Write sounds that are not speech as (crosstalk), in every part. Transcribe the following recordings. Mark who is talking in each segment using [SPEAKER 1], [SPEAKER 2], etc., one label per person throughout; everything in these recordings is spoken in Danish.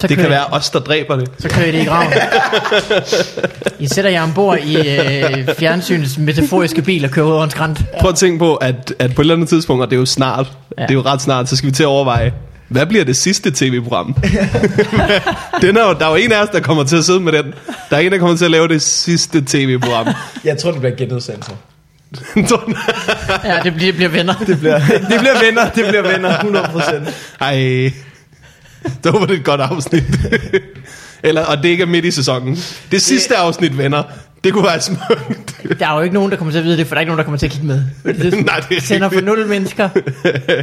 [SPEAKER 1] Så
[SPEAKER 2] Det
[SPEAKER 1] kører
[SPEAKER 2] kan
[SPEAKER 1] I-
[SPEAKER 2] være os, der dræber det.
[SPEAKER 1] Så kører I det i graven. I sætter jer ombord i øh, fjernsynets metaforiske bil og kører ud over en skrant.
[SPEAKER 2] Prøv at tænke på, at, at på et eller andet tidspunkt, og det er jo snart, ja.
[SPEAKER 1] Ja.
[SPEAKER 2] det er jo ret snart, så skal vi til at overveje, hvad bliver det sidste tv-program? (laughs) den er jo, der er jo en af os, der kommer til at sidde med den. Der er en, der kommer til at lave det sidste (laughs) tv-program.
[SPEAKER 3] Jeg tror, det bliver genudsendelser.
[SPEAKER 1] Ja, det bliver, det bliver venner.
[SPEAKER 3] Det bliver, det bliver venner, det bliver venner, 100%.
[SPEAKER 2] Ej, det var det et godt afsnit. (laughs) eller, og det ikke er midt i sæsonen. Det sidste afsnit, venner, det kunne være smukt. (laughs)
[SPEAKER 1] Der er jo ikke nogen, der kommer til at vide det, for der er ikke nogen, der kommer til at kigge med. Det
[SPEAKER 2] Nej, det er
[SPEAKER 1] sender for
[SPEAKER 2] rigtigt.
[SPEAKER 1] nul mennesker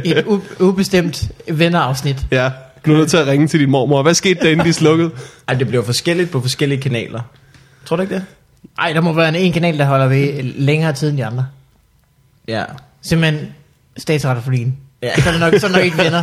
[SPEAKER 1] et u- ubestemt vennerafsnit.
[SPEAKER 2] Ja, du er nødt til at ringe til din mormor. Hvad skete der, inden de slukkede?
[SPEAKER 3] Ej, det bliver forskelligt på forskellige kanaler. Tror du ikke det?
[SPEAKER 1] Ej, der må være en, en kanal, der holder ved længere tid end de andre.
[SPEAKER 3] Ja.
[SPEAKER 1] Simpelthen statsretterforlien.
[SPEAKER 3] Ja.
[SPEAKER 1] Ja. Så er det nok, så er det nok ikke venner.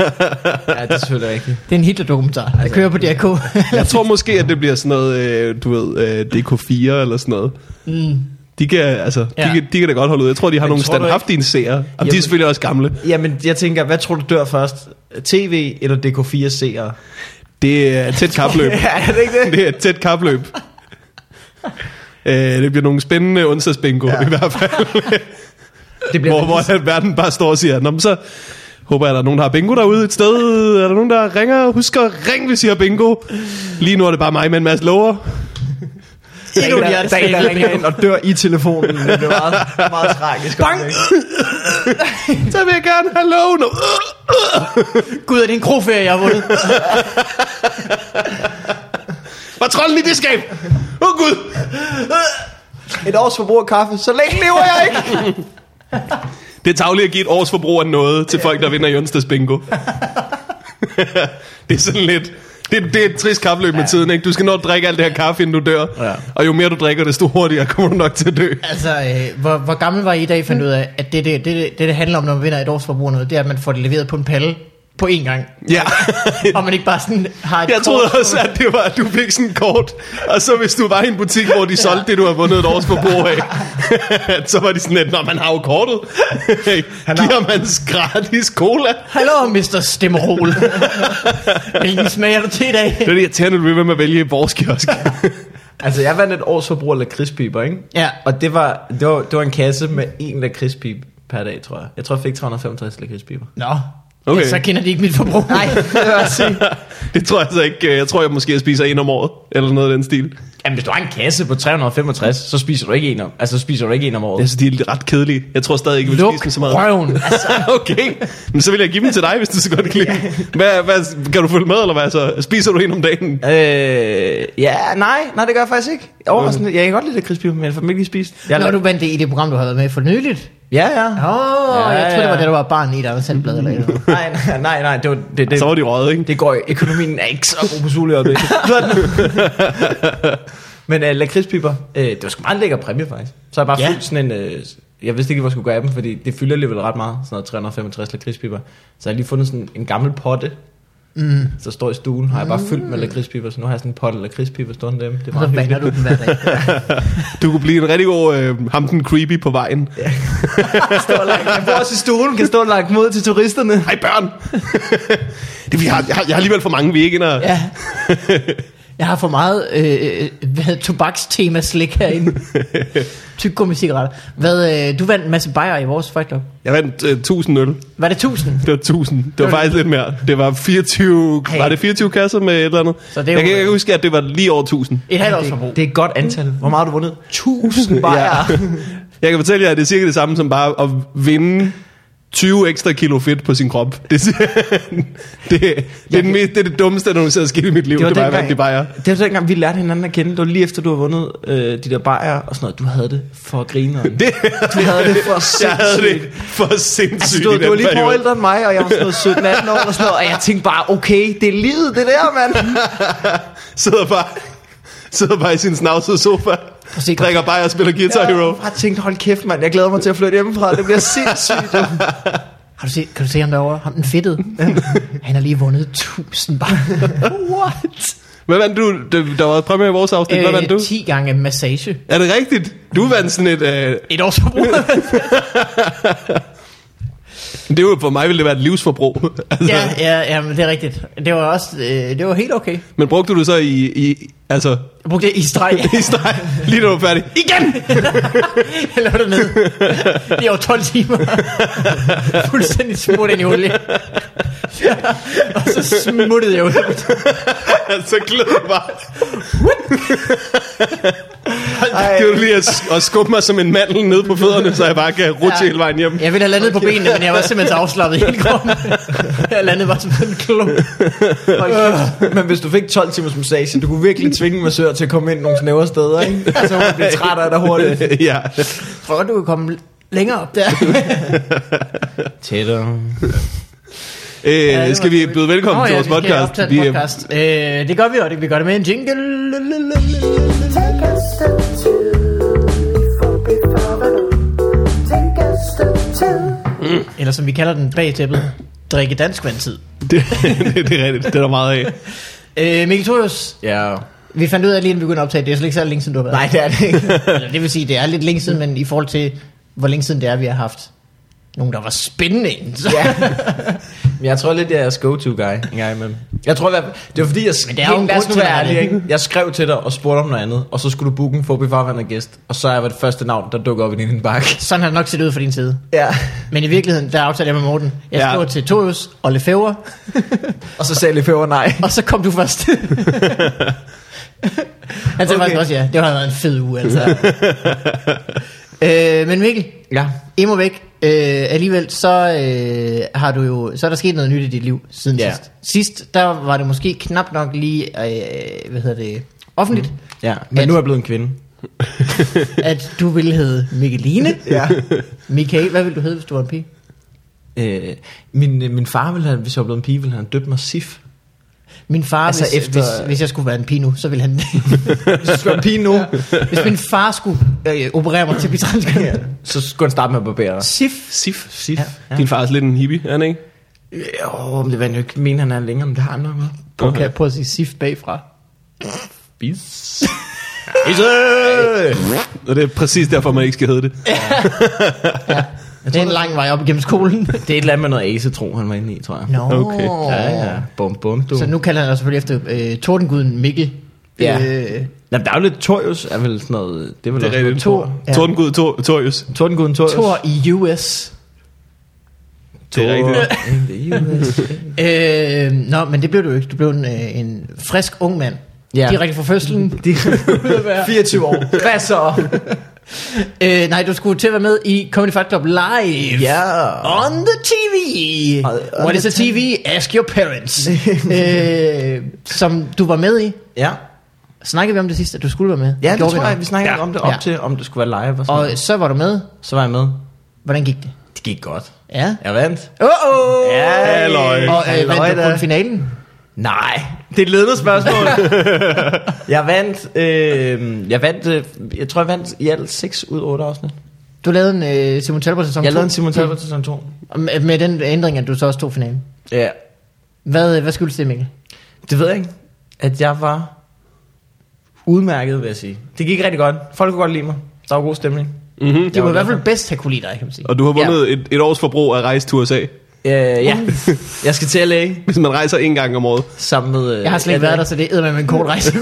[SPEAKER 3] Ja, det er selvfølgelig rigtigt.
[SPEAKER 1] Det er en Hitler-dokumentar, der kører på DRK.
[SPEAKER 2] Jeg tror måske, at det bliver sådan noget, øh, du ved, øh, DK4 eller sådan noget. Mm. De kan, altså, de,
[SPEAKER 1] Ja.
[SPEAKER 2] ja. kan, de kan da godt holde ud. Jeg tror, de har
[SPEAKER 3] Men
[SPEAKER 2] nogle
[SPEAKER 3] tror du ikke-
[SPEAKER 2] standhaftige seere. Og de er
[SPEAKER 3] Jamen-
[SPEAKER 2] selvfølgelig også gamle.
[SPEAKER 3] (laughs) Jamen, jeg tænker, hvad tror du dør først? TV eller DK4 seere?
[SPEAKER 2] Det er et tæt
[SPEAKER 3] (laughs)
[SPEAKER 2] kapløb.
[SPEAKER 3] er det ikke
[SPEAKER 2] Det er et tæt kapløb. Øh, det bliver nogle spændende onsdagsbingo ja.
[SPEAKER 3] Ja.
[SPEAKER 2] i hvert
[SPEAKER 3] (laughs)
[SPEAKER 2] fald,
[SPEAKER 3] Det bliver
[SPEAKER 2] hvor, hvor at verden bare står og siger, Nå, men så håber jeg, at der er nogen, der har bingo derude et sted. Er der nogen, der ringer? Husk at ringe, hvis I har bingo. Lige nu er det bare mig med en masse lover.
[SPEAKER 1] Der er ikke
[SPEAKER 3] endnu
[SPEAKER 1] nogen,
[SPEAKER 3] der, der, der, der
[SPEAKER 1] der
[SPEAKER 3] ringer ind og dør i telefonen. Det er meget, meget tragisk.
[SPEAKER 1] Bang!
[SPEAKER 2] Så vil jeg gerne have lov nu.
[SPEAKER 1] Gud, er det en kroferie, jeg har vundet?
[SPEAKER 2] Var trolden i det skab? Åh oh, gud!
[SPEAKER 3] Et års forbrug af kaffe, så længe lever jeg ikke.
[SPEAKER 2] Det er tageligt at give et års forbrug af noget til folk, der vinder i onsdags (laughs) bingo. det er sådan lidt... Det, det er et trist kapløb med tiden, ikke? Du skal nå at drikke alt det her kaffe, inden du dør.
[SPEAKER 3] Ja.
[SPEAKER 2] Og jo mere du drikker, desto hurtigere kommer du nok til at dø.
[SPEAKER 1] Altså, øh, hvor, hvor gammel var I i dag, fandt
[SPEAKER 2] Mm.
[SPEAKER 1] ud af, at det, det, det, det, det handler om, når man vinder et års forbrug af noget, det er, at man får det leveret på en palle på én gang.
[SPEAKER 2] (laughs) Ja.
[SPEAKER 1] Og man ikke bare sådan har et
[SPEAKER 2] Jeg troede
[SPEAKER 1] kort-
[SPEAKER 2] også, at det var, at du fik sådan et kort. Og så hvis du var i en butik, hvor de solgte det, du har vundet et års forbrug af, (laughs) så var de sådan lidt, når man har jo kortet. Giver man gratis cola?
[SPEAKER 1] Hallo, Mr.
[SPEAKER 2] (laughs)
[SPEAKER 1] Stemmerol. Hvilken smager du til i dag?
[SPEAKER 2] Det er det irriterende, at du bliver ved med at vælge vores (laughs) kiosk.
[SPEAKER 3] (laughs) Altså, jeg vandt et års forbrug af lakridspiber, ikke?
[SPEAKER 1] Ja.
[SPEAKER 3] Og det var, det var, det var en kasse med én lakridspibe per dag, tror jeg. Jeg tror, jeg fik 365 lakridspiber.
[SPEAKER 1] Nå, okay.
[SPEAKER 2] Okay.
[SPEAKER 1] ja, så kender de ikke mit forbrug. Nej,
[SPEAKER 2] (laughs) det tror jeg altså ikke. Jeg tror, jeg måske jeg spiser en om året, eller noget af den stil.
[SPEAKER 3] Jamen, hvis du har en kasse på 365, så spiser du ikke en om, altså, så spiser du ikke en om året.
[SPEAKER 2] Jeg synes, de er ret kedelige. Jeg tror stadig ikke, jeg vil
[SPEAKER 1] (laughs) Luk
[SPEAKER 2] spise dem så meget.
[SPEAKER 1] røven.
[SPEAKER 3] Altså,
[SPEAKER 2] (laughs) okay, men så vil jeg give dem til dig, hvis du så godt kan lide. Hvad, hvad, kan du følge med, eller hvad? Så spiser du en om dagen?
[SPEAKER 3] Øh, ja, nej, nej, det gør jeg faktisk ikke. Overraskende, jeg kan godt lide lakridspiber, men jeg får dem ikke lige spist. Jeg
[SPEAKER 1] Når du vandt det i det program, du har været med for nyligt.
[SPEAKER 3] Ja, ja.
[SPEAKER 1] Åh, oh,
[SPEAKER 3] Ja,
[SPEAKER 1] jeg troede, det var
[SPEAKER 3] ja.
[SPEAKER 1] det, du var barn i, der var sandblad eller et eller andet.
[SPEAKER 3] Nej, nej, nej, nej, det var, det, det,
[SPEAKER 2] Så var de røget, ikke?
[SPEAKER 3] Det går jo- økonomien er ikke så god på Zulu i øjeblikket. Men uh, lakridspiber, uh, det var sgu meget lækker præmie faktisk. Så har jeg bare
[SPEAKER 1] Ja.
[SPEAKER 3] ja. fyldt sådan en, uh, jeg vidste ikke, hvor jeg skulle gå af dem, fordi det fylder alligevel ret meget, sådan noget 365 lakridspiber. Så jeg har lige fundet sådan en gammel potte, mm. så står i stuen, har jeg bare fyldt med lakridspiber, så nu har jeg sådan en potte lakridspiber stående derhjemme. Det er
[SPEAKER 1] Og så
[SPEAKER 3] meget hyggeligt.
[SPEAKER 1] vander du den hver dag.
[SPEAKER 2] (laughs) Du kunne blive en rigtig god øh, ham den creepy på vejen.
[SPEAKER 3] (laughs) Står langt- Jeg bor også i stuen, kan stå langt mod til turisterne.
[SPEAKER 2] Hej børn! (laughs) det, er, vi har, jeg, har, jeg har alligevel for mange, vi ikke ender. Ja.
[SPEAKER 1] Ja. Jeg har for meget øh, hvad, tobakstema slik herinde. Tyk cigaretter. Hvad, øh, du vandt en masse bajer i vores fight club.
[SPEAKER 2] Jeg vandt øh, 1000 øl.
[SPEAKER 1] Var det 1000?
[SPEAKER 2] Det var 1000. Det var
[SPEAKER 1] var
[SPEAKER 2] faktisk lidt mere. Det var 24,
[SPEAKER 1] Hey.
[SPEAKER 2] var det 24 kasser med et eller andet?
[SPEAKER 1] Så det er
[SPEAKER 2] jeg
[SPEAKER 1] jo-
[SPEAKER 2] kan ikke huske, at det var lige over 1000.
[SPEAKER 1] Et halvt års forbrug. Mm.
[SPEAKER 3] Det, det er et godt antal. Hvor meget har du vundet? 1000
[SPEAKER 2] Ja.
[SPEAKER 3] bajer.
[SPEAKER 2] (laughs) Jeg kan fortælle jer, at det er cirka det samme som bare at vinde 20 ekstra kilo fedt på sin krop. Det, er- (laughs) det, det, er, den mest, det er det dummeste, der nogensinde er sket i mit liv. Det, det var bare, det bare
[SPEAKER 3] det var dengang, vi lærte hinanden at kende. Det var lige efter, du havde vundet øh, de der bajer og sådan noget. Du havde det for (laughs) grineren.
[SPEAKER 2] det, (laughs)
[SPEAKER 3] Du havde det for
[SPEAKER 2] jeg havde det
[SPEAKER 3] sindssygt.
[SPEAKER 2] for sindssygt
[SPEAKER 3] Altså,
[SPEAKER 2] i
[SPEAKER 3] du,
[SPEAKER 2] den
[SPEAKER 3] du var lige på
[SPEAKER 2] periode.
[SPEAKER 3] ældre end mig, og jeg var sådan noget 17-18 år og sådan noget, og jeg tænkte bare, okay, det er livet, det der, (laughs) mand.
[SPEAKER 2] Sidder bare, sidder bare i sin snavsede sofa,
[SPEAKER 1] Sikkert.
[SPEAKER 2] drikker bare og spiller Guitar Hero.
[SPEAKER 3] Jeg har tænkt, hold kæft, mand, jeg glæder mig til at flytte hjemmefra, det bliver (laughs) sindssygt.
[SPEAKER 1] Har du set, kan du se ham derovre? Ham den
[SPEAKER 3] (laughs)
[SPEAKER 1] fedtede. Han har lige vundet 1000 bajer. (laughs) What?
[SPEAKER 2] Hvad vandt du? Det- Der var et premiere i vores afsnit.
[SPEAKER 3] Øh,
[SPEAKER 2] Hvad vandt du?
[SPEAKER 1] 10 Øh, gange massage.
[SPEAKER 2] Er
[SPEAKER 3] (laughs)
[SPEAKER 2] det rigtigt? Du vandt sådan et... Øh,
[SPEAKER 1] Et års forbrug.
[SPEAKER 2] Det var, for mig ville det være et livsforbrug. (laughs) altså,
[SPEAKER 1] Ja, ja, ja, men det er rigtigt. Det var også, øh, det var helt okay.
[SPEAKER 2] Men brugte du det så i, i altså,
[SPEAKER 1] Jeg brugte det i streg.
[SPEAKER 2] (laughs) i streg, lige da du var færdig?
[SPEAKER 1] Igen! (laughs) jeg lå det ned. Det er over 12 timer. Fuldstændig smurt ind i olie. (laughs) Ja, og så smuttede jeg ud.
[SPEAKER 2] (laughs) så glæder du bare. Ej. Giv du lige at, sk- at skubbe mig som en mandel ned på fødderne, så jeg bare kan rutsche ja. hele vejen hjem.
[SPEAKER 1] Jeg ville have landet på benene, men jeg var simpelthen så afslappet i hele kroppen. Jeg landede bare som en klump.
[SPEAKER 3] Men hvis du fik 12 timers massage, du kunne virkelig tvinge en massør til at komme ind nogle snævre steder, (laughs) ikke? Så hun bliver træt af dig hurtigt.
[SPEAKER 2] (laughs) ja. Øh,
[SPEAKER 1] Tror du, du kan komme længere op der?
[SPEAKER 3] Tættere.
[SPEAKER 2] Øh, skal vi byde velkommen
[SPEAKER 1] Nå,
[SPEAKER 2] til
[SPEAKER 1] ja,
[SPEAKER 2] vores
[SPEAKER 1] vi skal
[SPEAKER 2] podcast?
[SPEAKER 1] optage en
[SPEAKER 2] Vi, øh,
[SPEAKER 1] podcast. Øh, det gør vi, og det, vi gør det med en jingle.
[SPEAKER 4] Take a step two before before the Take a step two.
[SPEAKER 1] Eller som vi kalder den bag tæppet, drikke dansk vandtid.
[SPEAKER 2] (laughs) det, det, det er rigtigt, det er der meget af.
[SPEAKER 1] Øh, Mikkel Torius,
[SPEAKER 3] Ja.
[SPEAKER 1] vi fandt ud af lige inden vi begyndte at optage, det er slet ikke så længe siden du har været.
[SPEAKER 3] Nej, det er det ikke.
[SPEAKER 1] (laughs) Eller, det vil sige, det er lidt længe siden, men i forhold til, hvor længe siden det er, vi har haft nogen, der var spændende. Så.
[SPEAKER 3] Ja. Men jeg tror lidt, jeg er jeres go-to guy en gang imellem. Jeg tror i hvert fald, det var fordi, jeg,
[SPEAKER 1] Men det er jo en
[SPEAKER 3] Lad os
[SPEAKER 1] grund
[SPEAKER 3] nu
[SPEAKER 1] til,
[SPEAKER 3] være
[SPEAKER 1] at man
[SPEAKER 3] ærlig,
[SPEAKER 1] er
[SPEAKER 3] ikke? jeg skrev til dig og spurgte om noget andet, og så skulle du booke en forbi farvand og gæst, og så er jeg det første navn, der dukker op i din bakke.
[SPEAKER 1] (laughs) Sådan har det nok set ud fra din side.
[SPEAKER 3] Ja.
[SPEAKER 1] Men i virkeligheden, der aftalte jeg med Morten. Jeg
[SPEAKER 2] Ja.
[SPEAKER 1] ja. skrev til Torius og Lefebvre,
[SPEAKER 3] Og så sagde Lefebvre nej.
[SPEAKER 1] og så kom du først.
[SPEAKER 3] (laughs)
[SPEAKER 1] Han sagde okay.
[SPEAKER 3] Okay.
[SPEAKER 1] faktisk også, ja, det har været en fed uge,
[SPEAKER 3] (laughs)
[SPEAKER 1] altså. øh, men Mikkel,
[SPEAKER 3] Ja.
[SPEAKER 1] Emo væk. Øh, alligevel så øh, har du jo så er der sket noget nyt i dit liv siden
[SPEAKER 3] Ja.
[SPEAKER 1] sidst. Sidst der var det måske knap nok lige øh, hvad hedder det offentligt, mm.
[SPEAKER 3] Ja, men
[SPEAKER 1] At-
[SPEAKER 3] nu er jeg blevet en kvinde.
[SPEAKER 1] at du ville hedde Mikkeline.
[SPEAKER 3] (laughs) Ja.
[SPEAKER 1] Michael, hvad ville du hedde hvis du var en pige?
[SPEAKER 3] Øh, min, øh, min far ville have, hvis jeg var blevet en pige, ville han døbt mig Sif.
[SPEAKER 1] Min far, altså
[SPEAKER 3] Altså
[SPEAKER 1] hvis, efter...
[SPEAKER 3] efter-
[SPEAKER 1] hvis, hvis jeg skulle være en pige nu, så ville
[SPEAKER 3] (laughs)
[SPEAKER 1] han
[SPEAKER 3] Hvis du skal være en pige nu,
[SPEAKER 1] hvis min far skulle øh, operere mig til at blive
[SPEAKER 3] ja.
[SPEAKER 1] transkønnet.
[SPEAKER 3] så skulle han starte med at barbere dig.
[SPEAKER 1] Sif.
[SPEAKER 2] Sif.
[SPEAKER 3] Sif. Ja.
[SPEAKER 2] Din far er også lidt en hippie, er han ikke?
[SPEAKER 3] Jo, men det var jeg nu ikke mene, han er længere, men det har han nok været.
[SPEAKER 1] Prøv, kan jeg prøve at sige Sif bagfra?
[SPEAKER 2] Bis. Og det er præcis derfor, man ikke skal hedde det.
[SPEAKER 1] Det er en lang vej op igennem skolen.
[SPEAKER 3] Det er et eller andet med noget asetro, han var inde i, tror jeg.
[SPEAKER 1] Nå.
[SPEAKER 2] Okay.
[SPEAKER 3] Ja, ja. Bum, bum, du.
[SPEAKER 1] Så nu kalder han dig selvfølgelig efter øh, tordenguden Mikkel.
[SPEAKER 3] Ja.
[SPEAKER 1] Øh,
[SPEAKER 3] Jamen, der er jo lidt Torius, er vel sådan noget... Det er vel
[SPEAKER 2] Det er
[SPEAKER 3] også
[SPEAKER 2] rigtigt.
[SPEAKER 3] noget
[SPEAKER 1] Thor.
[SPEAKER 3] Tor.
[SPEAKER 1] Ja.
[SPEAKER 2] Tordengud Tor- Torius.
[SPEAKER 3] Tordenguden Torius.
[SPEAKER 1] Tor i US.
[SPEAKER 2] Det er rigtigt.
[SPEAKER 3] rigtigt.
[SPEAKER 1] Øh, nå, men det blev du jo ikke. Du blev en, øh, en frisk ung mand. Ja.
[SPEAKER 3] Ja.
[SPEAKER 1] Direkte fra
[SPEAKER 3] (laughs)
[SPEAKER 1] fødslen.
[SPEAKER 3] Det er 24 år. Hvad så?
[SPEAKER 1] (laughs) øh, nej, du skulle til at være med i Comedy Fight Club Live.
[SPEAKER 3] Ja.
[SPEAKER 1] On the TV.
[SPEAKER 3] On- on
[SPEAKER 1] What is
[SPEAKER 3] the
[SPEAKER 1] a TV? Ask your
[SPEAKER 3] (laughs)
[SPEAKER 1] parents. øh, som du var med i.
[SPEAKER 3] Ja,
[SPEAKER 1] Snakkede vi om det sidste, at du skulle være med?
[SPEAKER 3] ja det
[SPEAKER 1] Gjorde
[SPEAKER 3] tror
[SPEAKER 1] nok.
[SPEAKER 3] jeg, vi snakkede
[SPEAKER 2] Ja.
[SPEAKER 3] ja. om det op
[SPEAKER 1] Ja.
[SPEAKER 3] ja. til, om det skulle være live og sådan
[SPEAKER 1] Og
[SPEAKER 3] noget.
[SPEAKER 1] så var du med.
[SPEAKER 3] Så var jeg med.
[SPEAKER 1] Hvordan gik det?
[SPEAKER 3] Det gik godt.
[SPEAKER 1] Ja.
[SPEAKER 3] Jeg vandt.
[SPEAKER 1] Åh, oh,
[SPEAKER 3] Ja,
[SPEAKER 2] halløj.
[SPEAKER 1] Og øh,
[SPEAKER 3] Halløj
[SPEAKER 1] vandt du
[SPEAKER 3] da.
[SPEAKER 1] kun finalen?
[SPEAKER 3] Nej, det er et ledende spørgsmål. (laughs) jeg vandt, øh, jeg vandt, øh, jeg tror jeg vandt i alt 6 ud af 8 afsnit.
[SPEAKER 1] Du lavede en øh, Simon Talbot sæson
[SPEAKER 3] Jeg
[SPEAKER 1] to.
[SPEAKER 3] lavede en Simon Talbot sæson 2.
[SPEAKER 1] Med, med den ændring, at du så også tog finalen.
[SPEAKER 3] Ja,
[SPEAKER 1] Hvad, hvad skyldes det, Mikkel?
[SPEAKER 3] det ved jeg ikke, at jeg var udmærket, vil jeg sige. Det gik rigtig godt. Folk kunne godt lide mig. Der var god stemning.
[SPEAKER 2] Mm-hmm.
[SPEAKER 1] De
[SPEAKER 3] var
[SPEAKER 1] må i
[SPEAKER 3] glad
[SPEAKER 1] hvert fald bedst have kunne lide dig, kan man sige.
[SPEAKER 2] Og du har vundet ja. et, et års forbrug af rejse til USA.
[SPEAKER 3] Øh, ja,
[SPEAKER 1] Mm.
[SPEAKER 3] jeg skal til at læge
[SPEAKER 2] Hvis man rejser en gang om året.
[SPEAKER 3] sammen med... øh,
[SPEAKER 1] Jeg har slet ikke
[SPEAKER 3] LA.
[SPEAKER 1] været der, så det æder med en kort rejse.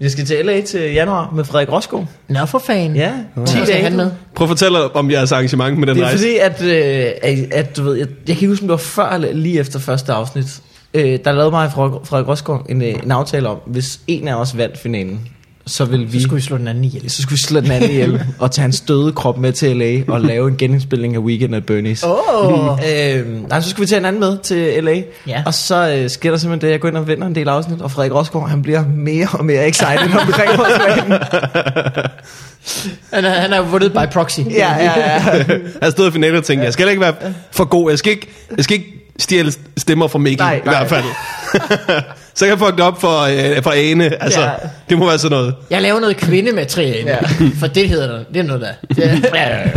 [SPEAKER 3] Jeg skal til LA til januar med Frederik Rosko.
[SPEAKER 1] Nå for fanden.
[SPEAKER 3] Ja, 10
[SPEAKER 1] Hvornår skal
[SPEAKER 3] dage.
[SPEAKER 1] han med?
[SPEAKER 2] Prøv at fortælle om jeres arrangement med den
[SPEAKER 3] Det er
[SPEAKER 2] rejse.
[SPEAKER 3] fordi, at, øh, at, at du ved, jeg, jeg kan ikke huske, om det var før eller lige efter første afsnit. Øh, der lavede mig og Frederik Frederik Rosgaard en, øh, en aftale om, hvis en af os vandt finalen, så vil vi...
[SPEAKER 1] Så skulle vi slå den anden ihjel.
[SPEAKER 3] så skulle vi slå den anden
[SPEAKER 1] (laughs)
[SPEAKER 3] ihjel og tage en støde krop med til LA og lave en genindspilning af Weekend at Bernie's.
[SPEAKER 1] Åh.
[SPEAKER 3] Øhm, nej, så skulle vi tage en anden med til LA.
[SPEAKER 1] Ja.
[SPEAKER 3] Og så øh, sker der simpelthen det, at jeg går ind og vinder en del afsnit, og Frederik Rosgaard, han bliver mere og mere excited omkring
[SPEAKER 1] (laughs)
[SPEAKER 3] vores plan.
[SPEAKER 1] (laughs) Han, er- han har vundet by proxy.
[SPEAKER 3] Ja, ja, ja.
[SPEAKER 2] (laughs) Jeg har stået i finalen og tænkt, jeg skal heller ikke være for god. Jeg skal ikke, jeg skal ikke stjæle stemmer fra Mikkel,
[SPEAKER 3] Nej,
[SPEAKER 2] i hvert
[SPEAKER 3] nej.
[SPEAKER 2] fald. (laughs) Så kan jeg fuck det op for, øh, for Ane. Altså, ja.
[SPEAKER 3] Ja.
[SPEAKER 2] det må være sådan noget.
[SPEAKER 1] Jeg laver noget kvindemateriale, ja.
[SPEAKER 3] Ja.
[SPEAKER 1] (laughs) for det hedder det. Det er noget der. Det er,
[SPEAKER 3] ja, ja,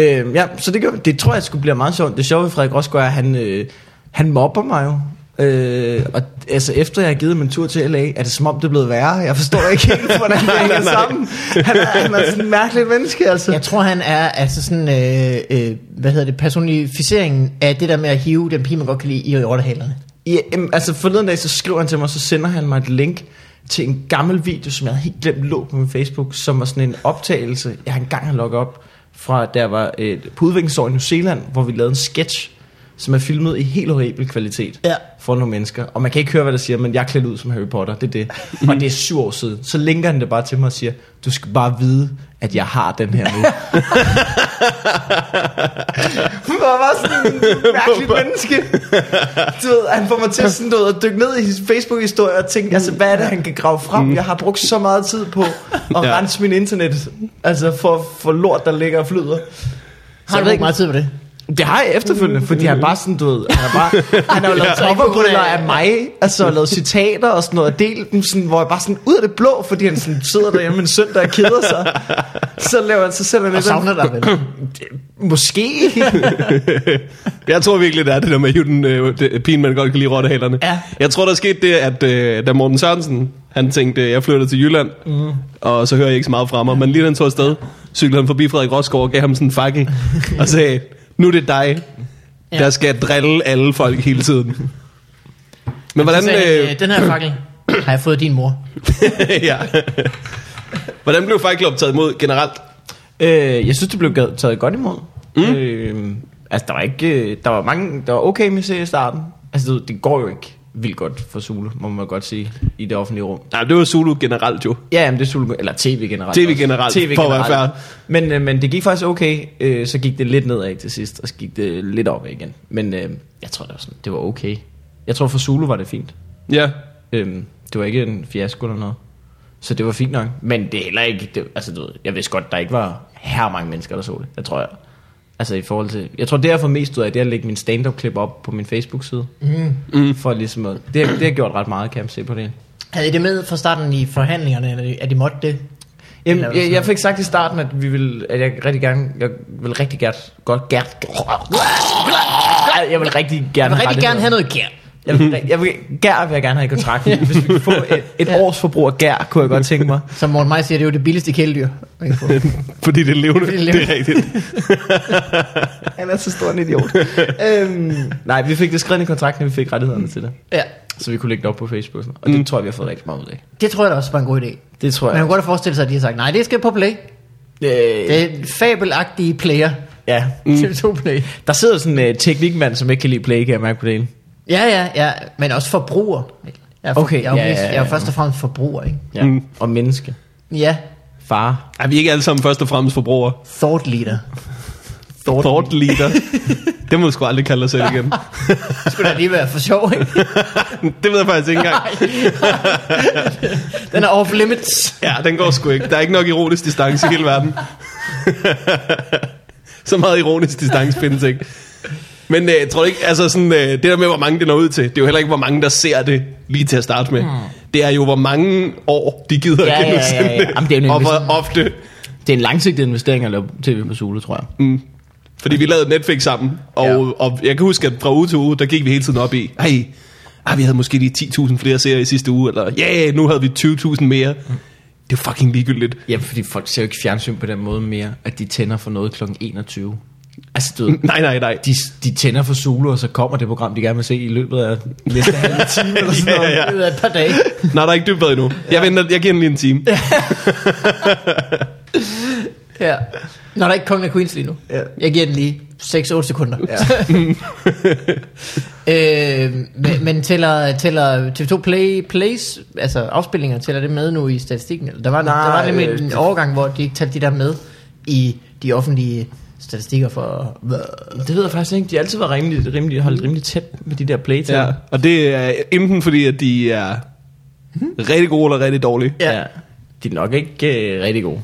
[SPEAKER 3] ja. Øhm, ja, så det, gør, det tror jeg skulle blive meget sjovt. Det sjove ved Frederik Rosgaard er, at han, øh, han mobber mig jo. Øh, og altså, efter jeg har givet min tur til LA, er det som om det er blevet værre. Jeg forstår ikke helt, hvordan det hænger sammen. Han er, han er sådan en mærkelig menneske, altså.
[SPEAKER 1] Jeg tror, han er altså sådan, øh, øh, hvad hedder det, personificeringen af det der med at hive den pige, man godt kan lide i rottehalerne.
[SPEAKER 3] Ja, jamen, altså forleden dag, så skriver han til mig, så sender han mig et link til en gammel video, som jeg havde helt glemt lå på min Facebook, som var sådan en optagelse, jeg engang har lukket op fra, der var øh, på udviklingsår i New Zealand, hvor vi lavede en sketch, som er filmet i helt horribel kvalitet
[SPEAKER 1] Ja.
[SPEAKER 3] for nogle mennesker. Og man kan ikke høre, hvad der siger, men jeg er klædt ud som Harry Potter, det er det. Og det er syv år siden. Så linker han det bare til mig og siger, du skal bare vide, at jeg har den her (laughs) nu. Hvor var sådan en mærkelig menneske. Du ved, han får mig til sådan noget at dykke ned i hans Facebook-historie og tænke, altså hvad er det, han kan grave frem? Jeg har brugt så meget tid på at
[SPEAKER 2] Ja.
[SPEAKER 3] rense min internet, altså for, for lort, der ligger og flyder.
[SPEAKER 1] Har du brugt meget tid på det?
[SPEAKER 3] Det har jeg efterfølgende, fordi han er bare sådan, du ved, han, er
[SPEAKER 1] (laughs)
[SPEAKER 3] bare, han har jo lavet
[SPEAKER 1] Ja.
[SPEAKER 3] topperbryller af mig, altså og lavet citater og sådan noget, og delt dem sådan, hvor jeg bare sådan ud af det blå, fordi han sådan sidder derhjemme en søndag og keder
[SPEAKER 1] (laughs)
[SPEAKER 3] sig. Så laver han, så sender han
[SPEAKER 1] Og
[SPEAKER 3] et eller andet-
[SPEAKER 1] savner dig vel?
[SPEAKER 3] Måske.
[SPEAKER 2] Jeg tror virkelig, det er det der med at hive den øh, det- pigen, man godt kan lide rottehalerne.
[SPEAKER 1] Ja.
[SPEAKER 2] Jeg tror, der skete det, at øh, da Morten Sørensen, han tænkte, jeg flytter til Jylland,
[SPEAKER 1] Mhm.
[SPEAKER 2] mm. og så hører jeg ikke så meget fra mig. Men lige da han tog afsted, cyklede han forbi Frederik Rosgaard og gav ham sådan en fakkel, og sagde, nu er det dig,
[SPEAKER 1] Ja.
[SPEAKER 2] ja. der skal drille alle folk hele tiden. Men hvordan,
[SPEAKER 1] Så sagde han,
[SPEAKER 2] øh,
[SPEAKER 1] øh, den her
[SPEAKER 2] (clears throat)
[SPEAKER 1] fakkel har jeg fået af din mor.
[SPEAKER 2] (laughs) ja. hvordan blev Fight Club taget imod generelt?
[SPEAKER 3] Øh, jeg synes, det blev gad- taget godt imod. Mm. Øh, altså, der var ikke... øh, Der var mange... Der var okay med i starten. Altså, det, det går jo ikke vildt godt for Zulu, må man godt sige, i det offentlige rum.
[SPEAKER 2] Nej, det var Zulu generelt jo.
[SPEAKER 3] Ja, jamen, det er Zulu... Eller tv generelt.
[SPEAKER 2] TV
[SPEAKER 3] også.
[SPEAKER 2] generelt, for at være
[SPEAKER 3] Men, øh, men det gik faktisk okay. Øh, så gik det lidt nedad til sidst, og så gik det lidt op igen. Men øh, jeg tror, det var, sådan, det var okay. Jeg tror, for Zulu var det fint.
[SPEAKER 2] Ja.
[SPEAKER 3] Øhm, det var ikke en fiasko eller noget. Så det var fint nok. Men det er heller ikke... Det, altså, du ved, jeg vidste godt, der ikke var her mange mennesker, der så det. Jeg tror, jeg, altså i forhold til... Jeg tror, det jeg får mest ud af, det er at lægge min stand-up-klip op på min Facebook-side. Mm. For ligesom at, det, det har jeg gjort ret meget, kan jeg se på det.
[SPEAKER 1] Havde I det med fra starten i forhandlingerne, eller at I måtte det?
[SPEAKER 3] Jamen,
[SPEAKER 1] Eller
[SPEAKER 3] jeg,
[SPEAKER 1] sådan
[SPEAKER 3] jeg, fik sagt i starten, at, vi ville, at jeg rigtig gerne, jeg vil rigtig gerne, godt gerne, jeg vil rigtig gerne,
[SPEAKER 1] Jeg vil
[SPEAKER 3] have
[SPEAKER 1] rigtig
[SPEAKER 3] det
[SPEAKER 1] gerne
[SPEAKER 3] her.
[SPEAKER 1] have noget gær.
[SPEAKER 3] Jeg vil, jeg vil, gær vil jeg gerne have i kontrakten. Hvis vi kunne få et, et års forbrug af gær, kunne jeg godt tænke mig.
[SPEAKER 1] Som Morten Maj siger, det er jo det billigste kæledyr.
[SPEAKER 2] (laughs)
[SPEAKER 1] man kan få.
[SPEAKER 2] Fordi det er levende.
[SPEAKER 1] Fordi
[SPEAKER 2] Det er,
[SPEAKER 1] det er
[SPEAKER 2] det er rigtigt.
[SPEAKER 1] (laughs)
[SPEAKER 3] Han er så stor en idiot. øhm, nej, vi fik det skrevet i kontrakten, og vi fik rettighederne til det.
[SPEAKER 1] ja,
[SPEAKER 3] Så vi kunne lægge det op på Facebook. og sådan noget. Og det mm. tror jeg, vi har fået rigtig meget ud af.
[SPEAKER 1] det tror jeg da også var en god idé.
[SPEAKER 3] Det tror
[SPEAKER 1] Man
[SPEAKER 3] jeg.
[SPEAKER 1] kan godt forestille sig, at de har sagt, nej, det skal på play.
[SPEAKER 3] Øh,
[SPEAKER 1] Det Mm. er fabelagtige player.
[SPEAKER 3] ja.
[SPEAKER 2] Mm.
[SPEAKER 1] (laughs) TV2 Play.
[SPEAKER 3] Der sidder sådan en uh, teknikmand, som ikke kan lide play, kan jeg mærke på det hele.
[SPEAKER 1] Ja, ja, ja, men også forbruger. Jeg er, for,
[SPEAKER 3] Okay,
[SPEAKER 1] jeg er, jo
[SPEAKER 3] ja,
[SPEAKER 1] mest,
[SPEAKER 3] ja, ja.
[SPEAKER 1] jeg er jo først og fremmest forbruger, ikke?
[SPEAKER 3] Ja. Mm. Og menneske.
[SPEAKER 1] Ja,
[SPEAKER 3] Far.
[SPEAKER 2] Er vi ikke alle sammen først og fremmest forbrugere?
[SPEAKER 1] thought leader.
[SPEAKER 2] Thought, Thought leader. (laughs) det må du sgu aldrig kalde dig selv igen.
[SPEAKER 1] Det skulle da lige være for sjov, ikke?
[SPEAKER 2] (laughs) Det ved jeg faktisk ikke engang.
[SPEAKER 1] Den er off limits.
[SPEAKER 2] Ja, den går sgu ikke. Der er ikke nok ironisk distance i hele verden. (laughs) Så meget ironisk distance findes ikke. Men øh, tror du ikke, altså sådan, øh, det der med, hvor mange det når ud til, det er jo heller ikke, hvor mange der ser det lige til at starte med. Det er jo, hvor mange år de gider
[SPEAKER 3] Ja,
[SPEAKER 2] at
[SPEAKER 3] ja, ja, ja.
[SPEAKER 2] genudsende det.
[SPEAKER 3] Jamen, det er jo en
[SPEAKER 2] og hvor
[SPEAKER 3] investering.
[SPEAKER 2] ofte.
[SPEAKER 3] Det er en langsigtet investering at lave tv på Zulu, tror jeg. Mm.
[SPEAKER 2] Fordi vi lavede Netflix sammen, og,
[SPEAKER 3] Ja.
[SPEAKER 2] og, jeg kan huske, at fra uge til uge, der gik vi hele tiden op i, hey, ah, vi havde måske lige 10.000 flere serier i sidste uge, eller ja, yeah, nu havde vi 20.000 mere. Det er jo fucking ligegyldigt. (laughs)
[SPEAKER 3] Ja, fordi folk ser jo ikke fjernsyn på den måde mere, at de tænder for noget kl. 21. Altså, du ved,
[SPEAKER 2] Nej, nej, nej.
[SPEAKER 3] de, de tænder for Zulu, og så kommer det program, de gerne vil se i løbet af næste halve
[SPEAKER 2] (laughs)
[SPEAKER 3] time eller sådan
[SPEAKER 2] Ja,
[SPEAKER 3] noget.
[SPEAKER 2] ja, ja.
[SPEAKER 1] Det er et par dage.
[SPEAKER 2] Nej, der er ikke dybt bad endnu. Jeg, venter, jeg giver den lige en time.
[SPEAKER 1] Ja. Nå, der er ikke kongen af Queens lige nu.
[SPEAKER 3] Ja.
[SPEAKER 1] Jeg giver den lige 6-8 sekunder. Ja. (laughs) øh, men, men tæller, tæller TV2 Play, Plays, altså afspillinger, tæller det med nu i statistikken? Eller Der var, Nej, der var
[SPEAKER 3] Nej,
[SPEAKER 1] nemlig
[SPEAKER 3] øh,
[SPEAKER 1] en overgang, hvor de ikke talte de der med i de offentlige statistikker for... Altså,
[SPEAKER 3] Det ved jeg faktisk ikke. De har altid været rimelig, rimelig, holdt rimelig tæt med de der playtal.
[SPEAKER 2] Ja. Og det er enten fordi, at de er
[SPEAKER 3] Mhm.
[SPEAKER 2] rigtig gode eller rigtig dårlige.
[SPEAKER 1] Ja.
[SPEAKER 3] De er nok ikke øh, rigtig gode.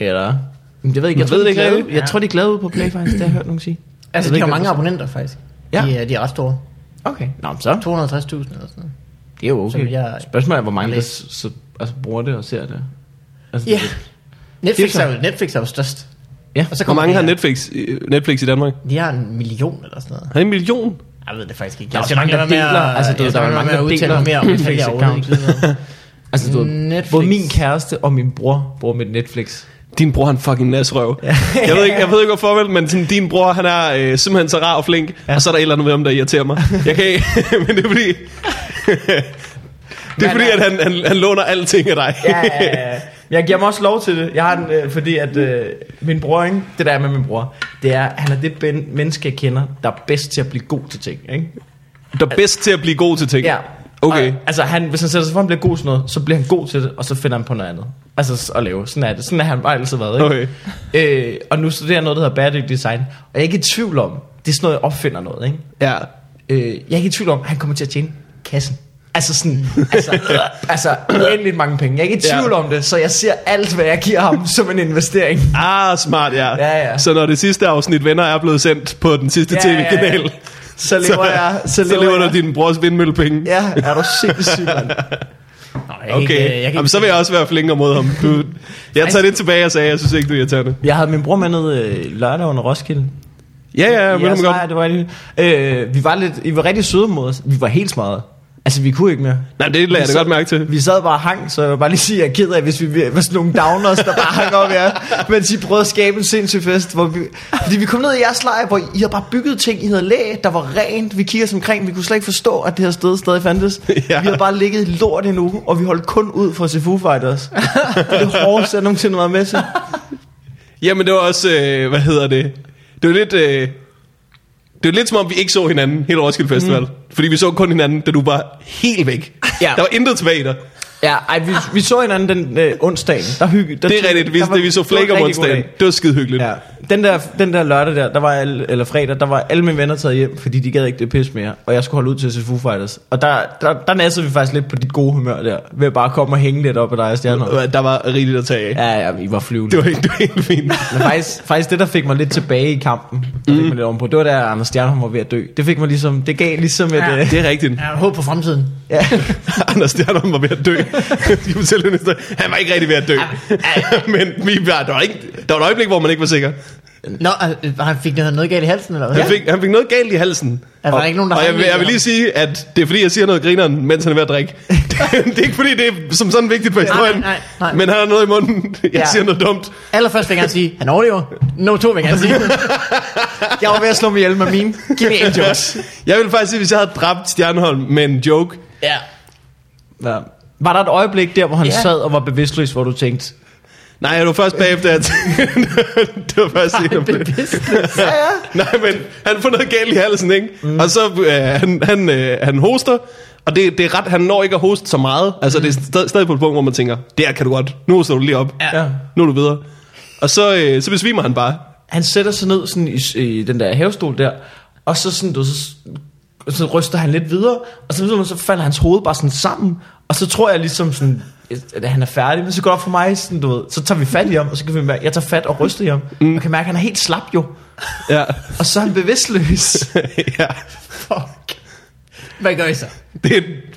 [SPEAKER 3] Eller? Men det ved jeg ikke. Jeg,
[SPEAKER 1] tror,
[SPEAKER 3] ved
[SPEAKER 1] de
[SPEAKER 3] det ikke
[SPEAKER 1] er glade.
[SPEAKER 3] rigtig. Jeg
[SPEAKER 1] Ja.
[SPEAKER 3] tror, de er glade ude på play, faktisk. Det har jeg hørt nogen (clears throat) sige.
[SPEAKER 1] Altså,
[SPEAKER 3] Jeg ved
[SPEAKER 1] de har
[SPEAKER 3] ikke,
[SPEAKER 1] mange
[SPEAKER 3] hvorfor.
[SPEAKER 1] abonnenter, faktisk.
[SPEAKER 3] Ja.
[SPEAKER 1] De, er- de er ret store.
[SPEAKER 3] Okay. Nå, men så.
[SPEAKER 1] 250.000 eller sådan noget.
[SPEAKER 3] Det er jo
[SPEAKER 1] Som
[SPEAKER 3] okay.
[SPEAKER 1] jeg-
[SPEAKER 3] Spørgsmålet er, hvor mange der
[SPEAKER 1] Læs.
[SPEAKER 3] s- så, altså, bruger det og ser det. Altså,
[SPEAKER 1] Ja.
[SPEAKER 3] det er-
[SPEAKER 1] Netflix
[SPEAKER 3] Det er
[SPEAKER 1] er, jo, Netflix er jo størst.
[SPEAKER 3] Ja.
[SPEAKER 1] Og så
[SPEAKER 2] Hvor
[SPEAKER 1] kommer
[SPEAKER 2] mange
[SPEAKER 1] de
[SPEAKER 2] har
[SPEAKER 1] her-
[SPEAKER 2] Netflix, øh, Netflix i Danmark?
[SPEAKER 1] De har en million eller sådan noget.
[SPEAKER 2] Har de en million?
[SPEAKER 1] Jeg ved det faktisk ikke.
[SPEAKER 3] Der er
[SPEAKER 1] Jeg
[SPEAKER 3] også
[SPEAKER 1] skal nok
[SPEAKER 3] mange,
[SPEAKER 1] lade
[SPEAKER 3] der
[SPEAKER 1] være med
[SPEAKER 3] deler.
[SPEAKER 1] at-
[SPEAKER 3] Altså,
[SPEAKER 1] jeg
[SPEAKER 3] du ved,
[SPEAKER 1] skal
[SPEAKER 3] der er
[SPEAKER 1] nok lade
[SPEAKER 3] mange, der
[SPEAKER 1] være med
[SPEAKER 3] deler
[SPEAKER 1] at udtale mig mere om
[SPEAKER 3] Netflix
[SPEAKER 1] Netflix
[SPEAKER 3] account.
[SPEAKER 1] account.
[SPEAKER 3] Altså, du ved,
[SPEAKER 1] Netflix.
[SPEAKER 3] både min kæreste og min bror bruger mit Netflix.
[SPEAKER 2] Din bror, han fucking
[SPEAKER 3] (laughs)
[SPEAKER 2] nasrøv. Ja. jeg, ved ikke, jeg ved ikke, hvorfor vel, men sådan, din bror, han er øh, simpelthen så rar og flink, ja. og så er der et eller andet ved ham, der irriterer mig. Jeg kan ikke, (laughs) men det er fordi... det er
[SPEAKER 3] Men,
[SPEAKER 2] fordi,
[SPEAKER 3] øh,
[SPEAKER 2] at han, han, han låner alting af dig.
[SPEAKER 3] ja, ja, ja. Men (laughs) Jeg giver mig også lov til det. Jeg har den, øh, fordi at øh, min bror, ikke? det der er med min bror, det er, han er det ben, menneske, jeg kender, der er bedst til at blive god til ting. Ikke?
[SPEAKER 2] (laughs) der er bedst til at blive god til ting.
[SPEAKER 3] Ja.
[SPEAKER 2] Okay.
[SPEAKER 3] Og, altså, han, hvis han sætter sig for, at han bliver god til noget, så bliver han god til det, og så finder han på noget andet. Altså s- at lave. Sådan er det. Sådan er han bare altid været. Ikke? Okay. Øh, og nu studerer jeg noget, der hedder bæredygtig design. Og jeg er ikke i tvivl om, det er sådan noget, jeg opfinder noget. Ikke?
[SPEAKER 2] Ja.
[SPEAKER 3] øh, jeg er ikke i tvivl om, at han kommer til at tjene kassen.
[SPEAKER 2] (laughs)
[SPEAKER 3] Altså sådan, altså, altså uendeligt mange penge. Jeg er ikke i
[SPEAKER 2] Ja.
[SPEAKER 3] tvivl om det, så jeg ser alt, hvad jeg giver ham som en investering.
[SPEAKER 2] Ah, smart, ja.
[SPEAKER 3] Ja, ja.
[SPEAKER 2] Så når det sidste afsnit Venner er blevet sendt på den sidste
[SPEAKER 3] Ja, ja, ja.
[SPEAKER 2] tv-kanal,
[SPEAKER 3] Så lever
[SPEAKER 2] (laughs)
[SPEAKER 3] jeg, så lever,
[SPEAKER 2] så lever
[SPEAKER 3] jeg.
[SPEAKER 2] du din brors vindmøllepenge.
[SPEAKER 3] Ja, er du sindssyg,
[SPEAKER 2] (laughs)
[SPEAKER 3] mand.
[SPEAKER 1] Nå, jeg kan
[SPEAKER 2] Okay,
[SPEAKER 1] ikke, øh, jeg kan
[SPEAKER 2] Jamen,
[SPEAKER 1] ikke-
[SPEAKER 2] så vil jeg også være flinkere mod ham. Du, jeg tager det tilbage, jeg sagde, jeg synes ikke, du er irriterende.
[SPEAKER 3] Jeg havde min bror med ned øh, lørdag under Roskilde.
[SPEAKER 2] Ja, ja, men
[SPEAKER 3] ja,
[SPEAKER 2] yes, godt.
[SPEAKER 3] sejr, det var en, øh, vi var lidt, I var rigtig søde mod os. Vi var helt smadret. Altså, vi kunne ikke mere.
[SPEAKER 2] Nej, det lader jeg da godt mærke til.
[SPEAKER 3] Vi sad bare og hang, så jeg vil bare lige sige, at jeg er ked af, hvis vi var sådan nogle downers, der bare hang op her, mens I prøvede at skabe en sindssyg fest. Hvor vi, fordi vi kom ned i jeres lejr, hvor I havde bare bygget ting, I havde læ, der var rent, vi kiggede os omkring, vi kunne slet ikke forstå, at det her sted stadig
[SPEAKER 2] (laughs)
[SPEAKER 3] fandtes.
[SPEAKER 2] Ja.
[SPEAKER 3] Ja. Vi havde bare ligget i lort endnu, og vi holdt kun ud for at se Foo Fighters. Det er det hårdeste, jeg nogensinde har været med til.
[SPEAKER 2] Jamen, det var også, øh, hvad hedder det? Det var lidt... Øh, det var lidt som om, vi ikke så hinanden hele Roskilde Festival. Mm. Fordi vi så kun hinanden, da du var helt væk.
[SPEAKER 3] Ja.
[SPEAKER 2] Der var intet tilbage i dig.
[SPEAKER 3] Ja, ej, vi, vi så hinanden den øh, onsdag. Der hygge, der,
[SPEAKER 2] Det er rigtigt. Vi,
[SPEAKER 3] der var-
[SPEAKER 2] det, vi så
[SPEAKER 3] det var en
[SPEAKER 2] flæk om
[SPEAKER 3] rigtig god
[SPEAKER 2] onsdagen.
[SPEAKER 3] dag.
[SPEAKER 2] Det var skide hyggeligt.
[SPEAKER 3] Ja. Den der, den der lørdag der, der var alle, eller fredag, der var alle mine venner taget hjem, fordi de gad ikke det pis mere, og jeg skulle holde ud til at se Foo Fighters. Og der, der, der nassede vi faktisk lidt på dit gode humør der, ved at bare komme og hænge lidt op af dig og stjerner.
[SPEAKER 2] Øh, Der var rigeligt at tage af. Ja.
[SPEAKER 3] Ja, ja, I var flyvende.
[SPEAKER 2] Det var helt, det var helt
[SPEAKER 3] (laughs)
[SPEAKER 2] fint.
[SPEAKER 3] Men faktisk, faktisk det, der fik mig lidt tilbage i kampen, der fik mig lidt ovenpå, det var da Anders Stjernholm var ved at dø. Det fik mig ligesom, det gav ligesom et...
[SPEAKER 1] Ja.
[SPEAKER 3] Ja. Øh, (laughs)
[SPEAKER 2] Det er rigtigt.
[SPEAKER 1] Jeg har håb på fremtiden.
[SPEAKER 3] ja.
[SPEAKER 2] (laughs) Anders Stjernholm var ved at
[SPEAKER 3] (laughs)
[SPEAKER 2] dø. De fortæller næste- han var ikke rigtig ved at dø. (laughs) Men vi var, der, var ikke, der var et øjeblik, hvor man ikke var sikker.
[SPEAKER 1] Nå, øh, han fik noget, noget galt i halsen, eller hvad?
[SPEAKER 2] Han, fik, han fik noget galt i halsen.
[SPEAKER 1] Er der
[SPEAKER 2] og,
[SPEAKER 1] ikke nogen, der
[SPEAKER 2] og
[SPEAKER 1] har
[SPEAKER 2] jeg, vil- jeg vil lige sige, at det er fordi, jeg siger noget grineren, mens han er ved at
[SPEAKER 1] (laughs)
[SPEAKER 2] drikke. det er ikke fordi, det er som sådan vigtigt for historien.
[SPEAKER 1] nej, nej.
[SPEAKER 2] Men han har noget i munden. Jeg ja.
[SPEAKER 1] Ja.
[SPEAKER 2] siger noget dumt.
[SPEAKER 1] Allerførst vil jeg gerne sige, han overlever. No 2 vil jeg gerne sige.
[SPEAKER 3] Jeg var ved at slå mig ihjel med min. Giv me angel.
[SPEAKER 2] (laughs) Jeg vil faktisk sige, hvis jeg havde dræbt Stjernholm med en joke.
[SPEAKER 1] ja.
[SPEAKER 3] Ja. Var der et øjeblik der, hvor han
[SPEAKER 1] Ja.
[SPEAKER 3] ja. sad og var bevidstløs, hvor du tænkte,
[SPEAKER 2] Nej, det var først bagefter, at... (laughs) det var først
[SPEAKER 1] Han
[SPEAKER 2] senere. (laughs)
[SPEAKER 1] blev bevidstløs.
[SPEAKER 2] Nej, men han får noget galt i halsen, ikke? Mm. Og så øh, han, han, øh, han hoster, og det, det er ret, han når ikke at hoste så meget. Altså, mm. det er stadig, stadig på et punkt, hvor man tænker, der kan du godt. Nu hoster du lige op.
[SPEAKER 1] Ja.
[SPEAKER 3] Ja.
[SPEAKER 2] Nu er du videre. Og så, øh, så besvimer han bare.
[SPEAKER 3] han sætter sig ned sådan i, i den der havestol der, og så, sådan, du, så, så ryster han lidt videre, og så, så falder hans hoved bare sådan sammen, og så tror jeg ligesom sådan, at han er færdig, men så går det op for mig, sådan, du ved, så tager vi fat i ham, og så kan vi mærke, jeg tager fat og ryster i ham, mm. og kan mærke, at han er helt slap jo,
[SPEAKER 2] Ja. (laughs)
[SPEAKER 3] og så er han bevidstløs.
[SPEAKER 2] ja.
[SPEAKER 1] Fuck. Hvad gør I så?
[SPEAKER 2] Det,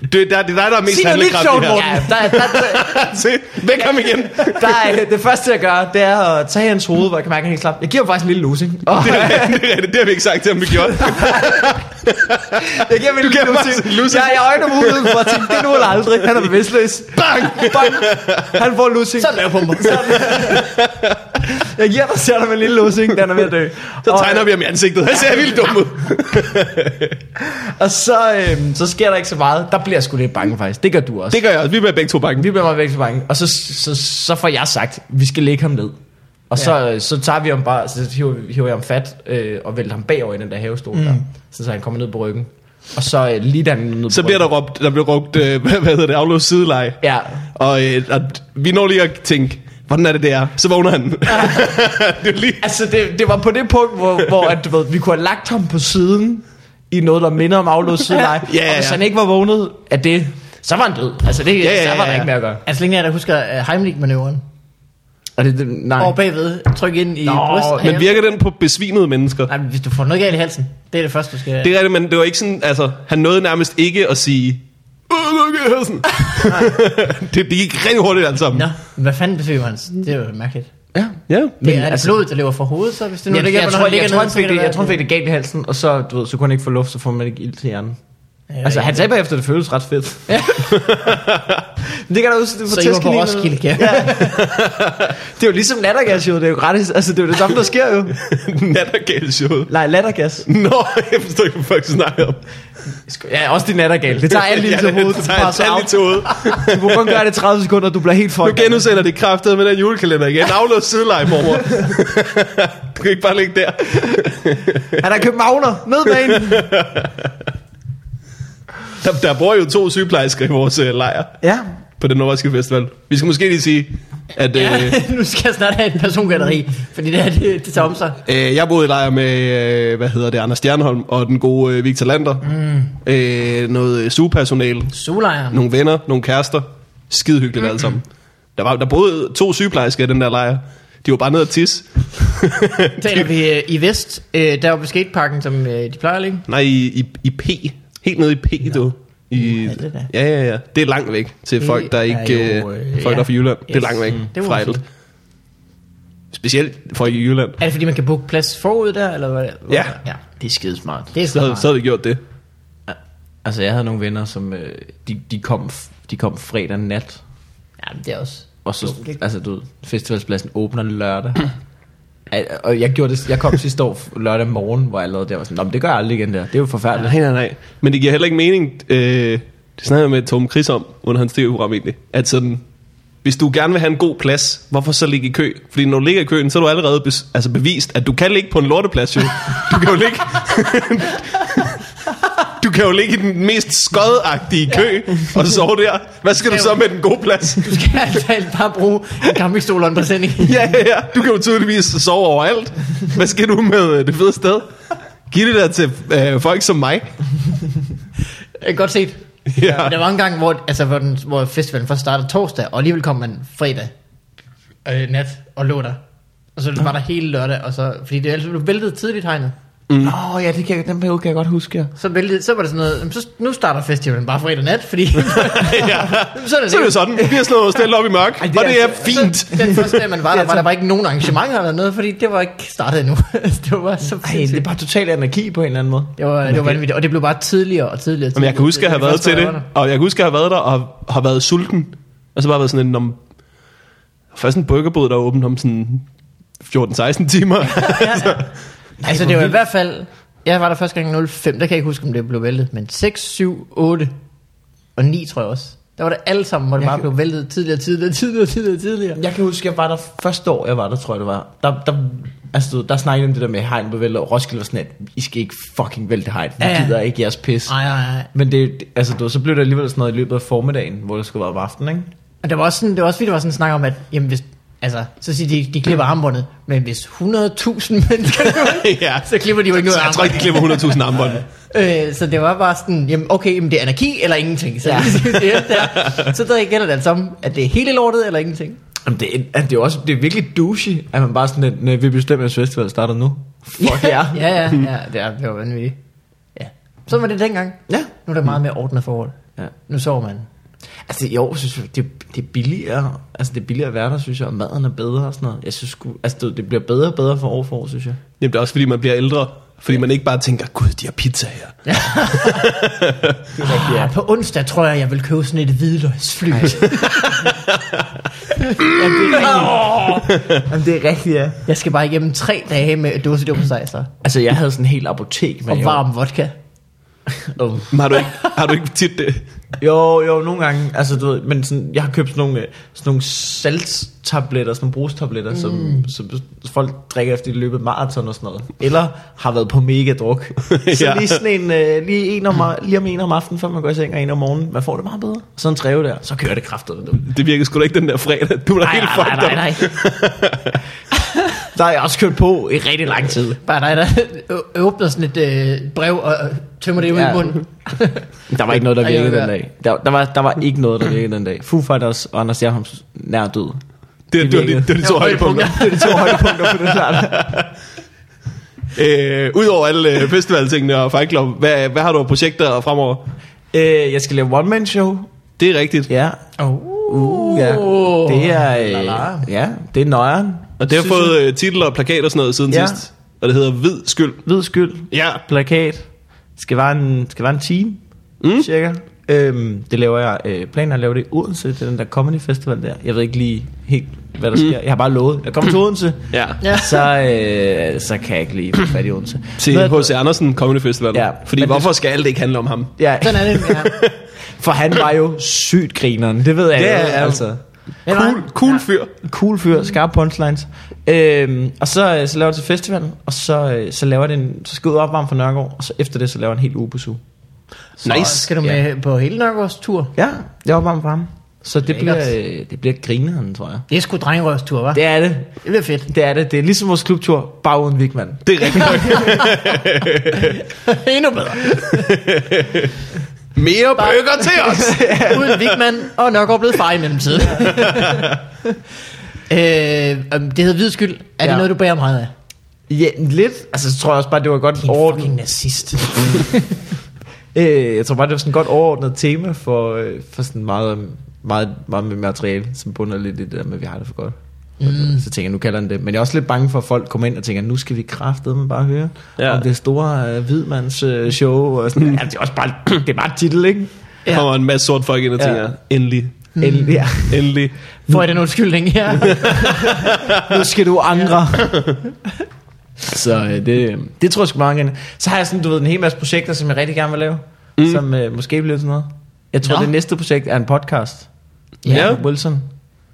[SPEAKER 2] det, det, er- det er dig, der er mest
[SPEAKER 3] Sig noget lidt
[SPEAKER 2] handlekraftig
[SPEAKER 3] sjovt,
[SPEAKER 2] her. (laughs)
[SPEAKER 3] Morten. Ja, der, der, der,
[SPEAKER 2] Se, væk ham igen.
[SPEAKER 3] der, er- det første jeg gør, det er at tage hans hoved, hvor jeg kan mærke, at han er helt slap. Jeg giver ham faktisk en lille losing. Og
[SPEAKER 2] Det er, det, er, rigtigt. det har vi ikke sagt til ham, vi gjorde.
[SPEAKER 3] Jeg giver mig en
[SPEAKER 2] giver
[SPEAKER 3] lille
[SPEAKER 2] mig en lussing.
[SPEAKER 3] lussing. Jeg, jeg øjner muligheden for at tænke, det er nu eller aldrig. Han er bevidstløs. Bang! Bang! Han får en lussing.
[SPEAKER 1] Sådan er pumper.
[SPEAKER 3] Jeg giver dig selv med en lille lussing, den er ved at dø.
[SPEAKER 2] Så tegner vi ham i ansigtet. Han ser vildt dum ud.
[SPEAKER 3] Og så, øhm, så sker der ikke så meget. Der bliver jeg sgu lidt bange faktisk. Det gør du
[SPEAKER 2] Det
[SPEAKER 3] også. Det...
[SPEAKER 2] gør jeg også. Vi bliver begge to bange.
[SPEAKER 3] Vi bliver meget væk så bange. Og så, så, så får jeg sagt, vi skal lægge ham ned. Og så, ja. så tager vi ham bare, så hiver, hiver jeg ham fat øh, og vælter ham bagover i den der havestol mm. der. Så, så han kommer ned på ryggen. Og så øh, lige da han er nede på
[SPEAKER 2] Så bliver der
[SPEAKER 3] ryggen-
[SPEAKER 2] råbt, der bliver råbt, øh, (laughs) hvad, hvad hedder det, aflåst sideleje.
[SPEAKER 3] Ja.
[SPEAKER 2] Og, øh, og vi når lige at tænke, hvordan er det, det er? Så vågner han. det er lige...
[SPEAKER 3] Altså, det, det var på det punkt, hvor, hvor at, du ved, vi kunne have lagt ham på siden i noget, der minder om (laughs) aflåst sideleje.
[SPEAKER 2] Ja, ja,
[SPEAKER 3] Og hvis
[SPEAKER 2] ja.
[SPEAKER 3] han ikke var vågnet af det, så var han død. Altså, det,
[SPEAKER 2] Ja, ja,
[SPEAKER 3] så var
[SPEAKER 2] ja,
[SPEAKER 3] der
[SPEAKER 2] ja.
[SPEAKER 3] ikke mere at gøre.
[SPEAKER 1] Altså længe jeg der husker uh, Heimlich-manøvren.
[SPEAKER 3] Og det, det, nej.
[SPEAKER 1] Over bagved, tryk ind i
[SPEAKER 3] Nå,
[SPEAKER 1] brystet.
[SPEAKER 2] Men virker den på besvimede mennesker?
[SPEAKER 1] Nej, men hvis du får noget galt i halsen, det er det første, du skal...
[SPEAKER 2] Det er rigtigt, men det var ikke sådan, altså, han nåede nærmest ikke at sige, "Åh, okay, Hansen." (laughs) det, det gik rigtig hurtigt alt sammen.
[SPEAKER 1] Nå, men hvad fanden besøger hans? Det er jo mærkeligt.
[SPEAKER 3] Ja.
[SPEAKER 2] Ja. (laughs)
[SPEAKER 1] Det er altså, blodet, der lever fra hovedet, så hvis det nu,
[SPEAKER 3] Jeg,
[SPEAKER 1] der
[SPEAKER 3] jeg,
[SPEAKER 1] hjælper,
[SPEAKER 3] jeg,
[SPEAKER 1] når
[SPEAKER 3] tror,
[SPEAKER 1] han
[SPEAKER 3] jeg,
[SPEAKER 1] ligger
[SPEAKER 3] tror,
[SPEAKER 1] nede,
[SPEAKER 3] han
[SPEAKER 1] så kan
[SPEAKER 3] fik det,
[SPEAKER 1] det
[SPEAKER 3] jeg tror, han
[SPEAKER 1] være-
[SPEAKER 3] fik det galt i halsen, og så, du ved, så kunne han ikke få luft, så får man ikke ild til hjernen.
[SPEAKER 1] Ja,
[SPEAKER 3] Altså,
[SPEAKER 1] ja.
[SPEAKER 3] han sagde bagefter, at det føles ret fedt. Ja. det kan da ud, det
[SPEAKER 1] Så I var på Roskilde, ja.
[SPEAKER 3] Det er jo ligesom lattergas, jo. Det er jo gratis. Altså, det er jo det samme, der sker jo.
[SPEAKER 2] Nattergalshowet.
[SPEAKER 3] Nej, lattergas.
[SPEAKER 2] Nå, jeg forstår ikke, hvad folk snakker om.
[SPEAKER 3] Ja, også det nattergal. Det tager alt (laughs) lige
[SPEAKER 2] Ja,
[SPEAKER 3] til
[SPEAKER 2] det
[SPEAKER 3] hovedet.
[SPEAKER 2] tager jeg alt lige til hovedet.
[SPEAKER 3] Du må kun gøre det 30 sekunder, du bliver helt
[SPEAKER 2] Nu
[SPEAKER 3] fucked.
[SPEAKER 2] genudsender det kraftet med den julekalender igen. Aflås sideleje, mormor. (laughs) du kan ikke bare ligge der.
[SPEAKER 3] Han er københavner. Ned med hende.
[SPEAKER 2] Der, der bor jo to sygeplejersker i vores øh, lejr
[SPEAKER 3] Ja.
[SPEAKER 2] på den nordiske festival. Vi skal måske lige sige, at øh,
[SPEAKER 1] Ja, (laughs) nu skal jeg snart have en persongalleri, fordi det her, det, det tager om sig.
[SPEAKER 2] øh, jeg boede i lejr med, øh, hvad hedder det, Anders Stjernholm og den gode øh, Victor Lander. Mm. Øh, noget sugepersonale,
[SPEAKER 1] Solejren.
[SPEAKER 2] nogle venner, nogle kærester. Skide hyggeligt mm. alle sammen. Der, var, der boede to sygeplejersker i den der lejr. De var bare nede at tisse.
[SPEAKER 1] Taler vi øh, i vest, øh, der var på skateparken, som øh, de plejer at ligge.
[SPEAKER 2] (laughs) Nej, i, i, i P. Helt nede i P, du. I,
[SPEAKER 1] Ja, det da.
[SPEAKER 2] ja, ja, ja. Det er langt væk til
[SPEAKER 1] Det
[SPEAKER 2] folk, der
[SPEAKER 1] er
[SPEAKER 2] ikke...
[SPEAKER 1] jo,
[SPEAKER 2] øh,
[SPEAKER 1] øh,
[SPEAKER 2] folk, der er
[SPEAKER 1] ja.
[SPEAKER 2] fra Jylland. Yes. Det er
[SPEAKER 1] Yes.
[SPEAKER 2] langt væk
[SPEAKER 1] Mm. Det
[SPEAKER 2] mm.
[SPEAKER 1] må
[SPEAKER 2] fra
[SPEAKER 1] man
[SPEAKER 2] alt.
[SPEAKER 1] sige.
[SPEAKER 2] Specielt folk i Jylland.
[SPEAKER 1] Er det fordi, man kan booke plads forud der, eller hvad?
[SPEAKER 2] Ja.
[SPEAKER 1] ja.
[SPEAKER 3] Det er skidesmart.
[SPEAKER 1] Det er
[SPEAKER 2] Så
[SPEAKER 1] sgu
[SPEAKER 2] havde,
[SPEAKER 1] meget.
[SPEAKER 2] så havde vi gjort det.
[SPEAKER 3] Altså, jeg havde nogle venner, som... Øh, de, de, kom, f- de kom fredag nat.
[SPEAKER 1] Ja, men det er også...
[SPEAKER 3] Og så,
[SPEAKER 1] Dumt, ikke?
[SPEAKER 3] altså du ved, festivalspladsen åbner lørdag. Al- og jeg gjorde det, jeg kom sidste år f- lørdag morgen, hvor jeg allerede der var sådan, Nå, men det gør jeg aldrig igen der, det er jo forfærdeligt.
[SPEAKER 2] Nej, nej, nej. Men det giver heller ikke mening. Øh, det snakker jeg med Tom Chris om, under hans tv-program egentlig. At sådan, hvis du gerne vil have en god plads, hvorfor så ligge i kø? Fordi når du ligger i køen, så er du allerede bes- altså bevist, at du kan ligge på en lorteplads jo. Du kan jo ligge... (laughs) Du kan jo ligge i den mest skodagtige kø og sove der. Hvad skal du så med den gode plads? (laughs)
[SPEAKER 1] Du skal altså bare bruge en campingstol og en (laughs) præsending.
[SPEAKER 2] Ja, ja, ja. Du kan jo tydeligvis sove overalt. Hvad skal du med øh, det fede sted? Giv det der til øh, folk som mig.
[SPEAKER 1] Øh, Godt set.
[SPEAKER 2] Ja.
[SPEAKER 1] Men der var en gang, hvor, altså, hvor, den, hvor festivalen først startede torsdag, og alligevel kom man fredag øh, nat og lå der. Og så var der hele lørdag, og så, fordi det altså, væltede tidligt hegnet.
[SPEAKER 3] Nå oh, ja, det kan, jeg- den periode kan jeg godt huske. Ja.
[SPEAKER 1] Så, væltede, så var det sådan noget, "Jamen, så, nu starter festivalen bare fredag nat, fordi (laughs)
[SPEAKER 2] ja.
[SPEAKER 1] så er det,
[SPEAKER 2] Så er det jo sådan, vi har slået stille op i mørk, Ej,
[SPEAKER 3] Ej,
[SPEAKER 2] det
[SPEAKER 3] det
[SPEAKER 2] og
[SPEAKER 3] er
[SPEAKER 2] det er
[SPEAKER 3] altså-
[SPEAKER 2] fint.
[SPEAKER 1] Så den første dag, man var der,
[SPEAKER 3] altså-
[SPEAKER 1] var der bare ikke nogen arrangementer eller noget, fordi det var ikke startet endnu. (laughs) det var bare så
[SPEAKER 3] Ej, det er
[SPEAKER 1] sindssygt.
[SPEAKER 3] bare total anarki på en eller anden måde.
[SPEAKER 1] Det var, det var vanvittigt, og det blev bare tidligere og tidligere.
[SPEAKER 2] Jamen, jeg kan huske, at jeg har
[SPEAKER 1] Det var
[SPEAKER 2] været
[SPEAKER 1] første
[SPEAKER 2] til
[SPEAKER 1] år, jeg
[SPEAKER 2] det,
[SPEAKER 1] var der.
[SPEAKER 2] og jeg kan huske, at jeg har været der og har været sulten. Og så bare været sådan en, om, først en burgerbod, der er åbent om sådan 14-16 (laughs) timer.
[SPEAKER 1] Altså, det var i hvert fald... Jeg var der første gang i 05, der kan jeg ikke huske, om det blev væltet. Men 6, 7, 8 og 9, tror jeg også. Der var det alle sammen, hvor det
[SPEAKER 3] Jeg
[SPEAKER 1] bare
[SPEAKER 3] kan-
[SPEAKER 1] blev væltet tidligere, tidligere, tidligere, tidligere, tidligere.
[SPEAKER 3] Jeg kan huske, jeg var der første år, jeg var der, tror jeg det var. Der, der, altså, du ved, der snakkede de om det der med hegn på vælte, og Roskilde var sådan, at I skal ikke fucking vælte hegn, vi
[SPEAKER 1] Ja, ja.
[SPEAKER 3] gider ikke jeres pis.
[SPEAKER 1] Nej, nej, nej.
[SPEAKER 3] Men det, det- altså, du, ved, så blev det alligevel sådan noget i løbet af formiddagen, hvor det skulle være om aftenen, ikke?
[SPEAKER 1] Og det var også sådan, det var også fordi, der var sådan en snak om, at jamen, hvis, altså, så siger de, de klipper armbåndet, men hvis 100.000 (laughs) mennesker
[SPEAKER 2] ja.
[SPEAKER 1] så klipper de jo ikke noget
[SPEAKER 2] Så jeg tror ikke, de klipper 100.000 armbånd.
[SPEAKER 1] Øh, så det var bare sådan, jamen okay, jamen det er anarki eller ingenting. Så, ja. der, så der gælder det altså om, at det er hele lortet eller ingenting.
[SPEAKER 3] Jamen, det, er, at det er jo også det er virkelig douche, at man bare sådan lidt, "Næ, vi bestemmer, at festival starter nu. Fuck ja.
[SPEAKER 1] (laughs) ja, ja, ja, det, er, det var vanvittigt. Ja. Så var det dengang.
[SPEAKER 3] (laughs) Ja.
[SPEAKER 1] Nu er der meget mere ordnet forhold.
[SPEAKER 3] ja.
[SPEAKER 1] Nu sover man.
[SPEAKER 3] Altså i år, synes jeg, det, det er billigere, altså det er billigere at være der, synes jeg, og maden er bedre og sådan noget. Jeg synes sgu, altså det, det bliver bedre og bedre for år for år, synes jeg.
[SPEAKER 2] Jamen, det er også, fordi man bliver ældre. Fordi man ikke bare tænker, gud, de har pizza her.
[SPEAKER 1] Ja. Ah, på onsdag tror jeg, jeg vil købe sådan et hvidløgsfly. (laughs) Jamen, det er rigtigt.
[SPEAKER 3] Jamen det er rigtigt, ja.
[SPEAKER 1] jeg skal bare igennem tre dage med dåse på sig, så.
[SPEAKER 3] Altså jeg havde sådan en helt apotek med
[SPEAKER 1] Og
[SPEAKER 3] i år.
[SPEAKER 1] varm vodka.
[SPEAKER 3] Oh.
[SPEAKER 2] Men har du ikke, har du ikke tit det?
[SPEAKER 3] Jo, jo, nogle gange, altså du ved, men sådan, jeg har købt sådan nogle, øh, sådan nogle saltstabletter, sådan nogle brustabletter, mm. som, som folk drikker efter de løbet maraton og sådan noget. Eller har været på mega druk. (laughs) Så
[SPEAKER 2] Ja.
[SPEAKER 3] ja. lige sådan en, øh, lige, en om, lige om en om aftenen, før man går i seng, og en om morgenen, man får det meget bedre. Sådan en træve der, så kører det kraftigt. Du.
[SPEAKER 2] Det virker sgu da ikke den der fredag. Du er da
[SPEAKER 3] Nej,
[SPEAKER 2] helt
[SPEAKER 3] nej,
[SPEAKER 2] fucked
[SPEAKER 3] nej,
[SPEAKER 2] up.
[SPEAKER 3] nej, Der har jeg også kørt på i rigtig lang tid.
[SPEAKER 1] Bare dig, der ø- åbner sådan et øh, brev og øh, tømmer det ud
[SPEAKER 3] Ja.
[SPEAKER 1] i munden.
[SPEAKER 3] (laughs) Der var ikke noget, der
[SPEAKER 1] Ej, jeg
[SPEAKER 3] virkede
[SPEAKER 1] vil
[SPEAKER 3] den
[SPEAKER 1] være-
[SPEAKER 3] dag. Der, der, var, der var ikke noget, der virkede den dag. Foo Fighters og Anders Jerholms nær død.
[SPEAKER 2] Det,
[SPEAKER 3] Det
[SPEAKER 2] det, var de,
[SPEAKER 3] virkede.
[SPEAKER 2] det var de to
[SPEAKER 1] Det var
[SPEAKER 2] højdepunkter.
[SPEAKER 3] (laughs) Det er de to højdepunkter på det der.
[SPEAKER 2] Øh, Udover alle øh, festivaltingene og Fight Club, hvad, hvad har du af projekter fremover?
[SPEAKER 3] Øh, jeg skal lave one-man-show.
[SPEAKER 2] Det er rigtigt.
[SPEAKER 3] Ja.
[SPEAKER 1] Oh.
[SPEAKER 3] Uh, ja. Det er...
[SPEAKER 1] La la.
[SPEAKER 3] Øh, ja, det Det er nøjeren.
[SPEAKER 2] Og det har
[SPEAKER 3] Synes
[SPEAKER 2] fået øh, titler og plakater og sådan noget siden
[SPEAKER 3] Ja.
[SPEAKER 2] sidst. Og det hedder Hvid Skyld.
[SPEAKER 3] jeg. Hvid skyld.
[SPEAKER 2] Ja.
[SPEAKER 3] Plakat. Skal være en, skal være en time,
[SPEAKER 2] Mm.
[SPEAKER 3] mm. cirka. Øhm, det laver jeg. Øh, planer er at lave det i Odense, til den der comedy festival der. Jeg ved ikke lige helt, hvad der mm. sker. Jeg har bare lovet. Jeg kommer til Odense.
[SPEAKER 2] (laughs) Ja.
[SPEAKER 1] Ja.
[SPEAKER 3] Så, øh, så kan jeg ikke lige få fat i Odense.
[SPEAKER 2] (laughs) Til
[SPEAKER 3] Men-
[SPEAKER 2] H.C. Andersen Comedy Festival.
[SPEAKER 3] Ja.
[SPEAKER 2] Fordi
[SPEAKER 3] Men-
[SPEAKER 2] hvorfor skal alt ikke handle om ham?
[SPEAKER 3] Ja,
[SPEAKER 1] Sådan er det. Ja.
[SPEAKER 3] for han var jo sygt grineren. Det ved jeg
[SPEAKER 2] Det
[SPEAKER 3] jo,
[SPEAKER 2] er-
[SPEAKER 3] altså.
[SPEAKER 1] Eller-
[SPEAKER 2] Cool, cool ja. fyr.
[SPEAKER 3] Cool fyr, skarp punchlines. Øhm, og så, øh, så laver jeg det til festivalen, og så, øh, så laver jeg det en, så skal jeg ud og opvarme for Nørgaard, og så efter det, så laver jeg en helt uge på suge.
[SPEAKER 1] Nice. Skal du med på hele Nørgaards tur?
[SPEAKER 3] Ja, jeg opvarmer for ham. Så det
[SPEAKER 1] Lækkert.
[SPEAKER 3] bliver, øh, det bliver grineren, tror jeg.
[SPEAKER 1] Det er sgu drengerøvstur, hva'? Det,
[SPEAKER 3] Det er det.
[SPEAKER 1] det bliver fedt.
[SPEAKER 3] Det er det. Det er ligesom vores klubtur, bare uden Vigman.
[SPEAKER 2] Det er (laughs) rigtigt nok.
[SPEAKER 1] Endnu bedre.
[SPEAKER 2] Mere bøger til os!
[SPEAKER 1] (laughs) Uden Vigman og Nørgaard blevet far
[SPEAKER 3] (laughs)
[SPEAKER 1] i mellemtiden. øh, øhm, det hedder hvid skyld. Er ja.
[SPEAKER 3] Ja.
[SPEAKER 1] det noget, du bærer meget af?
[SPEAKER 3] Ja, lidt. Altså, så tror jeg også bare, det var godt
[SPEAKER 1] Din
[SPEAKER 3] overordnet.
[SPEAKER 1] fucking nazist.
[SPEAKER 3] Øh, jeg tror bare, det var sådan et godt overordnet tema for, øh, for sådan meget, meget, meget med materiale, som bunder lidt i det der med, at vi har det for godt. Mm. Så tænker jeg, nu kalder den det. Men jeg er også lidt bange for, at folk kommer ind og tænker, nu skal vi kraftedeme bare høre
[SPEAKER 2] Ja.
[SPEAKER 3] ja. om det store øh, hvidmands øh, show. Og sådan. Ja, det er også bare, (clears throat) det er bare et titel, ikke?
[SPEAKER 2] (laughs) Ja. Kommer en masse sort folk ind og
[SPEAKER 3] Ja.
[SPEAKER 2] tænker, endelig,
[SPEAKER 3] Mm. Endelig, ja.
[SPEAKER 2] endelig.
[SPEAKER 1] Får jeg den undskyldning her?
[SPEAKER 3] (laughs) nu skal du angre. så øh, det, det tror jeg sgu mange Så har jeg sådan, du ved, en hel masse projekter, som jeg rigtig gerne vil lave, mm. som øh, måske bliver til noget. Jeg tror,
[SPEAKER 1] Nå.
[SPEAKER 3] Nå. det næste projekt er en podcast.
[SPEAKER 1] Ja.
[SPEAKER 3] Ja. Wilson.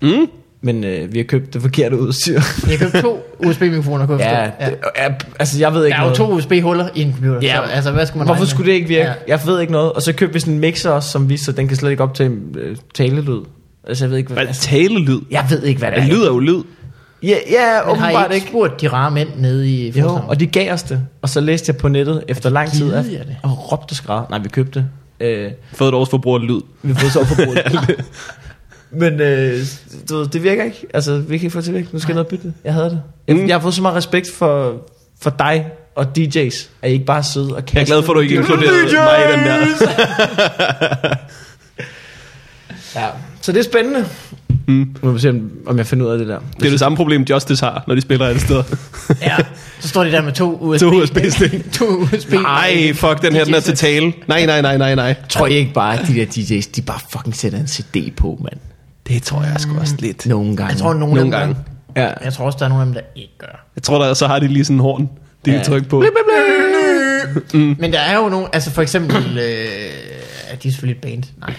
[SPEAKER 2] Mm?
[SPEAKER 3] Men øh, vi har købt det forkerte udstyr.
[SPEAKER 1] Jeg købte to USB-mikrofoner, kunne jeg
[SPEAKER 3] (laughs) ja,
[SPEAKER 1] forstå.
[SPEAKER 3] det, ja, altså jeg ved
[SPEAKER 1] Der
[SPEAKER 3] ikke
[SPEAKER 1] er jo
[SPEAKER 3] noget.
[SPEAKER 1] to USB-huller i en computer, ja.
[SPEAKER 3] Ja.
[SPEAKER 1] så altså, hvad skulle man
[SPEAKER 3] Hvorfor
[SPEAKER 1] regne
[SPEAKER 3] skulle
[SPEAKER 1] med?
[SPEAKER 3] det ikke virke?
[SPEAKER 1] Ja.
[SPEAKER 3] Ja. Jeg ved ikke noget. Og så købte vi sådan en mixer også, som viser, at den kan slet ikke optage øh, talelyd. Altså jeg ved ikke, hvad,
[SPEAKER 2] Hvad
[SPEAKER 3] altså,
[SPEAKER 2] talelyd?
[SPEAKER 3] jeg ved ikke, hvad det
[SPEAKER 2] Ja,
[SPEAKER 3] er.
[SPEAKER 2] lyd er jo lyd.
[SPEAKER 3] Ja, ja
[SPEAKER 1] Men har
[SPEAKER 3] åbenbart
[SPEAKER 1] I ikke spurgt de rare mænd nede i
[SPEAKER 3] Jo,
[SPEAKER 1] Forshavn?
[SPEAKER 3] og de gav os det. Og så læste jeg på nettet efter lang tid
[SPEAKER 1] givet
[SPEAKER 3] af,
[SPEAKER 1] jer det?
[SPEAKER 3] og råbte og skræd. Nej, vi købte det. Øh,
[SPEAKER 2] Fået et års forbrug af lyd.
[SPEAKER 3] vi har fået så (laughs) forbruget. Men øh, du ved, det virker ikke. Altså, vi kan ikke få det til at virke. Nu skal jeg noget bytte. Jeg havde det. Jeg,
[SPEAKER 2] Mm.
[SPEAKER 3] mm. jeg har fået så meget respekt for, for dig og DJ's, at I ikke bare sidder og kaster.
[SPEAKER 2] Jeg er glad for, at du ikke inkluderede mig i den der.
[SPEAKER 3] Ja. Så det er spændende. Mm. Nu må vi se, om- om jeg finder ud af det der.
[SPEAKER 2] Det er det samme problem, Justice har, når de spiller alle (laughs) steder.
[SPEAKER 1] Ja, så står de der med to USB.
[SPEAKER 2] To USB-stik.
[SPEAKER 1] (laughs) to USB.
[SPEAKER 2] Nej, fuck, den her, den er til tale. Nej, nej, nej, nej, nej.
[SPEAKER 3] Tror jeg ikke bare, at de der DJ's, de bare fucking sætter en CD på, mand.
[SPEAKER 2] Det tror jeg sgu også lidt.
[SPEAKER 3] Nogle gange.
[SPEAKER 1] Jeg tror, nogle,
[SPEAKER 2] Nogle
[SPEAKER 1] af dem
[SPEAKER 2] gange.
[SPEAKER 1] gør.
[SPEAKER 3] Ja.
[SPEAKER 1] Jeg tror også, der er nogle af dem, der ikke gør.
[SPEAKER 2] Jeg tror, der, så har de lige sådan en horn, de kan
[SPEAKER 3] Ja.
[SPEAKER 2] trykke på.
[SPEAKER 3] Mm.
[SPEAKER 1] Men der er jo nogle, altså for
[SPEAKER 3] (clears throat)
[SPEAKER 1] eksempel, øh, er de selvfølgelig et band? Nej.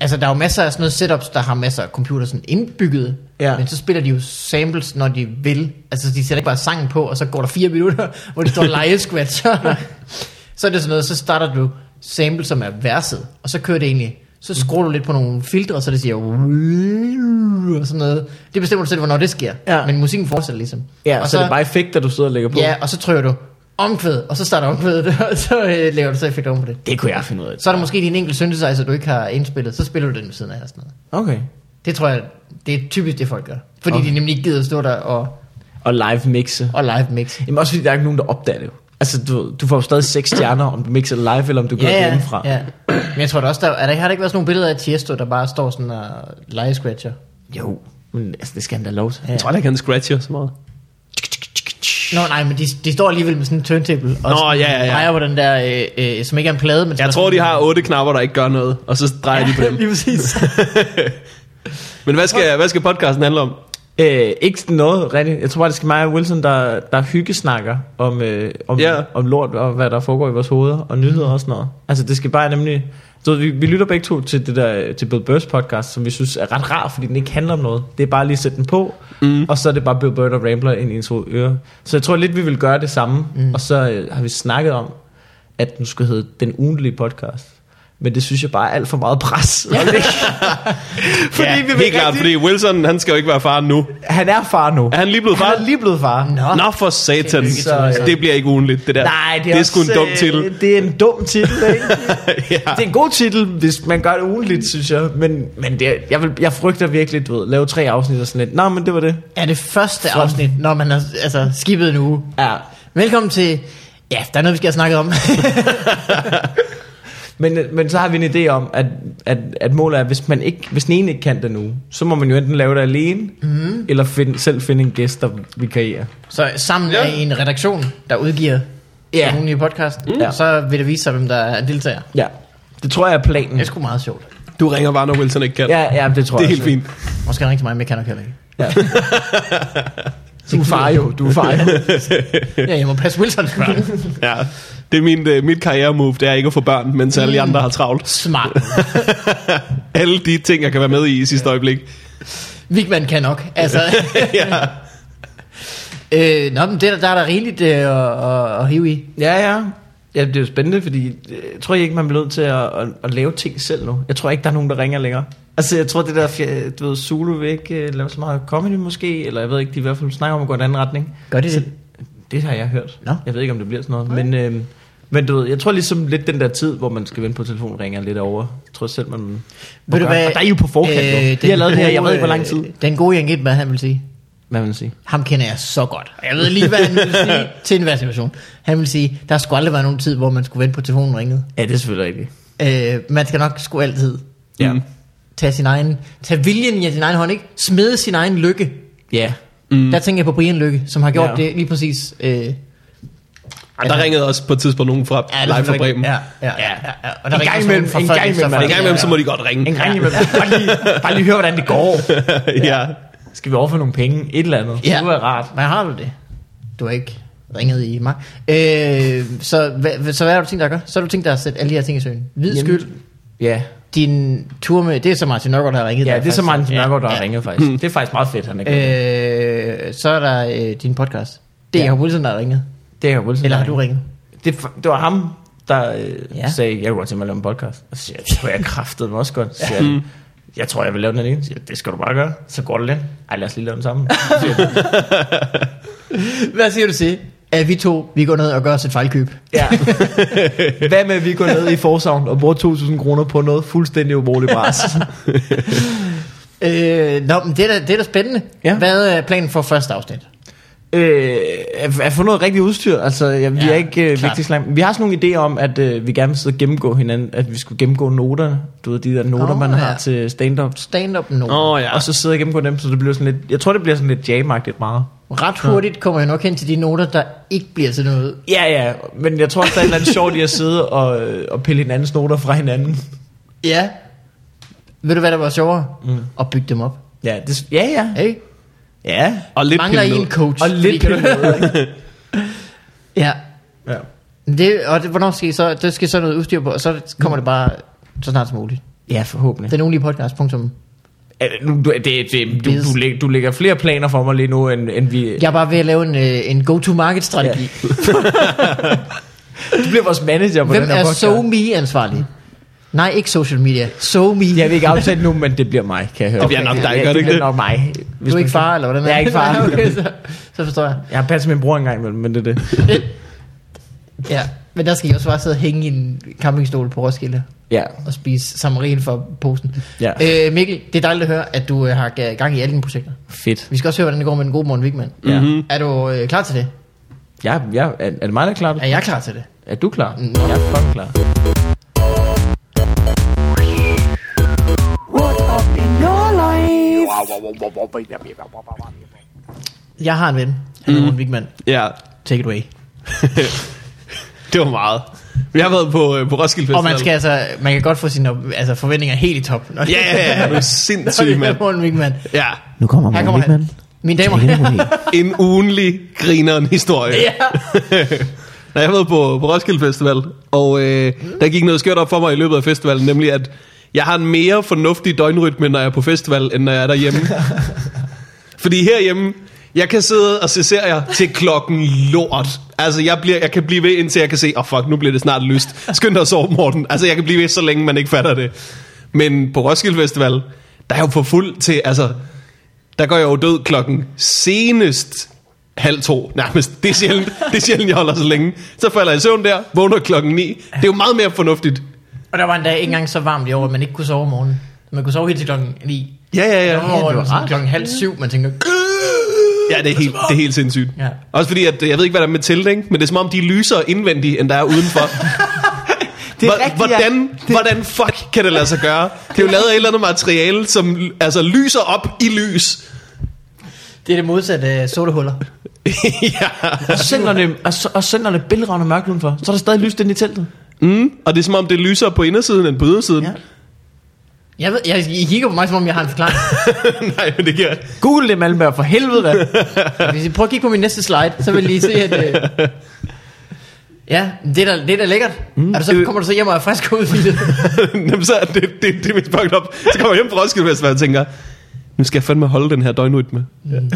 [SPEAKER 1] Altså, der er jo masser af sådan noget setups, der har masser af computer sådan indbygget,
[SPEAKER 3] Ja.
[SPEAKER 1] men så spiller de jo samples, når de vil. Altså, de sætter ikke bare sangen på, og så går der fire minutter, (laughs) hvor de står og leger squat. Så, så er det sådan noget, så starter du sample, som er verset, og så kører det egentlig.
[SPEAKER 3] Mm.
[SPEAKER 1] Så skruer du lidt på nogle filtre, så det siger og sådan noget. Det bestemmer du selv, hvornår det sker.
[SPEAKER 3] Ja.
[SPEAKER 1] Men musikken fortsætter ligesom.
[SPEAKER 3] Ja, og så, så er det bare effekter, du sidder og lægger på.
[SPEAKER 1] Ja, og så trykker du omkvæd, og så starter omkvædet, (laughs) og så øh, laver du så effekt oven på det.
[SPEAKER 3] Det kunne jeg finde ud af.
[SPEAKER 1] Så er der måske din enkelte synthesizer, du ikke har indspillet, så spiller du den ved siden af eller sådan noget.
[SPEAKER 3] Okay.
[SPEAKER 1] Det tror jeg, det er typisk det, folk gør. Fordi okay.
[SPEAKER 3] Okay.
[SPEAKER 1] de nemlig ikke gider at stå der og,
[SPEAKER 3] Og live mixe.
[SPEAKER 1] og live mix.
[SPEAKER 3] Jamen også fordi, der er ikke nogen, der opdager det jo. Altså, du, du får jo stadig seks stjerner, om du mixer live, eller om du gør det hjemmefra.
[SPEAKER 1] ja. Men jeg tror da også, der, er der, har der ikke været sådan nogle billeder af Tiesto, der bare står sådan og lege scratcher?
[SPEAKER 3] Jo, men altså, det skal han da lov til.
[SPEAKER 2] Jeg tror da ikke, han scratcher så meget.
[SPEAKER 1] Nå nej, men de, de står alligevel med sådan en turntable og
[SPEAKER 2] Nå,
[SPEAKER 1] sådan
[SPEAKER 2] ja, ja, ja.
[SPEAKER 1] drejer på den der, øh, øh, som ikke er en plade, men som
[SPEAKER 2] Jeg
[SPEAKER 1] er
[SPEAKER 2] tror,
[SPEAKER 1] sådan-
[SPEAKER 2] de har otte knapper, der ikke gør noget, og så drejer
[SPEAKER 1] (laughs)
[SPEAKER 2] de på
[SPEAKER 3] (laughs)
[SPEAKER 2] dem.
[SPEAKER 1] Lige
[SPEAKER 2] (laughs)
[SPEAKER 1] præcis.
[SPEAKER 2] Men hvad skal, hvad skal podcasten handle om?
[SPEAKER 3] Øh, ikke sådan noget rigtigt. Jeg tror bare, det skal mig og Wilson, der, der hyggesnakker om, øh, om,
[SPEAKER 2] Ja.
[SPEAKER 3] yeah. om lort og hvad der foregår i vores hoveder og nyheder og sådan noget. Altså, det skal bare nemlig... Så vi, vi lytter begge to til det der øh, til Bill Burrs podcast, som vi synes er ret rar, fordi den ikke handler om noget. Det er bare lige at sætte den på, mm. og så er det bare Bill Burr og Rambler ind i ens ho- ører. Så jeg tror lidt, vi vil gøre det samme, mm. og så øh, har vi snakket om, at den skulle hedde Den Ugenlige Podcast. Men det synes jeg bare er alt for meget pres. (laughs) at lægge. fordi vi vil
[SPEAKER 2] Helt klart,
[SPEAKER 3] rigtig-
[SPEAKER 2] fordi Wilson, han skal jo ikke være far nu.
[SPEAKER 3] Han er far nu.
[SPEAKER 2] Er han lige blevet far?
[SPEAKER 3] Han er lige blevet far.
[SPEAKER 1] Nå.
[SPEAKER 2] Nå for satan.
[SPEAKER 1] Tillykke
[SPEAKER 3] til Wilson.
[SPEAKER 2] Det bliver ikke ugenligt, det der.
[SPEAKER 3] Nej, det er,
[SPEAKER 2] det er
[SPEAKER 3] også,
[SPEAKER 2] sgu en dum
[SPEAKER 3] øh,
[SPEAKER 2] titel.
[SPEAKER 3] Det er en dum titel, ikke?
[SPEAKER 2] (laughs) ja.
[SPEAKER 3] Det er en god titel, hvis man gør det ugenligt, synes jeg. Men, men det er, jeg, vil, jeg frygter virkelig, du ved, lave tre afsnit og sådan lidt. Nå, men det var det.
[SPEAKER 1] er det første afsnit, når man har altså, skibet en uge.
[SPEAKER 3] Ja.
[SPEAKER 1] Velkommen til... Ja, der er noget, vi skal have snakket om.
[SPEAKER 3] Men, men så har vi en idé om, at, at, at målet er, hvis, man ikke, hvis den ene ikke kan det nu, så må man jo enten lave det alene, mm. eller find, selv finde en gæst, der vikarierer.
[SPEAKER 1] (laughs) Så sammen ja.
[SPEAKER 2] Ja.
[SPEAKER 1] er I en redaktion, der udgiver
[SPEAKER 3] Ja.
[SPEAKER 1] ja. nogle nye podcast,
[SPEAKER 3] Ja.
[SPEAKER 1] mm. så vil det vise sig, hvem der er deltager.
[SPEAKER 3] Ja, det tror jeg er
[SPEAKER 1] Det
[SPEAKER 3] planen.
[SPEAKER 1] er sgu meget sjovt.
[SPEAKER 2] Du ringer bare, når Wilson ikke kan.
[SPEAKER 3] Ja, ja, det tror
[SPEAKER 2] det er
[SPEAKER 3] jeg
[SPEAKER 2] helt
[SPEAKER 3] også.
[SPEAKER 2] fint.
[SPEAKER 1] Måske er der rigtig meget, men jeg kan nok heller ikke.
[SPEAKER 3] (laughs)
[SPEAKER 2] (laughs)
[SPEAKER 3] Ja. Du er far jo, du er far jo.
[SPEAKER 1] Ja, jeg må passe Wilsons børn.
[SPEAKER 2] Ja. Det er min, øh, mit karrieremove, det er ikke at få børn, mens alle de
[SPEAKER 3] Mm.
[SPEAKER 2] andre har travlt. (laughs)
[SPEAKER 1] (laughs) Smart.
[SPEAKER 2] Alle de ting, jeg kan være med i i sidste øjeblik. (laughs)
[SPEAKER 1] Vigman kan nok.
[SPEAKER 3] (laughs)
[SPEAKER 1] Altså,
[SPEAKER 2] ja.
[SPEAKER 1] øh, nå, men det, er- der er der rigeligt øh, at, at, at hive i.
[SPEAKER 3] Ja, ja. Ja, det er jo spændende, fordi øh, jeg tror ikke, man bliver nødt til at, at, at lave ting selv nu. Jeg tror ikke, der er nogen, der ringer længere. Altså, jeg tror, det der, fjer- du ved, Zulu vil ikke øh, lave så meget comedy måske, eller jeg ved ikke, de i hvert fald snakker om at gå i en anden retning. Altså,
[SPEAKER 1] Gør de det?
[SPEAKER 3] Det har jeg hørt.
[SPEAKER 1] Nå.
[SPEAKER 3] Jeg ved ikke, om det bliver sådan noget, men... Øh, men du ved, jeg tror ligesom lidt den der tid, hvor man skal vente på telefonen, ringer lidt over. Jeg tror selv, man... Hvor
[SPEAKER 1] du
[SPEAKER 3] gør-
[SPEAKER 1] hvad?
[SPEAKER 3] Og der er I jo på forkant øh, nu. Vi har
[SPEAKER 1] den
[SPEAKER 3] lavet det her, jeg
[SPEAKER 1] gode,
[SPEAKER 3] ved ikke, hvor lang
[SPEAKER 1] øh,
[SPEAKER 3] tid.
[SPEAKER 1] Den gode Jan Gitman, han vil sige,
[SPEAKER 3] Hvad vil man sige?
[SPEAKER 1] ham kender jeg så godt. Og Jeg ved lige, hvad han vil sige til enhver situation. Han vil sige, der skulle aldrig være nogen tid, hvor man skulle vente på at telefonen ringede.
[SPEAKER 3] Ja, det er selvfølgelig rigtigt.
[SPEAKER 1] Øh, man skal nok sgu altid
[SPEAKER 3] Ja.
[SPEAKER 2] Mm.
[SPEAKER 1] tage sin egen, tage viljen i sin egen hånd, ikke? Smede sin egen lykke.
[SPEAKER 3] Ja.
[SPEAKER 1] Mm. Der tænker jeg på Brian Lykke, som har gjort
[SPEAKER 3] Ja.
[SPEAKER 1] ja. det lige præcis. Øh, ja,
[SPEAKER 2] Og der ringede også på et tidspunkt nogen fra ja, live fra Bremen.
[SPEAKER 1] Ja, ja, ja, ja. Og der en gang imellem,
[SPEAKER 3] en gang imellem er
[SPEAKER 2] En gang imellem, så må de godt ringe.
[SPEAKER 3] En gang imellem. (laughs) Bare lige, bare lige høre, hvordan det går.
[SPEAKER 2] (laughs) ja.
[SPEAKER 3] Skal vi overføre nogle penge? Et eller andet.
[SPEAKER 1] Ja.
[SPEAKER 3] Det kunne være rart.
[SPEAKER 1] Hvad har du det? Du har ikke ringet i mig. Øh, så, hvad, så hvad har du tænkt dig at gøre? Så har du tænkt dig at sætte alle de her ting i søen. Hvid
[SPEAKER 3] Jamen,
[SPEAKER 1] skyld,
[SPEAKER 3] Ja,
[SPEAKER 1] din tur med, det er så Martin Nørgaard, der har ringet
[SPEAKER 3] ja
[SPEAKER 1] dig,
[SPEAKER 3] det er så
[SPEAKER 1] faktisk.
[SPEAKER 3] Martin Nørgaard, der har ringet faktisk.
[SPEAKER 1] (laughs)
[SPEAKER 3] Det er faktisk meget fedt, han er øh,
[SPEAKER 1] Øh, så er der øh, din podcast. Det
[SPEAKER 3] Ja.
[SPEAKER 1] er Jacob Wilson, der har ringet.
[SPEAKER 3] Det er jo Wilson.
[SPEAKER 1] Eller
[SPEAKER 3] der
[SPEAKER 1] har du ringet?
[SPEAKER 3] Det, er fa- det var ham, der øh, ja.
[SPEAKER 1] Ja.
[SPEAKER 3] sagde, jeg kunne godt tænke mig at lave en podcast. Og så siger jeg, det kunne jeg kraftede mig også godt. Så siger jeg, jeg tror, jeg vil lave den alene. Så siger jeg, det skal du bare gøre. Så går det lidt. Ej, lad os lige lave den
[SPEAKER 1] (laughs)
[SPEAKER 3] sammen. Så siger jeg,
[SPEAKER 1] (laughs) Hvad siger du til, at vi to, vi går ned og gør os et fejlkøb?
[SPEAKER 3] ja. Hvad med, at vi går ned i Forsavn og bruger 2.000 kroner på noget fuldstændig umuligt bras?
[SPEAKER 1] (laughs) Øh, nå, men det er da, det er da spændende.
[SPEAKER 3] Ja.
[SPEAKER 1] Ja. Hvad er planen for første afsnit?
[SPEAKER 3] Øh, at, at få noget rigtigt udstyr. Altså, jeg, vi
[SPEAKER 1] Ja,
[SPEAKER 3] er ikke øh,
[SPEAKER 1] klart.
[SPEAKER 3] vigtig slam. Vi har sådan nogle idéer om, at øh, vi gerne vil sidde og gennemgå hinanden. At vi skulle gennemgå noterne. Du ved, de der noter,
[SPEAKER 1] Åh,
[SPEAKER 3] man
[SPEAKER 1] ja.
[SPEAKER 3] har til stand-ups.
[SPEAKER 1] Stand-up nu.
[SPEAKER 2] Åh
[SPEAKER 1] Oh.
[SPEAKER 2] oh, ja.
[SPEAKER 3] Ja. Og så sidde og gennemgå dem, så det bliver sådan lidt... Jeg tror, det bliver sådan lidt jam-agtigt meget.
[SPEAKER 1] Ret hurtigt kommer jeg nok hen til de noter, der ikke bliver til noget.
[SPEAKER 3] Ja, ja, men jeg tror også, der er et eller andet sjovt i at sidde og, øh, og pille hinandens noter fra hinanden.
[SPEAKER 1] Ja. Ved du, hvad der var sjovere? Mm. At bygge dem op.
[SPEAKER 3] Ja, det, ja, ja.
[SPEAKER 1] Hey?
[SPEAKER 3] Ja,
[SPEAKER 2] Og lidt
[SPEAKER 1] Mangler
[SPEAKER 2] pille
[SPEAKER 1] I
[SPEAKER 2] ned.
[SPEAKER 1] en coach?
[SPEAKER 3] og lidt
[SPEAKER 1] Fordi-
[SPEAKER 3] pille noget, ikke?
[SPEAKER 1] Ja.
[SPEAKER 3] ja.
[SPEAKER 1] Det, og det, hvornår skal I så, det skal så noget udstyr på, og så kommer det bare så snart som muligt.
[SPEAKER 3] ja, forhåbentlig.
[SPEAKER 1] Den ugenlige podcast, punktum.
[SPEAKER 3] Ja, nu, du, det, det, du, du, læg, du lægger flere planer for mig lige nu, end, end vi...
[SPEAKER 1] Jeg er bare ved at lave en, øh, en go-to-market-strategi. Ja.
[SPEAKER 3] Du bliver vores manager på
[SPEAKER 1] Hvem
[SPEAKER 3] den her
[SPEAKER 1] er
[SPEAKER 3] podcast.
[SPEAKER 1] SoMe ansvarlig? Nej, ikke social media. SoMe.
[SPEAKER 3] Jeg vil ikke aftale nu, men det bliver mig, kan jeg høre.
[SPEAKER 2] Det bliver nok dig, gør det ikke
[SPEAKER 3] det?
[SPEAKER 2] det?
[SPEAKER 3] bliver nok mig. Hvis
[SPEAKER 1] Du er
[SPEAKER 3] man
[SPEAKER 1] ikke
[SPEAKER 3] skal-
[SPEAKER 1] far, eller hvordan er
[SPEAKER 3] Jeg er ikke far.
[SPEAKER 1] Nej, (laughs) okay, så, så forstår jeg.
[SPEAKER 3] Jeg passer min bror engang imellem, men det er det.
[SPEAKER 1] Ja, men der skal I også bare sidde og hænge i en campingstol på Roskilde
[SPEAKER 3] Ja.
[SPEAKER 1] og spise samarin for posen.
[SPEAKER 3] Ja.
[SPEAKER 1] Øh, Mikkel, det er dejligt at høre, at du øh, har ga- gang i alle dine projekter.
[SPEAKER 3] Fedt.
[SPEAKER 1] Vi skal også høre, hvordan det går med den gode morgen Vigman.
[SPEAKER 3] Ja.
[SPEAKER 2] Mhm.
[SPEAKER 1] Er du øh, klar til det?
[SPEAKER 3] Ja, ja. Er, er det mig, der er klar?
[SPEAKER 1] Er jeg klar til det?
[SPEAKER 3] Er du klar?
[SPEAKER 1] Mm.
[SPEAKER 3] Jeg er fucking klar.
[SPEAKER 4] What up in your life?
[SPEAKER 1] Jeg har en ven.
[SPEAKER 3] Mhm.
[SPEAKER 1] Han hedder mm. Vigman.
[SPEAKER 2] Ja, (laughs)
[SPEAKER 1] Take it away.
[SPEAKER 2] det var meget. Vi har været på, øh, på Roskilde Festival.
[SPEAKER 1] Og man skal altså, man kan godt få sine op- altså, forventninger helt i top. (laughs) Når det-
[SPEAKER 2] Ja, ja, ja. Du er
[SPEAKER 1] når det
[SPEAKER 2] sindssyg,
[SPEAKER 1] er
[SPEAKER 2] mand.
[SPEAKER 1] Morten Vigman.
[SPEAKER 2] Ja.
[SPEAKER 3] Nu kommer
[SPEAKER 1] Her kommer han. Mine damer og herrer.
[SPEAKER 2] En ugenlig grineren historie. (laughs)
[SPEAKER 1] Ja.
[SPEAKER 2] Nej, jeg har været på, på Roskilde Festival, og øh, der gik noget skørt op for mig i løbet af festivalen, nemlig at jeg har en mere fornuftig døgnrytme, når jeg er på festival, end når jeg er derhjemme. Fordi herhjemme, jeg kan sidde og se serier til klokken lort. Altså, jeg, bliver, jeg kan blive ved, indtil jeg kan se, åh oh, fuck, nu bliver det snart lyst. Skynd dig at sove, Morten. Altså, jeg kan blive ved, så længe man ikke fatter det. Men på Roskilde Festival, der er jeg jo for fuld til, altså, der går jeg jo død klokken senest halv to, nærmest. Det er sjældent, det er sjældent jeg holder så længe. Så falder jeg i søvn der, vågner klokken ni. Det er jo meget mere fornuftigt.
[SPEAKER 1] (laughs) Og der var en dag ikke engang så varmt i år, at man ikke kunne sove om morgenen. Man kunne sove helt til klokken 9.
[SPEAKER 2] Ja, ja, ja.
[SPEAKER 1] Ja, det var sådan klokken halv syv, man tænker,
[SPEAKER 2] Ja, det er helt, det er helt sindssygt.
[SPEAKER 1] Ja.
[SPEAKER 2] Også fordi, at, jeg ved ikke, hvad der er med telting, men det er som om, de lyser indvendigt, end der er udenfor.
[SPEAKER 3] Det er
[SPEAKER 2] Hvor-
[SPEAKER 3] rigtigt,
[SPEAKER 2] hvordan, det... hvordan fuck kan det lade sig gøre? Det er jo lavet af et eller andet materiale, som altså, lyser op i lys.
[SPEAKER 1] Det er det modsatte af sodahuller.
[SPEAKER 2] ja.
[SPEAKER 3] Og selv når det, og, så- og selv når det er bælragende mørkt udenfor, så er der stadig lys den i teltet.
[SPEAKER 2] mm, og det er som om, det lyser på indersiden end på ydersiden.
[SPEAKER 1] Ja. Jeg ved, jeg, I kigger på mig, som om jeg har en forklaring.
[SPEAKER 2] (laughs) Nej, men det giver...
[SPEAKER 3] Google det, Malmberg, for helvede da.
[SPEAKER 1] Hvis I prøver at kigge på min næste slide, så vil I lige se,
[SPEAKER 2] (laughs)
[SPEAKER 1] at... Øh... Ja, det er da, det er da lækkert. Mm, er du så,
[SPEAKER 2] det-
[SPEAKER 1] kommer du så hjem og er frisk og udvildet?
[SPEAKER 2] (laughs) Jamen, så er det, det, det er mit punkt op. Så kommer jeg hjem fra Roskilde Festival og tænker, nu skal jeg fandme holde den her døgnrytme.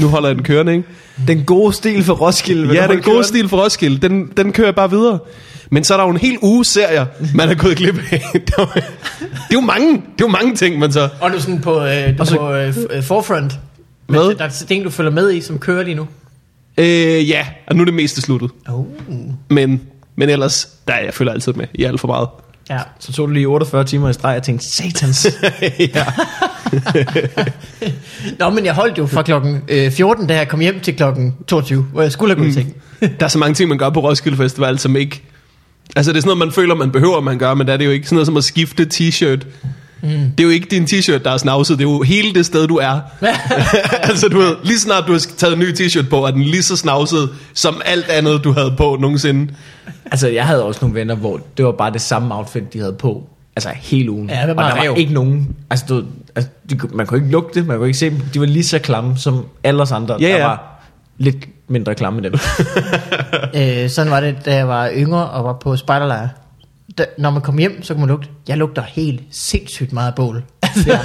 [SPEAKER 2] Nu holder jeg den kørende, ikke?
[SPEAKER 3] Den gode stil for Roskilde. vil
[SPEAKER 2] Ja,
[SPEAKER 3] du
[SPEAKER 2] den
[SPEAKER 3] holde
[SPEAKER 2] gode
[SPEAKER 3] kørende.
[SPEAKER 2] stil for Roskilde, den, den kører jeg bare videre. Men så er der jo en hel uge serier, man er gået glip af. (laughs) Det er jo- det er jo mange, det er jo mange ting, man så...
[SPEAKER 1] og du er sådan på, øh, du
[SPEAKER 3] Og
[SPEAKER 1] så...
[SPEAKER 3] så-
[SPEAKER 1] på øh, f- øh, forefront. Men
[SPEAKER 2] Hvad?
[SPEAKER 1] Der er ting, du følger med i, som kører lige nu.
[SPEAKER 2] Øh, ja, og nu er det meste sluttet.
[SPEAKER 1] Oh.
[SPEAKER 2] Men, men ellers, der er jeg følger altid med i alt for meget.
[SPEAKER 1] Ja.
[SPEAKER 3] Så tog det lige 48 timer i streg, og jeg tænkte,
[SPEAKER 1] (laughs)
[SPEAKER 3] satans.
[SPEAKER 2] ja.
[SPEAKER 1] Nå, men jeg holdt jo fra klokken øh, 14, da jeg kom hjem til klokken 22, hvor jeg skulle have gået mm. ting.
[SPEAKER 2] Der er så mange ting, man gør på Roskilde Festival, som ikke... Altså, det er sådan noget, man føler, man behøver, man gør, men der er det jo ikke sådan noget som at skifte t-shirt. Mm. Det er jo ikke din t-shirt, der er snavset, det er jo hele det sted, du (laughs) er. altså, du ved, lige snart du har taget en ny t-shirt på, er den lige så snavset, som alt andet, du havde på nogensinde.
[SPEAKER 3] altså, jeg havde også nogle venner, hvor det var bare det samme outfit, de havde på. Altså hele ugen.
[SPEAKER 1] Ja, det var
[SPEAKER 3] og
[SPEAKER 1] bare
[SPEAKER 3] der
[SPEAKER 1] rev.
[SPEAKER 3] var ikke nogen... Altså, du, ved, altså de, kunne- man kunne ikke lugte det, man kunne ikke se dem. De var lige så klamme som alle os andre,
[SPEAKER 2] Ja,
[SPEAKER 3] der
[SPEAKER 2] ja.
[SPEAKER 3] var lidt mindre klamme (laughs) end dem.
[SPEAKER 1] Øh, sådan var det, da jeg var yngre og var på spejderlejr. Da, når man kom hjem, så kunne man lugte. Jeg lugter helt sindssygt meget af bål. Altså,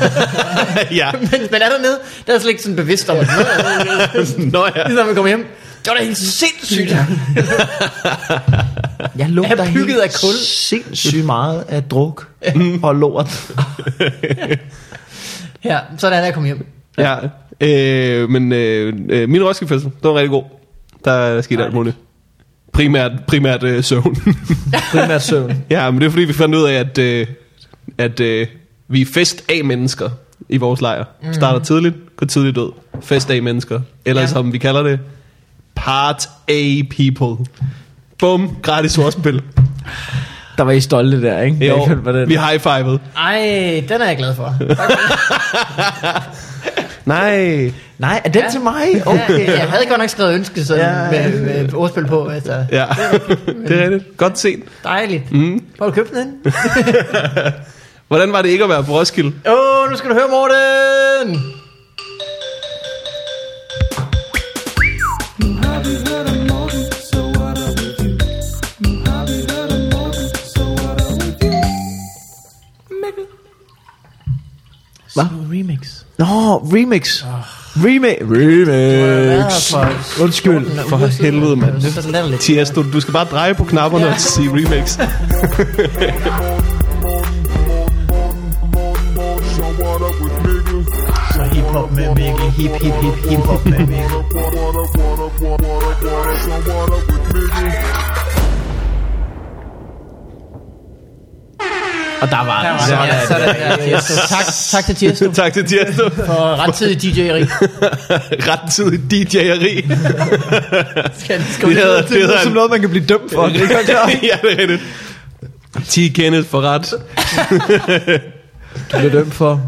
[SPEAKER 1] (laughs)
[SPEAKER 2] ja.
[SPEAKER 1] men, men er dernede, der er jeg slet ikke sådan bevidst om, at
[SPEAKER 2] Nå ja.
[SPEAKER 1] Lige Ligesom når man kommer hjem. Det var da helt sindssygt.
[SPEAKER 3] Jeg lugter
[SPEAKER 1] Er jeg bygget
[SPEAKER 3] helt
[SPEAKER 1] af kul?
[SPEAKER 3] sindssygt meget af druk og lort.
[SPEAKER 1] ja, sådan er jeg kom hjem.
[SPEAKER 2] Ja, øh, men øh, øh, min Roskilde Festival, den var rigtig god. Der, der skete alt muligt. Primært, primært øh, søvn. (laughs)
[SPEAKER 3] Primært søvn.
[SPEAKER 2] ja, men det er fordi, vi fandt ud af, at, øh, at øh, vi er fest af mennesker i vores lejr. Mm. Starter tidligt, går tidligt død. Fest af mennesker. Eller
[SPEAKER 1] Ja.
[SPEAKER 2] ja. som vi kalder det, part A people. Bum, gratis (laughs) ordspil.
[SPEAKER 3] (laughs) Der var I stolte der, ikke?
[SPEAKER 2] Jo,
[SPEAKER 3] Jeg var den.
[SPEAKER 2] vi high-fivede.
[SPEAKER 1] Ej, den er jeg glad for.
[SPEAKER 2] Nej.
[SPEAKER 3] Nej, er den ja. til mig?
[SPEAKER 1] Okay.
[SPEAKER 3] Okay.
[SPEAKER 1] Ja, jeg havde godt nok skrevet ønske sådan ja.
[SPEAKER 3] Ja.
[SPEAKER 1] med, med ordspil på. Altså.
[SPEAKER 2] Ja, det er rigtigt. Godt set.
[SPEAKER 1] Dejligt. Mm. Hvor har du købt den henne?
[SPEAKER 2] Hvordan var det ikke at være på Roskilde?
[SPEAKER 1] Åh, oh, nu skal du høre Morten!
[SPEAKER 3] Hvad?
[SPEAKER 1] Remix.
[SPEAKER 3] Nå, remix. Remix. Remix. Undskyld.
[SPEAKER 2] Øh, For helvede, mand.
[SPEAKER 1] Så lader lidt.
[SPEAKER 2] Tiesto, du skal bare dreje på knapperne og sige remix.
[SPEAKER 1] Så hiphop med virkelig hip, hip, hip, hiphop med virkelig.
[SPEAKER 3] Og der var
[SPEAKER 1] Der
[SPEAKER 3] den.
[SPEAKER 1] var det. Ja, sådan der, Tiesto. Tak, tak til Tiesto
[SPEAKER 2] (laughs) tak til Tiesto.
[SPEAKER 1] for rettidig DJ-eri.
[SPEAKER 2] Ret tid DJ'eri.
[SPEAKER 1] Skal, skal
[SPEAKER 2] Det
[SPEAKER 1] vi
[SPEAKER 2] hedder, det hedder en...
[SPEAKER 3] som ligesom noget, man kan blive dømt for. Det er klart.
[SPEAKER 2] (laughs) ja, det er rigtigt. T. Kenneth for ret.
[SPEAKER 3] Du bliver dømt (laughs) for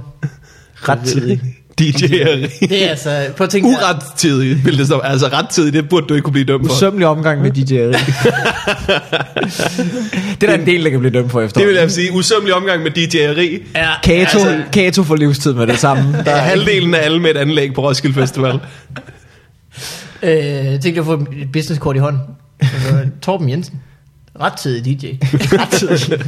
[SPEAKER 3] rettidig.
[SPEAKER 2] DJ'eri.
[SPEAKER 1] det er altså, prøv at tænke, der-
[SPEAKER 2] Urettidig, vil det stå. Altså rettidig, det burde du ikke kunne blive dømt for.
[SPEAKER 3] Usømmelig omgang med DJ Erik. (laughs) det er der en del, der kan blive dømt for efter.
[SPEAKER 2] Det vil jeg sige, usømmelig omgang med DJ'eri.
[SPEAKER 1] Ja,
[SPEAKER 3] Kato,
[SPEAKER 1] altså-
[SPEAKER 3] altså, Kato får livstid med det samme. Der
[SPEAKER 2] Der er
[SPEAKER 3] er
[SPEAKER 2] halvdelen af alle med et anlæg på Roskilde Festival.
[SPEAKER 1] Øh, jeg tænkte at få et businesskort i hånden. Altså, Torben Jensen. Rettidig DJ. Rettidig.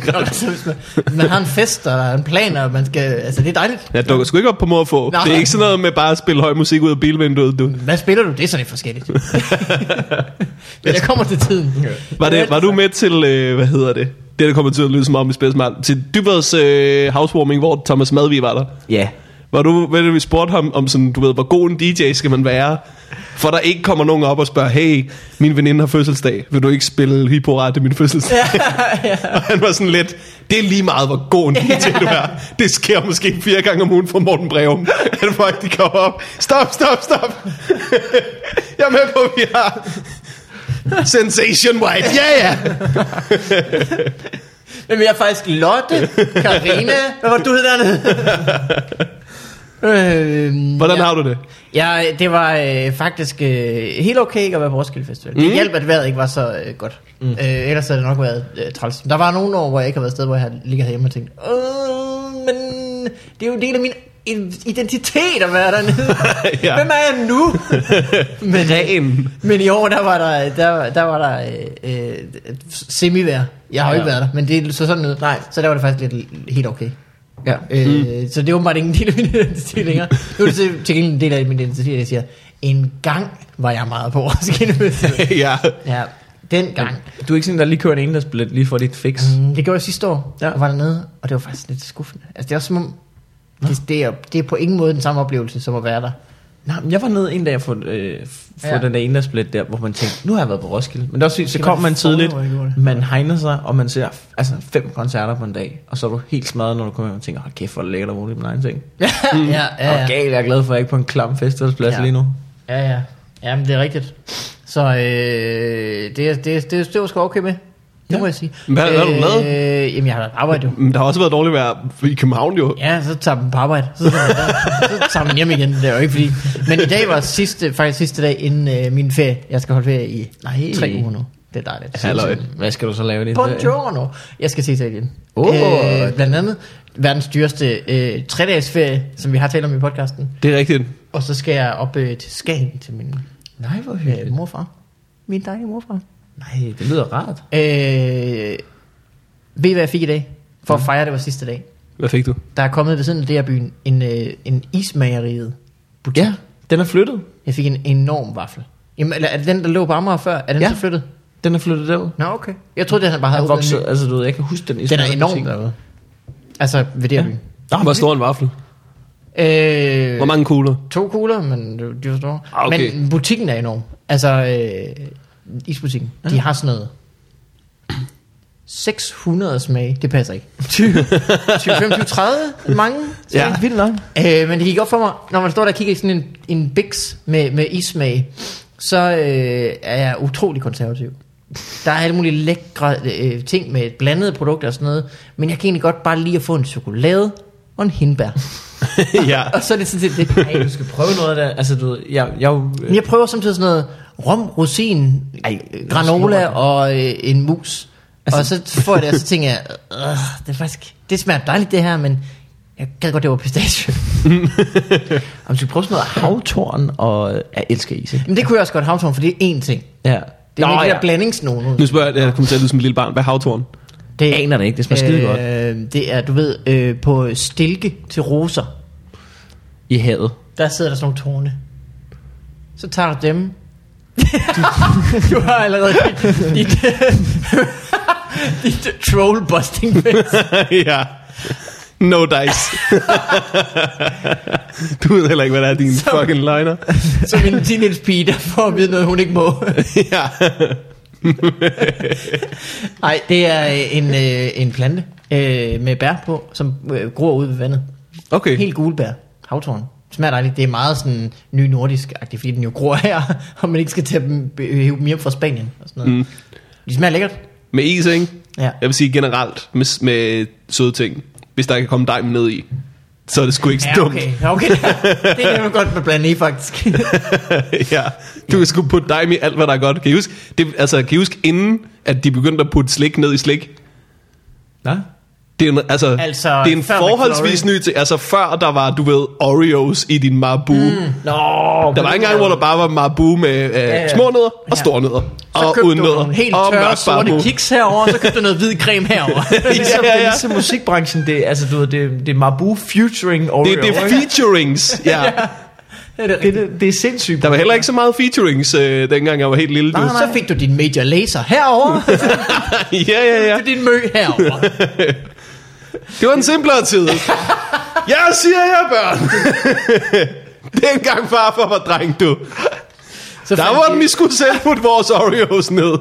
[SPEAKER 1] man har en fest, og der er en plan, og man skal... Altså, det er dejligt.
[SPEAKER 2] Jeg dukker sgu ikke op på mor få.
[SPEAKER 1] Nej.
[SPEAKER 2] Det er ikke sådan noget med bare at spille høj musik ud af bilvinduet, du.
[SPEAKER 1] Hvad spiller du? Det er sådan lidt forskelligt. Men jeg kommer til tiden.
[SPEAKER 2] Var, det, var du med til, øh, hvad hedder det? Det, der kommer til at lyde som om i spidsmand. Til Dybvads øh, housewarming, hvor Thomas Madvig var der.
[SPEAKER 3] Ja.
[SPEAKER 2] Var du med, at vi spurgte ham om sådan, du ved, hvor god en DJ skal man være? For der ikke kommer nogen op og spørger, hey, min veninde har fødselsdag, vil du ikke spille hipporat til min fødselsdag? Ja, ja. (laughs) Og han var sådan lidt, det er lige meget, hvor god en DJ du er. Det sker måske fire gange om ugen for Morten Breum, (laughs) at folk de kommer op. Stop, stop, stop. (laughs) Jeg er med på, at vi har Sensation White. Ja, ja.
[SPEAKER 1] Men vi er faktisk Lotte, Karina, hvad var det, du hed dernede?
[SPEAKER 2] (laughs)
[SPEAKER 1] øhm,
[SPEAKER 2] Hvordan
[SPEAKER 1] ja.
[SPEAKER 2] har du det?
[SPEAKER 1] Ja, det var øh, faktisk øh, helt okay ikke at være på Roskilde Festival. Mm. Det
[SPEAKER 2] Mm.
[SPEAKER 1] hjalp, at vejret ikke var så øh, godt. Mm. Øh, ellers havde det nok været øh, træls. Der var nogle år, hvor jeg ikke har været et sted, hvor jeg ligger hjemme og tænkt, Åh, men det er jo en del af min i- identitet at være dernede. ja.
[SPEAKER 2] Ja.
[SPEAKER 1] Hvem er jeg nu? men,
[SPEAKER 2] Dagen.
[SPEAKER 1] men i år, der var der, der, der, var der øh, øh, semivejr. Jeg har jo ikke
[SPEAKER 3] Ja.
[SPEAKER 1] været der, men det så sådan ud. Nej. Så der var det faktisk lidt helt okay.
[SPEAKER 3] Ja.
[SPEAKER 1] Øh, så det er åbenbart ikke en del af min identitet længere. Nu er det til, til gengæld en del af min identitet, at jeg siger, en gang var jeg meget på Roskilde Festival.
[SPEAKER 2] (laughs) ja.
[SPEAKER 1] ja, den gang.
[SPEAKER 3] Du er ikke sådan, der lige kører en endagsbillet lige for dit fix.
[SPEAKER 1] Mm, det gjorde jeg sidste år, ja.
[SPEAKER 3] Ja.
[SPEAKER 1] og var dernede, og det var faktisk lidt skuffende. Altså det er også som om, det, det, er, det er på ingen måde den samme oplevelse, som at være der.
[SPEAKER 3] Nej, men jeg var nede en dag og få, øh, få
[SPEAKER 1] Ja.
[SPEAKER 3] ja. den der endagsbillet der, hvor man tænkte, nu har jeg været på Roskilde. Men det er også fordi, så
[SPEAKER 1] Det var
[SPEAKER 3] kom man
[SPEAKER 1] det forrige
[SPEAKER 3] tidligt,
[SPEAKER 1] år, jeg gjorde det.
[SPEAKER 3] man hegner sig, og man ser altså, fem koncerter på en dag. Og så er du helt smadret, når du kommer hjem og tænker, oh, kæft, hvor er det lækkert at vågne i min egen ting.
[SPEAKER 1] ja, (laughs) ja,
[SPEAKER 3] Ja, ja.
[SPEAKER 1] ja.
[SPEAKER 3] Okay, jeg er glad for, at jeg ikke er på en klam festivalsplads
[SPEAKER 1] Ja.
[SPEAKER 3] ja. lige nu.
[SPEAKER 1] Ja, ja. Jamen, det er rigtigt. Så øh, det, det, det, det var sgu okay med. Det ja. må jeg sige.
[SPEAKER 2] Hvad- hvad har du lavet?
[SPEAKER 1] Øh, jamen, jeg har været på arbejde jo.
[SPEAKER 2] Men der har også været dårligt vejr i København jo.
[SPEAKER 1] Ja, så tager man på arbejde. Så tager man, så tager man hjem igen. Det er jo ikke fordi... Men i dag var sidste, faktisk sidste dag inden øh, min ferie. Jeg skal holde ferie i
[SPEAKER 3] Nej.
[SPEAKER 1] tre uger nu. Det er dejligt.
[SPEAKER 2] Halløj.
[SPEAKER 3] Hvad skal du så lave i din ferie?
[SPEAKER 1] Buongiorno. Jeg skal til Italien.
[SPEAKER 3] Åh.
[SPEAKER 1] Øh, blandt andet verdens dyreste øh, tre-dages ferie, som vi har talt om i podcasten.
[SPEAKER 2] Det er rigtigt.
[SPEAKER 1] Og så skal jeg op øh, til Skagen til min
[SPEAKER 3] Nej, hvor
[SPEAKER 1] øh,
[SPEAKER 3] hyggeligt.
[SPEAKER 1] morfar. Min dejlige morfar.
[SPEAKER 3] Nej, det lyder rart.
[SPEAKER 1] Øh, ved I, hvad jeg fik i dag? For at fejre, det var sidste dag.
[SPEAKER 2] Hvad fik du?
[SPEAKER 1] Der er kommet ved siden af det her byen en, øh, en ismageriet butik.
[SPEAKER 3] Ja, den er flyttet.
[SPEAKER 1] Jeg fik en enorm vaffel. Jamen, eller er det den, der lå på Amager før? Er den ja.
[SPEAKER 3] Ja.
[SPEAKER 1] så flyttet?
[SPEAKER 3] Den er flyttet derud.
[SPEAKER 1] Nå, okay. Jeg troede, den bare havde
[SPEAKER 3] Den
[SPEAKER 1] åbnet
[SPEAKER 3] voksede, altså du ved, jeg kan huske den. i
[SPEAKER 1] Den er
[SPEAKER 3] sådan en
[SPEAKER 1] enorm
[SPEAKER 3] butik.
[SPEAKER 1] derude. Altså, ved det her by.
[SPEAKER 2] Hvor stor en vaffel?
[SPEAKER 1] Øh,
[SPEAKER 2] Hvor mange kugler?
[SPEAKER 1] To kugler, men de de var store.
[SPEAKER 2] Ah, okay.
[SPEAKER 1] Men butikken er enorm. Altså, øh, isbutikken. De har sådan noget 600 smage. Det
[SPEAKER 2] (laughs)
[SPEAKER 1] passer ikke. 20, 25, 30 mange.
[SPEAKER 3] Så er det ikke vildt nok.
[SPEAKER 1] Øh, men det gik op for mig, når man står der og kigger i sådan en, en biks med, med ismag, så øh, er jeg utrolig konservativ. Der er alle mulige lækre øh, ting med blandede produkter og sådan noget, men jeg kan egentlig godt bare lige at få en chokolade og en
[SPEAKER 2] (laughs)
[SPEAKER 1] hindbær.
[SPEAKER 2] ja.
[SPEAKER 1] Og så er det sådan set det.
[SPEAKER 3] Ej, du skal prøve noget af det. Altså, du ved, jeg, jeg, er jo, øh,
[SPEAKER 1] Men jeg prøver samtidig sådan noget rom, rosin,
[SPEAKER 3] Ej,
[SPEAKER 1] øh, granola og øh, en mus. Altså, og så får jeg det, og så tænker jeg, "Ugh, det, er faktisk, det smager dejligt det her, men jeg gad godt, det var pistache.
[SPEAKER 3] Om du skal prøve sådan noget havtorn og øh, jeg elsker is, ikke?
[SPEAKER 1] (laughs) Men det kunne jeg også godt havtorn, for det er én ting.
[SPEAKER 3] Ja.
[SPEAKER 1] Det er Nå,
[SPEAKER 3] Nå,
[SPEAKER 1] ikke ja.
[SPEAKER 3] ja.
[SPEAKER 1] der blandingsnogen.
[SPEAKER 2] Nu spørger jeg, jeg kommer til at lyde som en lille barn. Hvad er havtorn?
[SPEAKER 1] Det
[SPEAKER 3] aner det ikke, det smager skidegodt.
[SPEAKER 1] Øh, det er, du ved, øh, på stilke til roser,
[SPEAKER 3] I havet.
[SPEAKER 1] der sidder der sådan nogle tårne. Så tager du (laughs) dem. du har (laughs) allerede dit, dit, dit troll-busting face.
[SPEAKER 2] ja. No dice. (laughs) du ved heller ikke, hvad der er din
[SPEAKER 1] Som-
[SPEAKER 2] fucking løgner.
[SPEAKER 1] Som en teenage pige, der får at vide noget, hun ikke må.
[SPEAKER 2] ja.
[SPEAKER 1] Nej, det er øh, en, øh, en plante øh, med bær på, som øh, gror ud ved vandet.
[SPEAKER 2] (laughs) Okay.
[SPEAKER 1] Helt gule bær. Havtorn. Smager dejligt. Det er meget sådan ny nordisk agtigt fordi den jo gror her, (laughs) og man ikke skal tage dem, øh, hive dem hjem fra Spanien og sådan noget. Mm. De smager lækkert.
[SPEAKER 2] Med is, ikke?
[SPEAKER 1] Ja.
[SPEAKER 2] Jeg vil sige generelt med, med søde ting. Hvis der kan komme dig ned i, så er det sgu ikke så
[SPEAKER 1] Ja,
[SPEAKER 2] dumt.
[SPEAKER 1] okay. Ja, okay. Det er nemlig godt med blandt i, faktisk.
[SPEAKER 2] (laughs) ja. Du kan sgu putte dig i alt, hvad der er godt. Kan I huske, det, altså, kan I huske inden, at de begyndte at putte slik ned i slik?
[SPEAKER 3] Nå?
[SPEAKER 2] Det er en, altså,
[SPEAKER 1] Altså,
[SPEAKER 2] altså, det er en
[SPEAKER 1] før
[SPEAKER 2] forholdsvis ny
[SPEAKER 1] McFlurry.
[SPEAKER 2] ting. Altså før der var, du ved, Oreos i din Marabou. Mm,
[SPEAKER 1] (laughs) Nå,
[SPEAKER 2] der var ikke engang, hvor der bare var Marabou med øh,
[SPEAKER 1] ja.
[SPEAKER 2] små nødder og
[SPEAKER 1] Ja.
[SPEAKER 2] store nødder.
[SPEAKER 1] så
[SPEAKER 2] og
[SPEAKER 1] købte
[SPEAKER 2] uden
[SPEAKER 1] du
[SPEAKER 2] nødder,
[SPEAKER 1] nogle helt
[SPEAKER 2] og
[SPEAKER 1] tørre
[SPEAKER 2] mørk
[SPEAKER 1] sorte
[SPEAKER 2] Marabou.
[SPEAKER 1] kiks herover, så købte du noget hvid creme (laughs) herover.
[SPEAKER 3] Ligesom,
[SPEAKER 2] ja, ja.
[SPEAKER 3] Det er ligesom musikbranchen, det, er- altså, du ved, det, det er Mabu featuring Oreo.
[SPEAKER 2] Det, det er
[SPEAKER 3] ikke?
[SPEAKER 2] featurings. Ja.
[SPEAKER 1] Det er det
[SPEAKER 3] det, det, det er sindssygt.
[SPEAKER 2] Der var heller ikke så meget featurings, øh, dengang jeg var helt lille.
[SPEAKER 1] rigtige.
[SPEAKER 2] du.
[SPEAKER 1] Så fik du din major laser
[SPEAKER 2] (laughs)
[SPEAKER 1] herover, (laughs)
[SPEAKER 2] ja, ja, ja.
[SPEAKER 1] og din mø herover.
[SPEAKER 2] Det var en simplere tid. jeg siger jer, børn. (laughs) Dengang farfar var dreng, du.
[SPEAKER 1] Så
[SPEAKER 2] Der
[SPEAKER 1] fandt
[SPEAKER 2] var
[SPEAKER 1] de-
[SPEAKER 2] den, vi skulle selv putte vores Oreos ned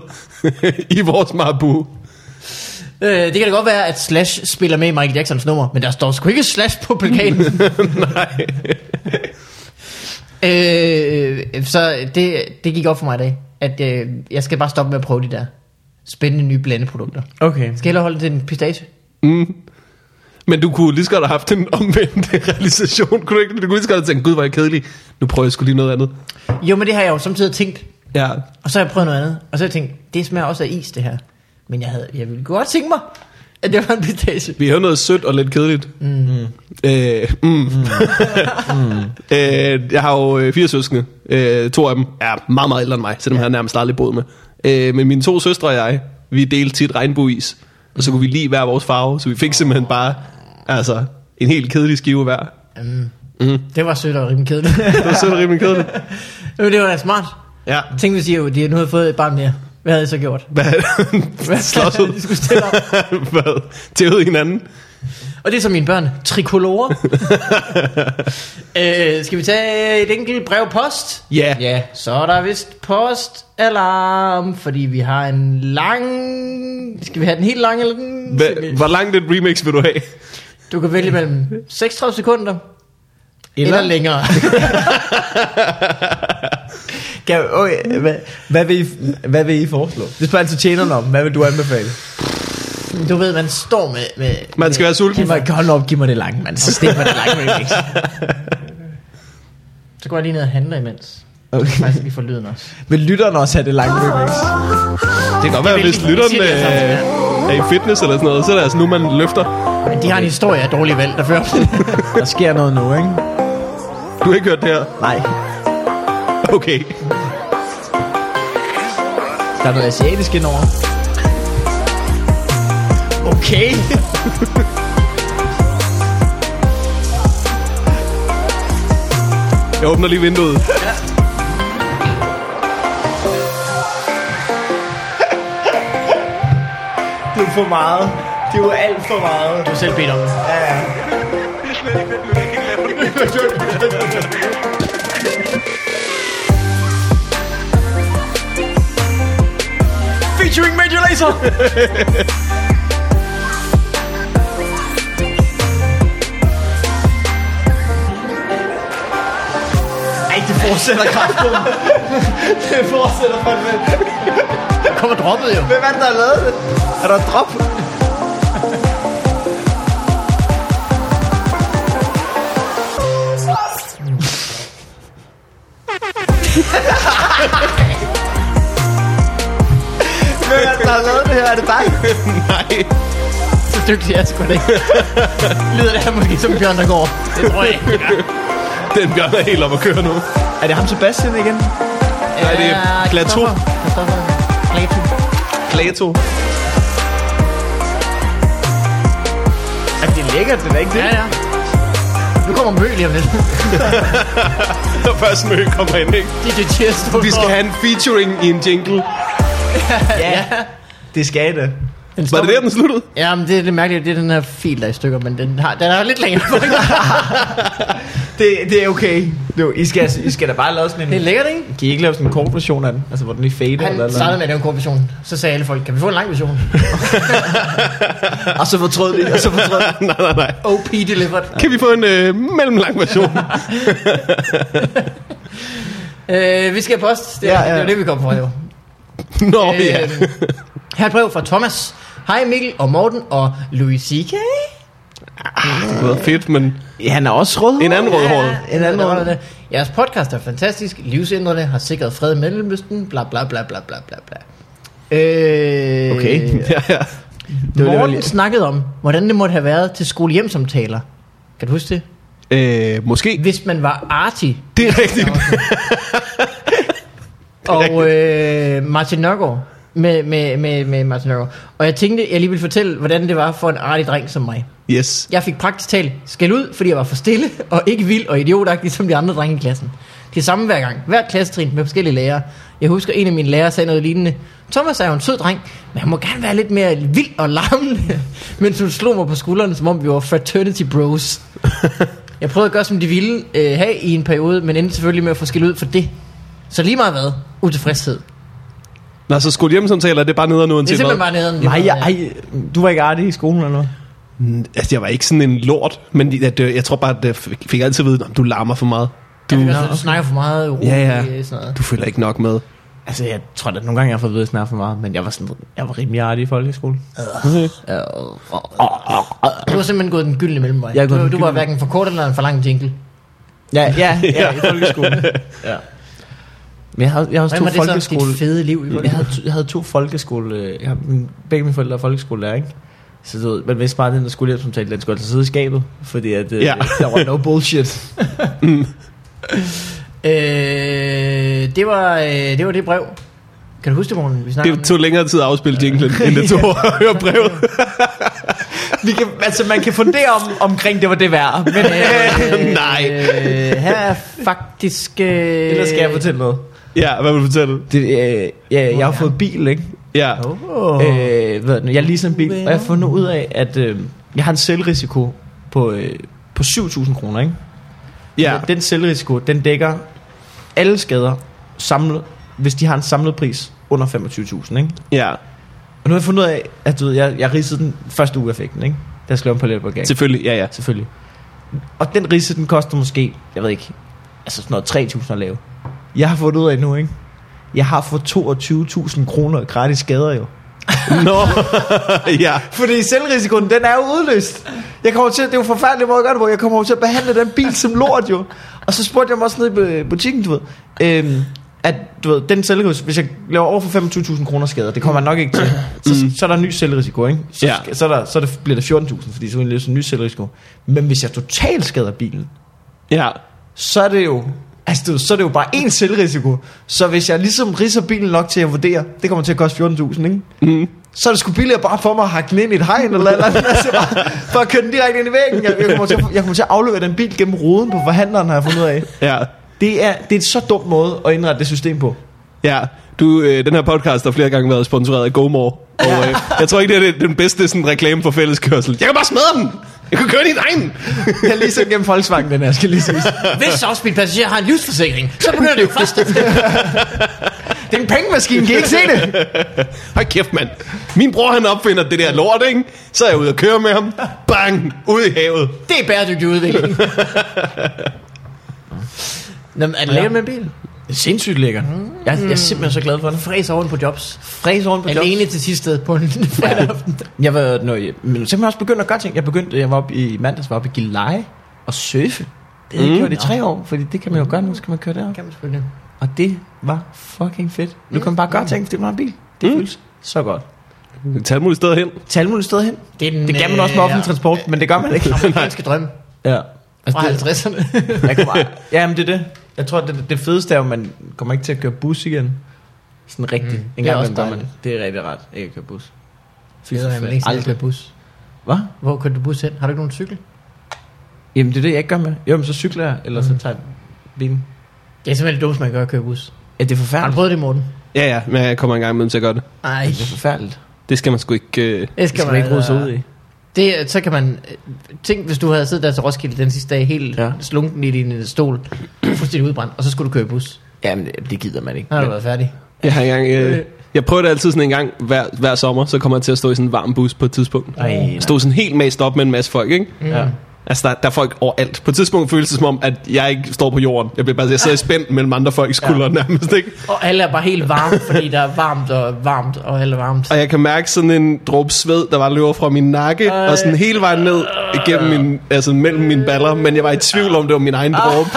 [SPEAKER 2] (laughs) i vores Marabou.
[SPEAKER 1] Øh, det kan da godt være, at Slash spiller med i Michael Jacksons nummer, men der står sgu ikke Slash på plakaten.
[SPEAKER 2] Nej. (laughs)
[SPEAKER 1] øh, så det, det gik op for mig i dag, at øh, jeg skal bare stoppe med at prøve de der spændende nye blandeprodukter.
[SPEAKER 3] Okay.
[SPEAKER 1] Skal jeg hellere holde det til en pistache?
[SPEAKER 2] Mm. Men du kunne lige så godt have haft en omvendt realisation, kunne du ikke? Du kunne lige så godt have tænkt, gud, hvor er jeg kedelig. Nu prøver jeg sgu lige noget andet.
[SPEAKER 1] Jo, men det har jeg jo samtidig tænkt.
[SPEAKER 2] Ja.
[SPEAKER 1] Og så har jeg prøvet noget andet. Og så har jeg tænkt, det smager også af is, det her. Men jeg, havde, jeg ville godt tænke mig, at det var en pistache.
[SPEAKER 2] Vi har noget sødt og lidt kedeligt. Mm. Øh, mm. (laughs) Mm. øh, jeg har jo øh, fire søskende. Øh, to af dem er meget, meget ældre end mig, så dem har jeg nærmest aldrig boet med. Øh, men mine to søstre og jeg, vi delte tit regnbueis. Og så kunne vi lige hver vores farve, så vi fik simpelthen bare altså, en helt kedelig skive hver.
[SPEAKER 1] Mm. Det var sødt og rimelig kedeligt. (laughs)
[SPEAKER 2] Det var sødt og rimelig kedeligt.
[SPEAKER 1] men det var da smart.
[SPEAKER 2] (laughs) Ja.
[SPEAKER 1] Tænk hvis I jo, de nu havde fået et barn mere. Hvad havde I så
[SPEAKER 2] (laughs)
[SPEAKER 1] gjort?
[SPEAKER 2] Hvad?
[SPEAKER 1] Hvad
[SPEAKER 2] Slåsset.
[SPEAKER 1] de skulle stille op.
[SPEAKER 2] (laughs) Hvad? Tævede hinanden.
[SPEAKER 1] Og det er så mine børn.
[SPEAKER 2] (laughs)
[SPEAKER 1] Trikolorer. øh, skal vi tage et enkelt brevpost?
[SPEAKER 2] Ja.
[SPEAKER 1] Ja, så er der vist postalarm, fordi vi har en lang... Skal vi have den helt lang eller den?
[SPEAKER 2] Hva, hvor langt et remix vil du have?
[SPEAKER 1] Du kan vælge mellem 36 sekunder eller,
[SPEAKER 3] Eller-
[SPEAKER 1] eller længere. (laughs)
[SPEAKER 3] Kan, okay, hvad, hvad, vil I, hvad vil I foreslå? Det spørger altså tjeneren om. Hvad vil du anbefale?
[SPEAKER 1] Du ved, man står med... med
[SPEAKER 2] Man skal være sulten.
[SPEAKER 3] Giv mig, hold nu op, giv mig det lange, mand. Så stemmer Altså, det lange remix.
[SPEAKER 1] Så går jeg lige ned og handler imens. Okay.
[SPEAKER 3] Okay.
[SPEAKER 1] Faktisk lige for lyden også.
[SPEAKER 3] Vil lytteren også have det lange remix?
[SPEAKER 2] Det kan godt være, hvis lytteren
[SPEAKER 1] Det vil de
[SPEAKER 2] øh, er i fitness eller sådan noget, så er det altså nu, man løfter.
[SPEAKER 1] Men de har en historie af dårlige valg, der fører til det.
[SPEAKER 3] Der sker noget nu, ikke?
[SPEAKER 2] Du har ikke hørt det her.
[SPEAKER 3] Nej.
[SPEAKER 2] Okay.
[SPEAKER 3] Der er noget asiatisk indover.
[SPEAKER 1] Okay.
[SPEAKER 2] Jeg åbner lige vinduet.
[SPEAKER 3] Det er for meget. Det er jo alt for meget.
[SPEAKER 1] Du har selv bedt om det.
[SPEAKER 3] Featuring Major Lazer. Ej, det fortsætter
[SPEAKER 1] (laughs)
[SPEAKER 3] kraften. det fortsætter fandme.
[SPEAKER 1] Der kommer droppet jo.
[SPEAKER 3] Hvem er det, der har lavet det? Er der drop? Hvem er det, der har lavet det her? Er det dig?
[SPEAKER 2] Nej.
[SPEAKER 1] Så dygtig er jeg sgu da (laughs) ikke. Lyder det her måske som Bjørn, der går. Det tror jeg (laughs) ikke.
[SPEAKER 2] Den bjørn er helt op at køre nu.
[SPEAKER 3] Er det ham Sebastian igen?
[SPEAKER 2] Nej, det er Plato.
[SPEAKER 1] Plato. Plato.
[SPEAKER 2] Plato. (laughs)
[SPEAKER 3] Altså, det er lækkert, det er ikke det?
[SPEAKER 1] Ja, ja. Nu kommer Mø lige om lidt. (laughs)
[SPEAKER 2] Der først møde kommer ind, ikke?
[SPEAKER 1] Det er det, står
[SPEAKER 2] Vi skal
[SPEAKER 1] for.
[SPEAKER 2] have en featuring i en jingle.
[SPEAKER 3] ja. Det skal det.
[SPEAKER 1] Den
[SPEAKER 2] Var
[SPEAKER 1] står-
[SPEAKER 2] det der, den sluttede?
[SPEAKER 1] Ja, men det er lidt mærkeligt. Det er den her fil, der er i stykker, men den, har, den er lidt
[SPEAKER 2] (laughs)
[SPEAKER 1] længere.
[SPEAKER 3] Det, det er okay. Nu, I, skal, I skal da bare lave sådan en...
[SPEAKER 1] det er lækkert, ikke?
[SPEAKER 3] Kan I ikke lave sådan en kort version af den? Altså, hvor den lige fader eller
[SPEAKER 1] Han startede med at lave en kort version. Så sagde alle folk, kan vi få en lang
[SPEAKER 2] (laughs)
[SPEAKER 1] version?
[SPEAKER 3] Og så fortrød de, og så fortrød de.
[SPEAKER 2] (laughs) nej, nej, nej.
[SPEAKER 1] OP delivered.
[SPEAKER 2] Kan vi få en øh, mellemlang
[SPEAKER 3] (laughs)
[SPEAKER 2] version?
[SPEAKER 1] Øh, vi skal have post. Det er,
[SPEAKER 3] Ja, ja.
[SPEAKER 1] ja, ja. det, er det, vi kom fra jo.
[SPEAKER 2] Nå,
[SPEAKER 3] Øh.
[SPEAKER 2] ja.
[SPEAKER 1] Øhm, Her er et brev fra Thomas. Hej Mikkel og Morten og Louis C.K.
[SPEAKER 2] Det var fedt, men
[SPEAKER 3] Ja, han er også rød.
[SPEAKER 2] en anden rødhåret.
[SPEAKER 3] En anden
[SPEAKER 1] Hvad var
[SPEAKER 3] rød.
[SPEAKER 1] det? Jeres podcast er fantastisk. Livsændrende har sikret fred i Mellemøsten. Bla bla bla bla bla bla bla. Øh,
[SPEAKER 2] Okay. Ja, ja.
[SPEAKER 3] Det var det,
[SPEAKER 1] (laughs) Morten
[SPEAKER 3] jeg-
[SPEAKER 1] snakkede om, hvordan det måtte have været til skolehjemsamtaler. Kan du huske det?
[SPEAKER 2] Øh, måske.
[SPEAKER 1] Hvis man var artig.
[SPEAKER 2] Det er
[SPEAKER 1] (laughs)
[SPEAKER 2] rigtigt.
[SPEAKER 1] Og øh, Martin Nørgaard. Med, med, med, med Martin Nørgaard. Og jeg tænkte, jeg lige ville fortælle, hvordan det var for en artig dreng som mig.
[SPEAKER 2] Yes.
[SPEAKER 1] Jeg fik praktisk talt skæld ud, fordi jeg var for stille (laughs) og ikke vild og idiotagtig som de andre drenge i klassen. Det samme hver gang. Hvert klassetrin med forskellige lærere. Jeg husker, en af mine lærere sagde noget lignende. Thomas er jo en sød dreng, men han må gerne være lidt mere vild og larmende. (laughs) Mens hun slog mig på skuldrene, som om vi var fraternity
[SPEAKER 3] (laughs)
[SPEAKER 1] bros. Jeg prøvede at gøre, som de ville øh, have i en periode, men endte selvfølgelig med at få skæld ud for det. Så lige meget hvad? Utilfredshed.
[SPEAKER 2] Nå, så skole hjemmesamtaler, det er bare nederen uden
[SPEAKER 1] Det er
[SPEAKER 2] til
[SPEAKER 1] simpelthen
[SPEAKER 2] noget.
[SPEAKER 1] bare nederen.
[SPEAKER 3] Nej, jeg, ej, du var ikke artig i skolen eller noget?
[SPEAKER 2] Altså, jeg var ikke sådan en lort, men jeg, jeg tror bare, at jeg fik- fik altid at vide, at du larmer for meget.
[SPEAKER 1] Du,
[SPEAKER 2] Du,
[SPEAKER 1] du snakker for meget roligt.
[SPEAKER 2] Ja, ja.
[SPEAKER 1] Sådan noget.
[SPEAKER 2] du følger ikke nok med.
[SPEAKER 3] Altså, jeg tror da nogle gange, jeg har fået at vide at snakke for meget, men jeg var, sådan, jeg var rimelig artig i folkeskolen. Øh,
[SPEAKER 1] Du har simpelthen gået den gyldne mellemvej.
[SPEAKER 3] Jeg er
[SPEAKER 1] Du,
[SPEAKER 3] gået den
[SPEAKER 1] du var
[SPEAKER 3] gyldne-
[SPEAKER 1] hverken for kort eller en for lang jingle.
[SPEAKER 3] Ja, (laughs) ja, ja, i folkeskolen. ja. Men jeg havde, jeg havde også
[SPEAKER 1] Hvordan
[SPEAKER 3] to
[SPEAKER 1] var det så
[SPEAKER 3] folkeskole...
[SPEAKER 1] dit fede liv? I
[SPEAKER 3] Jeg havde, to, jeg havde to folkeskole... øh, Jeg, har- min, begge mine forældre er folkeskolelærer, ikke? Så du ved, man vidste bare, at den der skulle hjem som talte dansk, godt sidde i skabet, fordi at, øh,
[SPEAKER 2] Ja.
[SPEAKER 3] ja. der (laughs) var no bullshit.
[SPEAKER 1] øh, det, var, øh, det var det brev. Kan du huske det, Morten? Vi snakkede
[SPEAKER 2] Det tog længere tid at afspille jinglen, end det tog at høre brevet.
[SPEAKER 3] Vi kan, altså, man kan fundere om, omkring, det var det værd, men
[SPEAKER 2] (laughs)
[SPEAKER 1] om det. Øh,
[SPEAKER 2] Nej.
[SPEAKER 1] Øh, her er faktisk... Øh,
[SPEAKER 3] ellers skal jeg fortælle noget.
[SPEAKER 2] Ja, hvad vil du fortælle?
[SPEAKER 3] Det, øh, ja, jeg har fået bil, ikke?
[SPEAKER 2] Ja,
[SPEAKER 1] Oh. Øh,
[SPEAKER 3] Øh, hvad er det nu? jeg leaser en bil, og jeg har fundet ud af, at øh, jeg har en selvrisiko på, øh, på 7.000 kroner, ikke?
[SPEAKER 2] ja.
[SPEAKER 3] Den- Den selvrisiko, den dækker alle skader samlet, hvis de har en samlet pris under 25.000, ikke?
[SPEAKER 2] ja.
[SPEAKER 3] Og nu har jeg fundet ud af, at du ved, jeg, jeg ridsede den første uge, jeg fik den, ikke? Der skal lave en parallelparkering.
[SPEAKER 2] Selvfølgelig, ja, ja.
[SPEAKER 3] Selvfølgelig. Og den ridse, den koster måske, jeg ved ikke, altså sådan noget 3.000 at lave. Jeg har fundet ud af nu, ikke? Jeg har fået 22.000 kroner gratis skader (laughs) jo.
[SPEAKER 2] Nå, ja.
[SPEAKER 3] Fordi selvrisikoen, den er jo udløst. Jeg kommer til, det er jo forfærdeligt, hvor jeg gør det, hvor jeg kommer over til at behandle den bil som lort jo. Og så spurgte jeg mig også nede i bu- butikken, du ved, øhm, at du ved, den selvrisiko, hvis jeg laver over for 25.000 kroner skader, det kommer jeg nok ikke til, så, så er der en ny selvrisiko, ikke? Så,
[SPEAKER 2] Ja.
[SPEAKER 3] skal- så, er der, så er det, bliver det 14.000, fordi så er det en ny selvrisiko. Men hvis jeg totalt skader bilen,
[SPEAKER 2] Ja,
[SPEAKER 3] så er det jo Altså, det, er jo- så er det jo bare én selvrisiko. Så hvis jeg ligesom riser bilen nok til at vurdere, det kommer til at koste 14.000, ikke?
[SPEAKER 2] mm.
[SPEAKER 3] så er det sgu billigere bare for mig at hakke den ind i et hegn, eller, eller andet, altså bare, bare køre den direkte ind i væggen. Jeg, jeg, kommer til at, jeg kommer til at aflevere den bil gennem ruden på forhandleren, har jeg fundet ud af.
[SPEAKER 2] ja.
[SPEAKER 3] Det er, det er et så dumt måde at indrette det system på.
[SPEAKER 2] Ja, du, øh, den her podcast har flere gange været sponsoreret af GoMore, og øh, jeg tror ikke, det er det- den bedste sådan, reklame for fælleskørsel. Jeg kan bare smadre den! Jeg kan køre din egen!
[SPEAKER 3] Jeg lige så gennem Volkswagen, den her, skal lige sige.
[SPEAKER 1] hvis også min passager har en livsforsikring, så begynder det jo
[SPEAKER 3] (laughs)
[SPEAKER 1] først.
[SPEAKER 3] Det er en pengemaskine, kan I ikke se det?
[SPEAKER 2] Hold kæft, mand. Min bror, han opfinder det der lort, ikke? Så er jeg ude og køre med ham. Bang! Ud i havet.
[SPEAKER 1] Det er bæredygtig udvikling. Nå, men er det lækkert med en bil?
[SPEAKER 3] Det er sindssygt lækkert. Jeg, jeg er simpelthen så glad for det.
[SPEAKER 1] Fræs oven på jobs.
[SPEAKER 3] Fræs oven på jobs.
[SPEAKER 1] Alene til sidste på en (laughs) fredag aften.
[SPEAKER 3] Jeg var, nå, jeg, men så kan man også begynde at gøre ting. Jeg begyndte, jeg var oppe i mandags, var oppe i Gilleleje og surfe. Det havde jeg mm. gjort i tre år, fordi det kan man jo gøre nu, skal man køre derop.
[SPEAKER 1] Kan man selvfølgelig.
[SPEAKER 3] Og det var fucking fedt. Nu kan man bare gøre ting, fordi man har en bil. Det
[SPEAKER 2] Mm.
[SPEAKER 3] føles så godt.
[SPEAKER 2] Tag dem ud stedet hen.
[SPEAKER 3] Tag alle mulige steder hen.
[SPEAKER 1] Det, er den, øh,
[SPEAKER 3] Det kan man også med offentlig transport, men det gør (laughs) man ikke.
[SPEAKER 1] Amerikanske drøm
[SPEAKER 3] Ja.
[SPEAKER 1] fra
[SPEAKER 3] Altså,
[SPEAKER 1] (laughs) 50'erne.
[SPEAKER 3] det, jeg kommer, ja, men det er det. Jeg tror, det, det fedeste er, at man kommer ikke til at køre bus igen. Sådan rigtigt. Mm. En
[SPEAKER 1] Det er
[SPEAKER 3] gang
[SPEAKER 1] også
[SPEAKER 3] imellem gør man. det.
[SPEAKER 1] dejligt.
[SPEAKER 3] Det er rigtig rart, ikke at køre bus.
[SPEAKER 1] Det er jeg længe siden, jeg
[SPEAKER 3] Aldrig.
[SPEAKER 1] kørte bus.
[SPEAKER 3] Hvad?
[SPEAKER 1] Hvor kørte du bus hen? Har du ikke nogen cykel?
[SPEAKER 3] Jamen, det er det, jeg ikke gør med. Jo, men så cykler jeg, eller så tager jeg bilen.
[SPEAKER 1] Det er simpelthen det dumt, man gør at køre bus.
[SPEAKER 3] Ja, det er
[SPEAKER 1] Har du
[SPEAKER 3] forfærdeligt.
[SPEAKER 1] prøvet det, Morten?
[SPEAKER 2] Ja, ja, men jeg kommer en gang imellem til at gøre det.
[SPEAKER 1] Nej,
[SPEAKER 3] Det er forfærdeligt.
[SPEAKER 2] Det skal man sgu ikke... Øh...
[SPEAKER 1] det
[SPEAKER 3] Det skal man ikke rode sig ud i.
[SPEAKER 1] Det, så kan man øh, tænk, hvis du havde siddet der til Roskilde den sidste dag, helt ja.
[SPEAKER 3] Ja.
[SPEAKER 1] slunken i din øh, stol, fuldstændig udbrændt, og så skulle du køre i bus.
[SPEAKER 3] Jamen, det, det gider man ikke.
[SPEAKER 1] Så har du været færdig.
[SPEAKER 2] Jeg, har engang, øh... jeg prøver det altid sådan en gang hver, hver sommer, så kommer jeg til at stå i sådan en varm bus på et tidspunkt.
[SPEAKER 3] Ej, nej.
[SPEAKER 2] Jeg stod sådan helt mast op med en masse folk, ikke?
[SPEAKER 3] Ja.
[SPEAKER 2] Altså, der, der er folk overalt. På et tidspunkt føles det som om, at jeg ikke står på jorden. Jeg bliver bare jeg sidder spændt mellem andre folks skuldre ja. nærmest, ikke?
[SPEAKER 1] Og alle er bare helt varme, fordi der er varmt og varmt og alt er varmt.
[SPEAKER 2] Og jeg kan mærke sådan en dråbe sved, der var løber fra min nakke, Ej. og sådan hele vejen ned igennem min, altså mellem mine baller, men jeg var i tvivl om, det var min egen dråbe.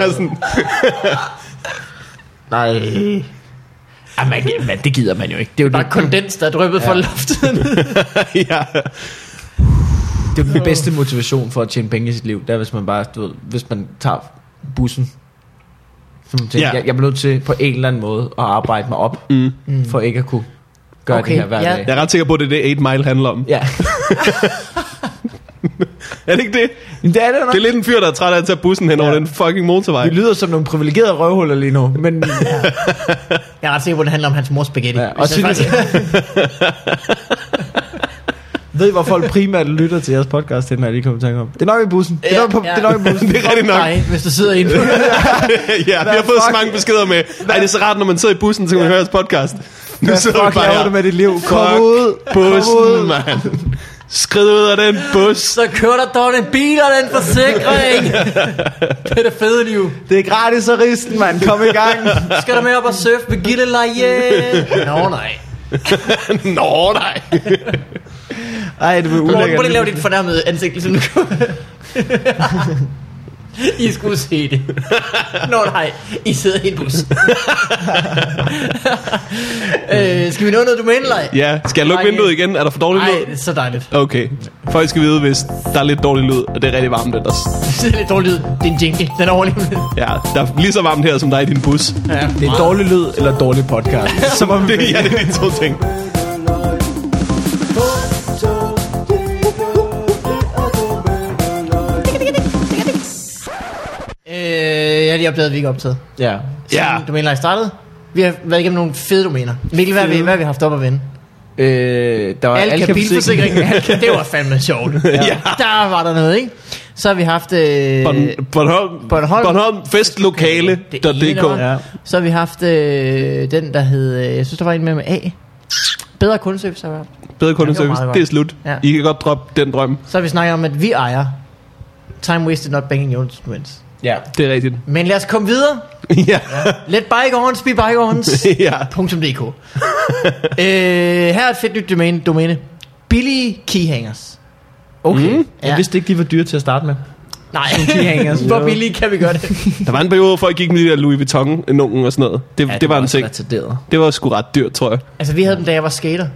[SPEAKER 3] Ah.
[SPEAKER 2] sådan,
[SPEAKER 3] Nej. Ja, man, Ah, man, det gider man jo ikke. Det er jo
[SPEAKER 1] Bare kondens, der er dryppet ja. fra loftet.
[SPEAKER 2] (laughs) ja.
[SPEAKER 3] Det er jo den bedste motivation for at tjene penge i sit liv, det er, hvis man bare, du ved, hvis man tager bussen. Så man
[SPEAKER 2] Ja.
[SPEAKER 3] tænker, ja. jeg, jeg bliver nødt til på en eller anden måde at arbejde mig op, mm. for ikke at kunne gøre
[SPEAKER 1] Okay,
[SPEAKER 3] okay, det her hver
[SPEAKER 1] ja.
[SPEAKER 3] ja. dag.
[SPEAKER 2] Jeg er ret sikker på, at det er det 8 Mile handler
[SPEAKER 3] (laughs)
[SPEAKER 2] om.
[SPEAKER 3] Ja.
[SPEAKER 2] Er det ikke det?
[SPEAKER 3] Men det er det jo nok.
[SPEAKER 2] Det er lidt en fyr, der er træt af at tage bussen hen ja. over
[SPEAKER 3] Ja.
[SPEAKER 2] den fucking
[SPEAKER 3] (laughs)
[SPEAKER 2] motorvej.
[SPEAKER 3] Vi lyder som nogle privilegerede røvhuller lige nu, men
[SPEAKER 1] Jeg er ret sikker på, at det handler om hans mors spaghetti.
[SPEAKER 3] Ja, og
[SPEAKER 1] Hvis jeg
[SPEAKER 3] synes-
[SPEAKER 1] faktisk-
[SPEAKER 3] ved I, hvor folk primært lytter til jeres podcast, det er jeg lige kommet i tanke om. Det er nok i bussen. (laughs) Det er nok, på,
[SPEAKER 1] Ja, ja.
[SPEAKER 3] det er nok i bussen.
[SPEAKER 2] Det er rigtigt nok.
[SPEAKER 1] Nej, hvis du sidder inde. (laughs)
[SPEAKER 2] (laughs) ja, vi har
[SPEAKER 3] Hvad
[SPEAKER 2] fået så
[SPEAKER 3] fuck?
[SPEAKER 2] mange beskeder med. Nej, det er så rart, når man sidder i bussen, så kan man høre jeres podcast. Nu
[SPEAKER 3] Hvad
[SPEAKER 2] sidder vi
[SPEAKER 3] fuck
[SPEAKER 2] bare
[SPEAKER 3] laver
[SPEAKER 2] her.
[SPEAKER 3] du med dit liv? Kom
[SPEAKER 2] Fuck
[SPEAKER 3] ud. Kom
[SPEAKER 2] Bussen,
[SPEAKER 3] ud.
[SPEAKER 2] mand. Skrid ud af den bus.
[SPEAKER 1] Så kører der dog en bil og den forsikring. det er det fede liv.
[SPEAKER 5] Det er gratis at riste, mand. Kom i
[SPEAKER 2] (laughs)
[SPEAKER 5] gang.
[SPEAKER 1] Skal du med op og surfe ved Gilleleje? Nå nej.
[SPEAKER 2] (laughs) Nå, nej.
[SPEAKER 5] Ej, det var
[SPEAKER 1] Morten, prøv lige at lave
[SPEAKER 5] ulækkert.
[SPEAKER 1] dit fornærmede ansigt, ligesom du kunne. I skulle se det. Nå nej, I sidder i en bus. øh, skal vi nå noget domænelej?
[SPEAKER 2] Ja, skal jeg lukke
[SPEAKER 1] Nej.
[SPEAKER 2] vinduet igen? Er der for dårlig
[SPEAKER 1] Nej,
[SPEAKER 2] lyd?
[SPEAKER 1] det er så dejligt.
[SPEAKER 2] Okay. Folk skal vide, hvis der er lidt dårlig lyd, og det er rigtig varmt ellers.
[SPEAKER 1] Det er lidt dårlig lyd. Det er en jingle. Den er overlevet.
[SPEAKER 2] Ja, der er lige så varmt her, som der er i din bus.
[SPEAKER 1] Ja.
[SPEAKER 3] Det er dårlig lyd eller dårlig podcast.
[SPEAKER 2] (laughs) Så var det, ja, det er de to ting.
[SPEAKER 1] Øh, jeg har lige opdaget, at vi ikke er optaget.
[SPEAKER 3] ja.
[SPEAKER 2] Ja,
[SPEAKER 1] Siden domænelej startede. Vi har været igennem nogle fede domæner. Mikkel, hvad, har vi, hvad har vi haft op at vende?
[SPEAKER 3] Øh, der var
[SPEAKER 1] Alka Bilforsikring. (laughs) Alka, det var fandme sjovt.
[SPEAKER 2] Ja.
[SPEAKER 1] Der var der noget, ikke? Så har vi haft... Øh,
[SPEAKER 2] Born- Bornholm, Bornholm
[SPEAKER 1] Bornholm. Det ene, der var.
[SPEAKER 2] festlokale.dk
[SPEAKER 3] Ja.
[SPEAKER 1] Så har vi haft øh, den, der hed... Øh, jeg synes, der var en med, med A. Bedre kundeservice har vi haft.
[SPEAKER 2] Bedre
[SPEAKER 1] Ja, det var
[SPEAKER 2] kundeservice,
[SPEAKER 1] meget
[SPEAKER 2] det er slut.
[SPEAKER 1] Ja.
[SPEAKER 2] I kan godt droppe den drøm.
[SPEAKER 1] Så har vi snakket om, at vi ejer Time Wasted Not Banking Your Instruments.
[SPEAKER 3] Ja.
[SPEAKER 2] Det er rigtigt.
[SPEAKER 1] Men lad os komme videre.
[SPEAKER 2] (laughs) Ja.
[SPEAKER 1] Let bygones be bygones.
[SPEAKER 2] ja.
[SPEAKER 1] (laughs) .dk øh, Her er et fedt nyt domæne. domæne. Billige keyhangers.
[SPEAKER 3] Okay. Mm.
[SPEAKER 1] Ja.
[SPEAKER 3] Jeg vidste ikke, de var dyre til at starte med.
[SPEAKER 1] Nej, (laughs)
[SPEAKER 3] keyhangers.
[SPEAKER 1] hvor billige kan vi gøre det?
[SPEAKER 2] Der var en periode, hvor folk gik med de der Louis Vuitton nogen og sådan noget. Det, ja, det, var en ting.
[SPEAKER 3] Retarderet.
[SPEAKER 2] Det var sgu ret dyrt, tror jeg. (laughs)
[SPEAKER 1] Altså, vi havde dem, da jeg var skater.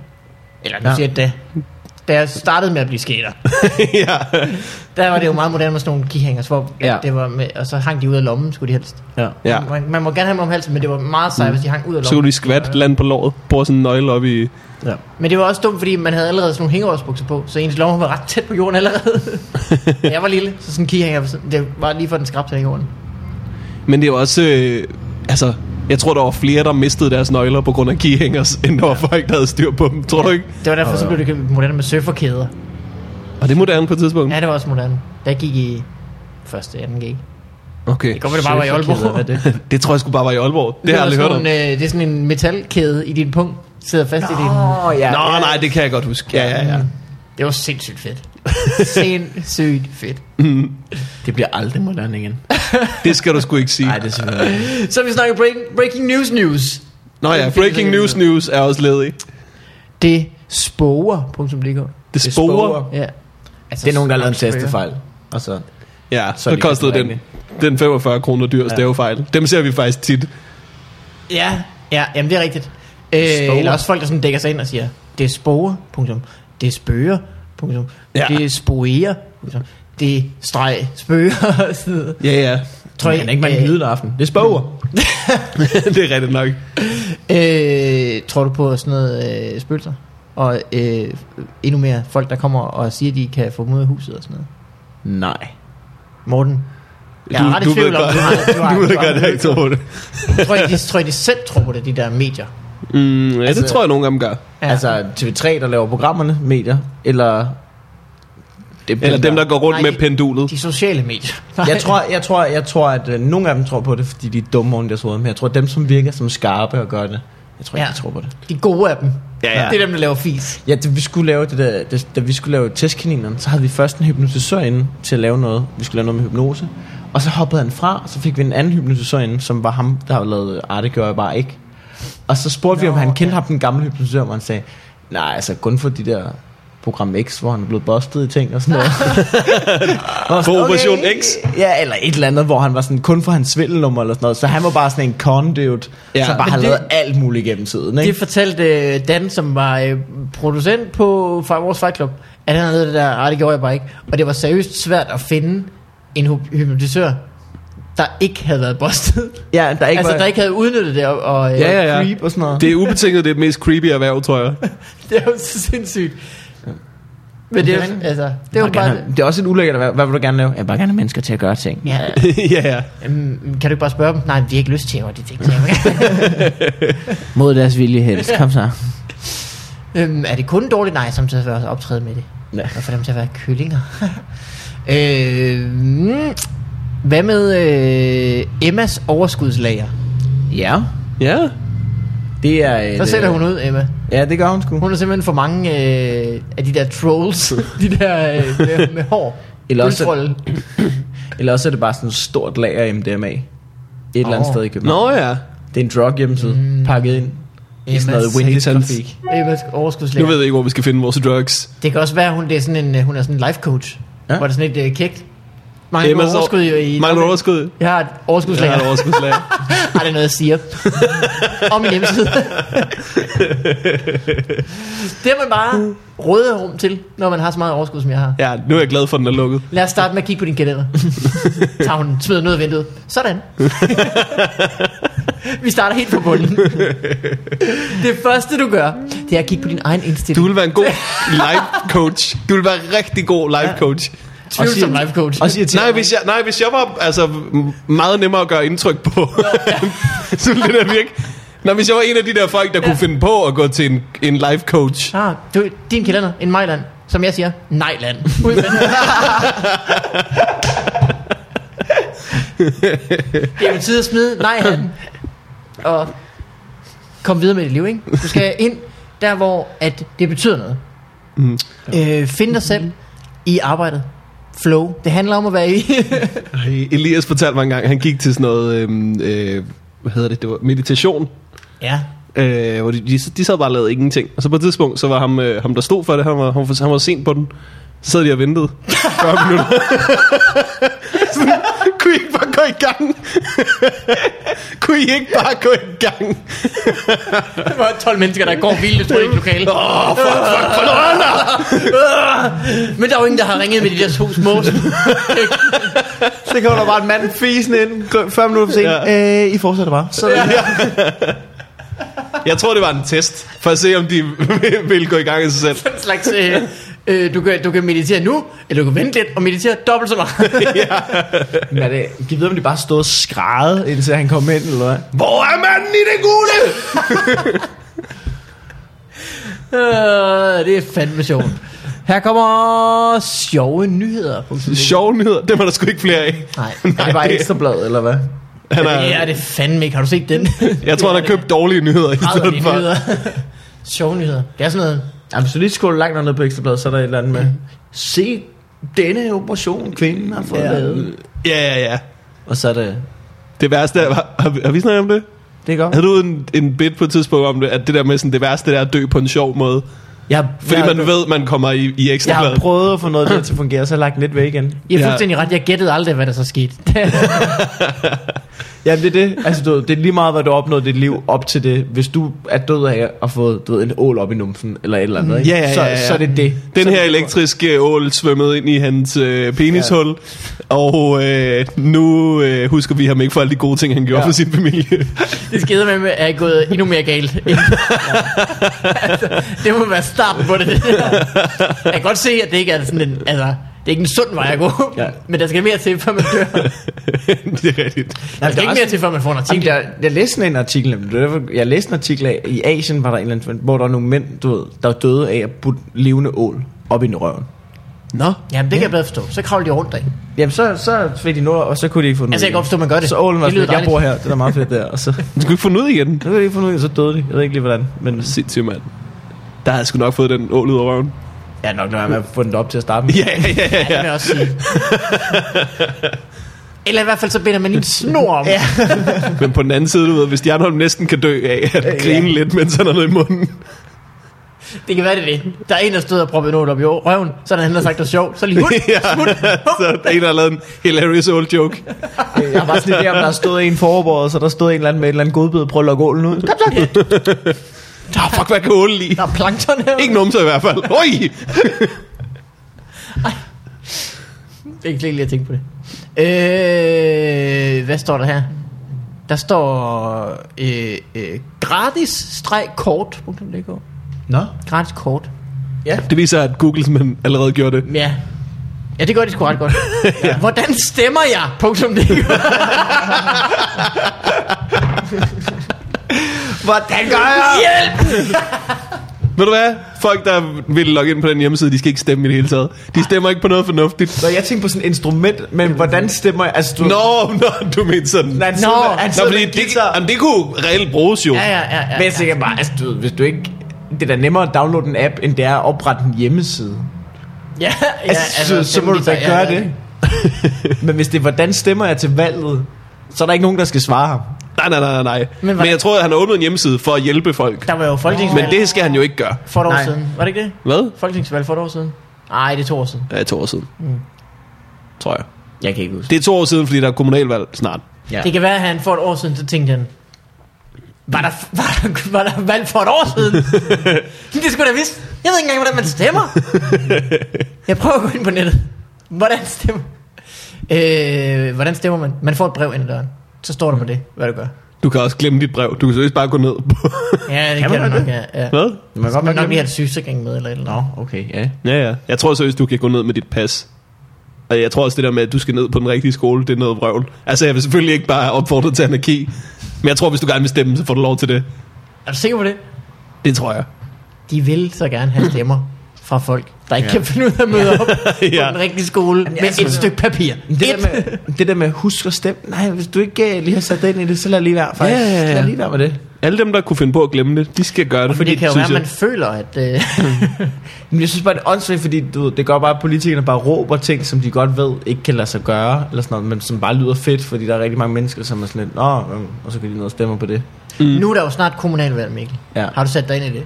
[SPEAKER 1] Eller nu
[SPEAKER 3] Ja.
[SPEAKER 1] siger jeg da. Da jeg startede med at blive skater,
[SPEAKER 2] ja.
[SPEAKER 1] der var det jo meget moderne med sådan nogle keyhangers, hvor ja.
[SPEAKER 3] Ja.
[SPEAKER 1] det var med, og så hang de ud af lommen, skulle de helst.
[SPEAKER 3] Ja.
[SPEAKER 2] ja.
[SPEAKER 1] Man, man må gerne have dem om halsen, men det var meget sejt, hvis de hang ud af
[SPEAKER 2] Så kunne
[SPEAKER 1] lommen.
[SPEAKER 2] de skvat land på låret. Bor sådan en nøgle op i...
[SPEAKER 3] ja.
[SPEAKER 1] Men det var også dumt, fordi man havde allerede sådan nogle hængerårsbukser på, så ens lommer var ret tæt på jorden allerede. Da jeg var lille, så sådan en keyhanger, var sådan- det var lige for den skrabte i jorden.
[SPEAKER 2] Men det er jo også... Øh, altså, jeg tror, der var flere, der mistede deres nøgler på grund af keyhængers, (laughs) end der var folk, der havde styr på dem. Tror du ikke?
[SPEAKER 1] Det var derfor, så blev det moderne med surferkæder.
[SPEAKER 2] Og det er moderne på et tidspunkt.
[SPEAKER 1] Ja, det var også moderne. Da jeg gik i første, anden gik.
[SPEAKER 2] Okay.
[SPEAKER 1] Kommer det bare var i Aalborg?
[SPEAKER 3] Hvad er det?
[SPEAKER 2] (laughs) Det tror jeg sgu bare var i Aalborg. Det har jeg aldrig hørt
[SPEAKER 1] sådan
[SPEAKER 2] om.
[SPEAKER 1] nogle, øh, det er sådan en metalkæde i din pung, sidder fast i din...
[SPEAKER 3] Åh, ja.
[SPEAKER 2] Nå,
[SPEAKER 1] øh,
[SPEAKER 2] nej, det kan jeg godt huske. Ja, ja, ja.
[SPEAKER 1] Det var sindssygt fedt. sindssygt fedt.
[SPEAKER 3] Det bliver aldrig moderne igen.
[SPEAKER 2] Det skal du sgu ikke sige.
[SPEAKER 3] Nej, det er simpelthen...
[SPEAKER 1] Så vi snakker break, breaking news news.
[SPEAKER 2] Nå ja, breaking news news er også ledig.
[SPEAKER 1] Det sporer.dk.
[SPEAKER 2] Det
[SPEAKER 3] Det
[SPEAKER 2] sporer.
[SPEAKER 3] sporer.
[SPEAKER 1] Ja. Altså,
[SPEAKER 3] Det er nogen, der har lavet en
[SPEAKER 1] sporer.
[SPEAKER 3] tastefejl. Og så...
[SPEAKER 2] Ja,
[SPEAKER 3] Så er
[SPEAKER 2] så
[SPEAKER 3] det
[SPEAKER 2] kostede
[SPEAKER 3] ikke
[SPEAKER 2] den, den 45 kroner dyr stavefejl. Dem ser vi faktisk tit.
[SPEAKER 1] Ja, ja, jamen det er rigtigt. Øh,
[SPEAKER 3] Sporer.
[SPEAKER 1] eller også folk, der sådan dækker sig ind og siger, det er sporer. Punktum. Det er spøger. Punktum.
[SPEAKER 2] Ja.
[SPEAKER 1] Det er sporer. Punktum. Det er streg spøger. (laughs) Sådan noget.
[SPEAKER 2] Ja, ja.
[SPEAKER 1] Tror
[SPEAKER 3] Men ikke man
[SPEAKER 1] øh,
[SPEAKER 3] kan nyde aften. Det er spoger.
[SPEAKER 1] Mm.
[SPEAKER 2] (laughs)
[SPEAKER 1] (laughs)
[SPEAKER 2] det er rigtigt nok.
[SPEAKER 1] Øh, tror du på sådan noget øh, spøgelser? Og øh, endnu mere folk, der kommer og siger, at de kan få dem ud af huset og sådan noget.
[SPEAKER 3] Nej.
[SPEAKER 1] Morten, jeg er
[SPEAKER 2] Du-
[SPEAKER 1] ret i
[SPEAKER 2] du
[SPEAKER 1] tvivl
[SPEAKER 2] ved
[SPEAKER 1] om,
[SPEAKER 2] godt-
[SPEAKER 1] du har, du
[SPEAKER 2] (laughs)
[SPEAKER 1] har,
[SPEAKER 2] Du ved
[SPEAKER 1] har-
[SPEAKER 2] godt, jeg ikke tror på det.
[SPEAKER 1] tror, jeg, de, tror jeg, de selv tror på det, de der medier.
[SPEAKER 2] Mm, ja,
[SPEAKER 1] Altså-
[SPEAKER 2] det tror jeg nogle gange gør.
[SPEAKER 1] Ja.
[SPEAKER 3] Altså TV3, der laver programmerne, medier, eller... Det er
[SPEAKER 2] Eller dem, der går rundt
[SPEAKER 1] Nej.
[SPEAKER 2] med pendulet.
[SPEAKER 1] de sociale medier.
[SPEAKER 3] Jeg tror, jeg, tror, jeg tror, at øh, nogle af dem tror på det, fordi de er dumme oven i deres hoved, men jeg tror, at dem, som virker som skarpe og gør det, jeg tror ikke,
[SPEAKER 1] Ja.
[SPEAKER 3] ja. de tror på det.
[SPEAKER 1] (laughs) De gode af dem.
[SPEAKER 2] Ja, ja.
[SPEAKER 1] Det er dem, der laver fis.
[SPEAKER 3] Ja, da vi skulle lave, det der, da, da vi skulle lave testkaninerne, så havde vi først en hypnotisør inde til at lave noget. Vi skulle lave noget med hypnose. Og så hoppede han fra, og så fik vi en anden hypnotisør inde, som var ham, der havde lavet Arte, det gjorde jeg bare ikke. Og så spurgte vi, om
[SPEAKER 1] Nå,
[SPEAKER 3] han kendte ham, den gamle hypnotisør, og han sagde, nej, altså kun for de der program X, hvor han er blevet bustet i ting og sådan noget. Og
[SPEAKER 2] For Operation X?
[SPEAKER 3] Ja, eller et eller andet, hvor han var sådan kun for hans svindelnummer eller sådan noget. Så han var bare sådan en con dude,
[SPEAKER 2] Ja.
[SPEAKER 3] ja, som bare
[SPEAKER 1] Men
[SPEAKER 3] har
[SPEAKER 1] det-
[SPEAKER 3] lavet alt muligt gennem tiden. Ikke?
[SPEAKER 1] Det fortalte øh, Dan, som var øh, producent på fra vores Fight Club, at han havde det der, nej det gjorde jeg bare ikke. Og det var seriøst svært at finde en hy- hypnotisør, der ikke havde været bustet.
[SPEAKER 3] ja, der er ikke
[SPEAKER 1] altså,
[SPEAKER 3] var,
[SPEAKER 1] der ikke havde udnyttet det og, og øh,
[SPEAKER 2] Ja, ja, ja.
[SPEAKER 3] creep og sådan noget.
[SPEAKER 2] Det er ubetinget det mest creepy erhverv, tror jeg.
[SPEAKER 1] (laughs) Det er jo så sindssygt. Men det, er, altså, det er jo
[SPEAKER 3] Jeg vil gerne
[SPEAKER 1] bare...
[SPEAKER 3] have- det er også et ulækkert erhverv. Hvad vil du gerne lave? Jeg vil bare gerne have mennesker til at gøre ting.
[SPEAKER 1] Ja,
[SPEAKER 2] ja, ja.
[SPEAKER 1] øhm, kan du ikke bare spørge dem? Nej, vi har ikke lyst til at gøre de ting.
[SPEAKER 3] Mod deres vilje helst. Kom så.
[SPEAKER 1] øhm, er det kun dårligt? Nej, samtidig vil jeg også optræde med det.
[SPEAKER 3] Ja.
[SPEAKER 1] Og få dem til at være kyllinger. (laughs) øh, mm, hvad med øh, Emmas overskudslager?
[SPEAKER 3] ja.
[SPEAKER 2] Ja.
[SPEAKER 3] Det er et,
[SPEAKER 1] Der sætter
[SPEAKER 3] øh,
[SPEAKER 1] hun ud, Emma.
[SPEAKER 3] Ja, det gør hun sgu.
[SPEAKER 1] Hun er simpelthen for mange øh, af de der
[SPEAKER 3] (laughs)
[SPEAKER 1] trolls, de der øh, med, med hår.
[SPEAKER 3] Eller også-
[SPEAKER 1] Øltrolde.
[SPEAKER 3] Eller også er det bare sådan et stort lager MDMA. Et oh. eller andet
[SPEAKER 1] Åh.
[SPEAKER 3] sted i København.
[SPEAKER 2] Nå ja.
[SPEAKER 3] Det er en drug hjemmeside, mm. pakket ind i sådan noget
[SPEAKER 1] Emmas øh,
[SPEAKER 3] Windows-grafik.
[SPEAKER 2] satans.
[SPEAKER 1] Emmas overskudslæger.
[SPEAKER 2] Nu ved jeg ikke, hvor vi skal finde vores drugs.
[SPEAKER 1] Det kan også være, at hun, det er sådan en, øh, hun er sådan en life coach.
[SPEAKER 3] Ja.
[SPEAKER 1] Ja. Hvor det er sådan lidt øh, kægt. Mange
[SPEAKER 2] Emmas
[SPEAKER 1] Emmas overskud i... i
[SPEAKER 2] Mangler du overskud?
[SPEAKER 1] Jeg har et
[SPEAKER 2] Jeg
[SPEAKER 1] overskudslager.
[SPEAKER 2] har et
[SPEAKER 1] Ja,
[SPEAKER 2] overskudslag.
[SPEAKER 1] har det er noget, jeg siger. Om min hjemmeside. det er man bare røde rum til, når man har så meget overskud, som jeg har.
[SPEAKER 2] Ja, nu er jeg glad for, at den er lukket.
[SPEAKER 1] Lad os starte med at kigge på din kalender. Tager hun, smider den ud af vinduet. Sådan. Vi starter helt på bunden. Det første, du gør, det er at kigge på din egen
[SPEAKER 2] Du
[SPEAKER 1] indstilling.
[SPEAKER 2] vil være en
[SPEAKER 1] (laughs)
[SPEAKER 2] god life coach. Du vil være rigtig god life coach.
[SPEAKER 1] Tvivlsom life coach.
[SPEAKER 3] Også irriterende.
[SPEAKER 2] Nej, hvis jeg, nej, hvis jeg var altså, m- meget nemmere at gøre indtryk på, (laughs) så ville det der virke. Nå, hvis jeg var en af de der folk, der kunne finde på at gå til en, en life coach.
[SPEAKER 1] Ah, du, din kalender, en majland. Som jeg siger, nejland. Ud med
[SPEAKER 2] (laughs)
[SPEAKER 1] den. det er jo tid at smide nejland. Og kom videre med dit liv, ikke? Du skal ind der, hvor at det betyder noget. Mm. Øh, find dig selv i arbejdet. Flow. Det handler om at være i.
[SPEAKER 2] (laughs) Ej, Elias fortalte mig engang, han gik til sådan noget, øhm, øh, hvad hedder det, det var meditation.
[SPEAKER 1] ja.
[SPEAKER 2] Øh, hvor de, de, de sad bare og lavede ingenting. Og så på et tidspunkt, så var ham, øh, ham der stod for det, han var, han var, han var sent på den. Så sad de og ventede 40 minutter. (laughs) Sådan, kunne I ikke bare gå i gang? (laughs) kunne I ikke bare gå i gang?
[SPEAKER 1] Der var 12 mennesker, der går vildt, tror ikke lokale.
[SPEAKER 2] Åh, oh, fuck, fuck, fuck,
[SPEAKER 1] (laughs) Øh. Men der er jo ingen, der har ringet med de der to små.
[SPEAKER 2] (laughs)
[SPEAKER 5] Så kommer der bare en mand fisen ind, gr- 40 minutter for sent. Ja. Øh, I fortsætter bare. Så, ja.
[SPEAKER 2] Jeg tror, det var en test, for at se, om de (laughs) ville gå i gang af sig selv.
[SPEAKER 1] en slags, øh, øh, du, kan, du kan meditere nu, eller du kan vente lidt og meditere dobbelt så meget.
[SPEAKER 3] Men er det, giv videre, om de bare stod og skrædede, indtil han kom ind, eller hvad?
[SPEAKER 2] Hvor er manden i det gule?
[SPEAKER 1] øh, det er fandme sjovt. Her kommer sjove nyheder.
[SPEAKER 2] Sjove nyheder, dem er der sgu ikke flere af.
[SPEAKER 1] Nej,
[SPEAKER 3] Er (laughs) det bare ekstrabladet, eller hvad?
[SPEAKER 2] Han
[SPEAKER 1] det er
[SPEAKER 2] er,
[SPEAKER 1] det fandme ikke. Har du set den?
[SPEAKER 2] jeg tror, han har købt dårlige nyheder i stedet for.
[SPEAKER 1] nyheder. (laughs) sjove nyheder. Det er sådan noget.
[SPEAKER 3] Jamen, hvis du lige scroller langt nok ned på ekstrabladet, så er der et eller andet med. Se denne operation, kvinden har fået
[SPEAKER 1] Ja.
[SPEAKER 3] ja. lavet.
[SPEAKER 2] Ja, ja, ja.
[SPEAKER 3] Og så er det...
[SPEAKER 2] Det værste er, har, har, vi- har vi snakket om det?
[SPEAKER 3] Det er godt.
[SPEAKER 2] Havde du en, en bit på et tidspunkt om det, at det der med sådan, det værste det er at dø på en sjov måde?
[SPEAKER 3] Jeg, har-
[SPEAKER 2] Fordi
[SPEAKER 3] jeg, har-
[SPEAKER 2] man ved, man kommer i, i
[SPEAKER 3] Jeg har
[SPEAKER 2] ekstrabladet.
[SPEAKER 3] prøvet at få noget der til at fungere, så har jeg lagt den lidt væk igen.
[SPEAKER 1] I har
[SPEAKER 2] Ja.
[SPEAKER 1] fuldstændig ret. Jeg gættede aldrig, hvad der så skete. (laughs)
[SPEAKER 3] Jamen det er det. Altså du ved, det er lige meget, hvad du har opnået i dit liv op til det. Hvis du er død af at få du ved, en ål op i numsen, eller et eller andet, ikke?
[SPEAKER 2] Ja, ja,
[SPEAKER 3] så,
[SPEAKER 2] ja, ja.
[SPEAKER 3] så er det det.
[SPEAKER 2] Den her elektriske ål svømmede ind i hans øh, penishul, ja. og øh, nu øh, husker vi ham ikke for alle de gode ting, han gjorde ja.
[SPEAKER 3] Ja.
[SPEAKER 2] for sin
[SPEAKER 3] (laughs)
[SPEAKER 2] familie.
[SPEAKER 1] det skede med, er gået endnu mere galt. end- altså, det må være starten på det. det der. jeg kan godt se, at det ikke er sådan en... Altså, det er ikke en sund vej at gå,
[SPEAKER 3] Ja.
[SPEAKER 1] men der skal mere til, før man dør.
[SPEAKER 2] (laughs) det er rigtigt.
[SPEAKER 1] Der skal
[SPEAKER 3] der er
[SPEAKER 1] ikke mere til, før man får en
[SPEAKER 3] Jamen,
[SPEAKER 1] artikel.
[SPEAKER 3] jeg, jeg læste sådan en artikel, nemlig. Det var derfor- jeg læste en artikel af, i Asien var der en eller anden, hvor der var nogle mænd, du ved, der var døde af at putte levende ål op i røven.
[SPEAKER 2] Nå.
[SPEAKER 1] Jamen, det kan jeg bedre forstå. Så kravler de rundt deri.
[SPEAKER 3] Jamen så, så fik de noget, og så kunne de ikke få noget.
[SPEAKER 1] Altså, jeg kan godt forstå, man gør det.
[SPEAKER 3] Så ålen var
[SPEAKER 1] Det
[SPEAKER 3] sådan,
[SPEAKER 1] lyder
[SPEAKER 3] lidt, jeg
[SPEAKER 1] dejligt.
[SPEAKER 3] bor her, det er da meget fedt der. Og så,
[SPEAKER 2] Du skulle ikke få den ud igen.
[SPEAKER 3] så kunne de ikke få noget, og så døde de. Jeg ved ikke lige hvordan, men
[SPEAKER 2] Sindssygt, mand. Der havde jeg sgu nok fået den ål ud af røven. (laughs)
[SPEAKER 3] ja, nok når man får den op til at starte med.
[SPEAKER 2] Ja, ja, ja.
[SPEAKER 1] Ja, det vil jeg også sige. Eller i hvert fald, så binder man lige en snor om. Ja.
[SPEAKER 2] Men på den anden side, du ved, hvis Stjernholm næsten kan dø af at grine lidt, mens han har noget i munden.
[SPEAKER 1] Det kan være, det er det. Der er en, der stod og proppede noget op i å- røven, så er der en, der har sagt noget sjovt. Så lige hut,
[SPEAKER 2] (laughs) (laughs) ja.
[SPEAKER 1] smut,
[SPEAKER 2] Så er der en, der har lavet en hilarious old joke.
[SPEAKER 3] Jeg har bare sådan en idé om, der stod en forberedt, så der stod en eller anden med en eller anden godbid, prøv at lukke ålen ud.
[SPEAKER 2] Ah, fuck, hvad kan ålen lide?
[SPEAKER 1] der er plankton her.
[SPEAKER 2] Ikke numser i hvert fald. Oj!
[SPEAKER 1] Det er ikke lige at tænke på det. Øh, hvad står der her? Der står øh, øh, gratis-kort.dk
[SPEAKER 3] Nå?
[SPEAKER 1] Gratis kort.
[SPEAKER 2] Det viser, at Google simpelthen allerede gjorde det.
[SPEAKER 1] Ja. Ja, det gør de sgu
[SPEAKER 3] (laughs)
[SPEAKER 1] ret godt. ja. Hvordan stemmer jeg? Punktum (laughs) det.
[SPEAKER 3] Hvordan gør jeg?
[SPEAKER 1] Hjælp!
[SPEAKER 2] Ved du hvad? Folk, der vil logge ind på den hjemmeside, de skal ikke stemme i det hele taget. De stemmer ikke på noget fornuftigt.
[SPEAKER 3] Så jeg tænkte på sådan et instrument, men hvordan stemmer jeg? Altså, du,
[SPEAKER 2] Nå, nå, du mener sådan.
[SPEAKER 3] Nej,
[SPEAKER 2] Nej,
[SPEAKER 3] han sidder,
[SPEAKER 1] Nå.
[SPEAKER 3] med- han
[SPEAKER 2] Nå
[SPEAKER 3] sidder
[SPEAKER 2] fordi
[SPEAKER 3] med en
[SPEAKER 2] det,
[SPEAKER 3] guitar.
[SPEAKER 2] jamen, det kunne reelt bruges jo.
[SPEAKER 1] Ja, ja, ja. ja,
[SPEAKER 3] Men jeg
[SPEAKER 1] ja.
[SPEAKER 3] tænker bare, altså, du, ved, hvis du ikke... Det er da nemmere at downloade en app, end det er at oprette en hjemmeside.
[SPEAKER 1] ja, ja
[SPEAKER 3] Altså, ja, altså, så, så må du da
[SPEAKER 1] stemmeviser,
[SPEAKER 3] gøre
[SPEAKER 1] ja, ja.
[SPEAKER 2] (laughs)
[SPEAKER 3] det. Men hvis det er, hvordan stemmer jeg til valget, så er der ikke nogen, der skal svare ham.
[SPEAKER 2] Nej, nej, nej, nej. Men,
[SPEAKER 1] Men hvad-
[SPEAKER 2] Men jeg tror, at han har åbnet en hjemmeside for at hjælpe folk.
[SPEAKER 1] Der var jo folketingsvalg
[SPEAKER 2] Men det skal han jo ikke gøre.
[SPEAKER 1] for et år
[SPEAKER 5] Nej.
[SPEAKER 1] siden. Var det ikke det?
[SPEAKER 2] Hvad?
[SPEAKER 1] Folketingsvalg for et år siden? Nej, det er to år siden.
[SPEAKER 2] Ja, to år siden. Mm. Tror jeg.
[SPEAKER 1] Jeg kan ikke huske.
[SPEAKER 2] Det er to år siden, fordi der er kommunalvalg snart.
[SPEAKER 1] Ja. Det kan være, at han for et år siden, så tænkte han, var der, var, der, var der valg for et år siden? det skulle jeg da vidste. Jeg ved ikke engang, hvordan man stemmer. jeg prøver at gå ind på nettet. Hvordan stemmer? Øh, hvordan stemmer man? Man får et brev ind ad døren. Så står der på det, hvad du gør.
[SPEAKER 2] Du kan også glemme dit brev. Du kan seriøst bare gå ned på...
[SPEAKER 1] Ja, det
[SPEAKER 3] Kan
[SPEAKER 1] kan,
[SPEAKER 3] man
[SPEAKER 1] kan
[SPEAKER 3] godt
[SPEAKER 1] du nok. Ja, ja.
[SPEAKER 2] (laughs) Hvad?
[SPEAKER 3] Det må
[SPEAKER 1] Så kan man nok lige have et sygesikring med eller et eller andet.
[SPEAKER 3] Nå, okay, ja.
[SPEAKER 2] Ja, ja. Jeg tror seriøst, du kan gå ned med dit pas. Og jeg tror også, det der med, at du skal ned på den rigtige skole, det er noget vrøvl. Altså, jeg vil selvfølgelig ikke bare opfordre til anarki. Men jeg tror, hvis du gerne vil stemme, så får du lov til det.
[SPEAKER 1] Er du sikker på det?
[SPEAKER 2] Det tror jeg.
[SPEAKER 1] De vil så gerne have stemmer fra folk, der ikke ja. kan finde ud af at møde op ja.
[SPEAKER 2] Ja.
[SPEAKER 1] på den rigtige skole med
[SPEAKER 3] altså-
[SPEAKER 1] et stykke papir.
[SPEAKER 3] Det der,
[SPEAKER 1] Et.
[SPEAKER 3] med, det der med husk og stem. Nej, hvis du ikke øh, lige har sat dig ind i det, så lad lige være, faktisk.
[SPEAKER 2] Ja, ja, ja.
[SPEAKER 3] Lad lige være med det.
[SPEAKER 2] Alle dem, der kunne finde på at glemme det, de skal gøre det.
[SPEAKER 1] Fordi det kan jo
[SPEAKER 2] synes
[SPEAKER 1] være, at man
[SPEAKER 2] jeg-
[SPEAKER 1] føler, at... Øh,
[SPEAKER 3] Men jeg synes bare, det er åndssvagt, fordi du ved, det gør bare, at politikerne bare råber ting, som de godt ved ikke kan lade sig gøre, eller sådan noget, men som bare lyder fedt, fordi der er rigtig mange mennesker, som er sådan lidt, Nå, øhm," og så kan de ned og stemme på det.
[SPEAKER 1] mm. Nu er der jo snart kommunalvalg, Mikkel.
[SPEAKER 3] Ja.
[SPEAKER 1] Har du sat dig ind i det?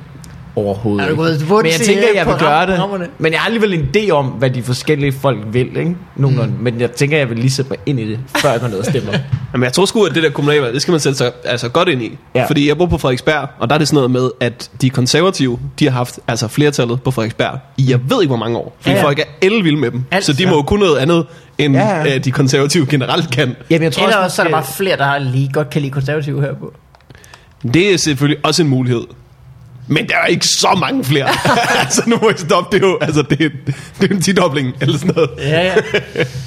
[SPEAKER 3] Overhovedet
[SPEAKER 1] Er du
[SPEAKER 3] ikke.
[SPEAKER 1] gået til bunds
[SPEAKER 3] Men jeg
[SPEAKER 1] i,
[SPEAKER 3] tænker,
[SPEAKER 1] øh,
[SPEAKER 3] at jeg vil gøre
[SPEAKER 1] program-
[SPEAKER 3] det.
[SPEAKER 1] programmerne?
[SPEAKER 3] Men jeg har alligevel en idé om, hvad de forskellige folk vil, ikke? Nogenlunde. Mm. Men jeg tænker, at jeg vil lige sætte mig ind i det, før jeg går ned og
[SPEAKER 1] (laughs)
[SPEAKER 3] stemmer.
[SPEAKER 2] Jamen, jeg tror sgu, at det der kommunalvalg, det skal man sætte sig altså, godt ind i.
[SPEAKER 3] Ja.
[SPEAKER 2] Ja. Fordi jeg bor på Frederiksberg, og der er det sådan noget med, at de konservative, de har haft altså, flertallet på Frederiksberg i jeg ved ikke hvor mange år. Fordi
[SPEAKER 1] Ja,
[SPEAKER 2] ja,
[SPEAKER 1] ja.
[SPEAKER 2] ja. folk er elvilde med dem.
[SPEAKER 1] Alt,
[SPEAKER 2] Alt, så de
[SPEAKER 1] ja.
[SPEAKER 2] må jo kunne noget andet, end
[SPEAKER 3] Ja,
[SPEAKER 2] ja,
[SPEAKER 3] ja.
[SPEAKER 2] ja. Øh, de konservative generelt kan.
[SPEAKER 3] Jamen, jeg tror
[SPEAKER 1] Eller
[SPEAKER 3] også,
[SPEAKER 1] også så er der
[SPEAKER 3] måske-
[SPEAKER 1] bare flere, der har lige godt kan lide konservative her på.
[SPEAKER 2] Det er selvfølgelig også en mulighed. Men der er ikke så mange
[SPEAKER 1] (laughs)
[SPEAKER 2] flere. altså, nu må jeg stoppe. Det er jo altså, det er, det er en tidobling eller sådan noget.
[SPEAKER 1] Ja, ja.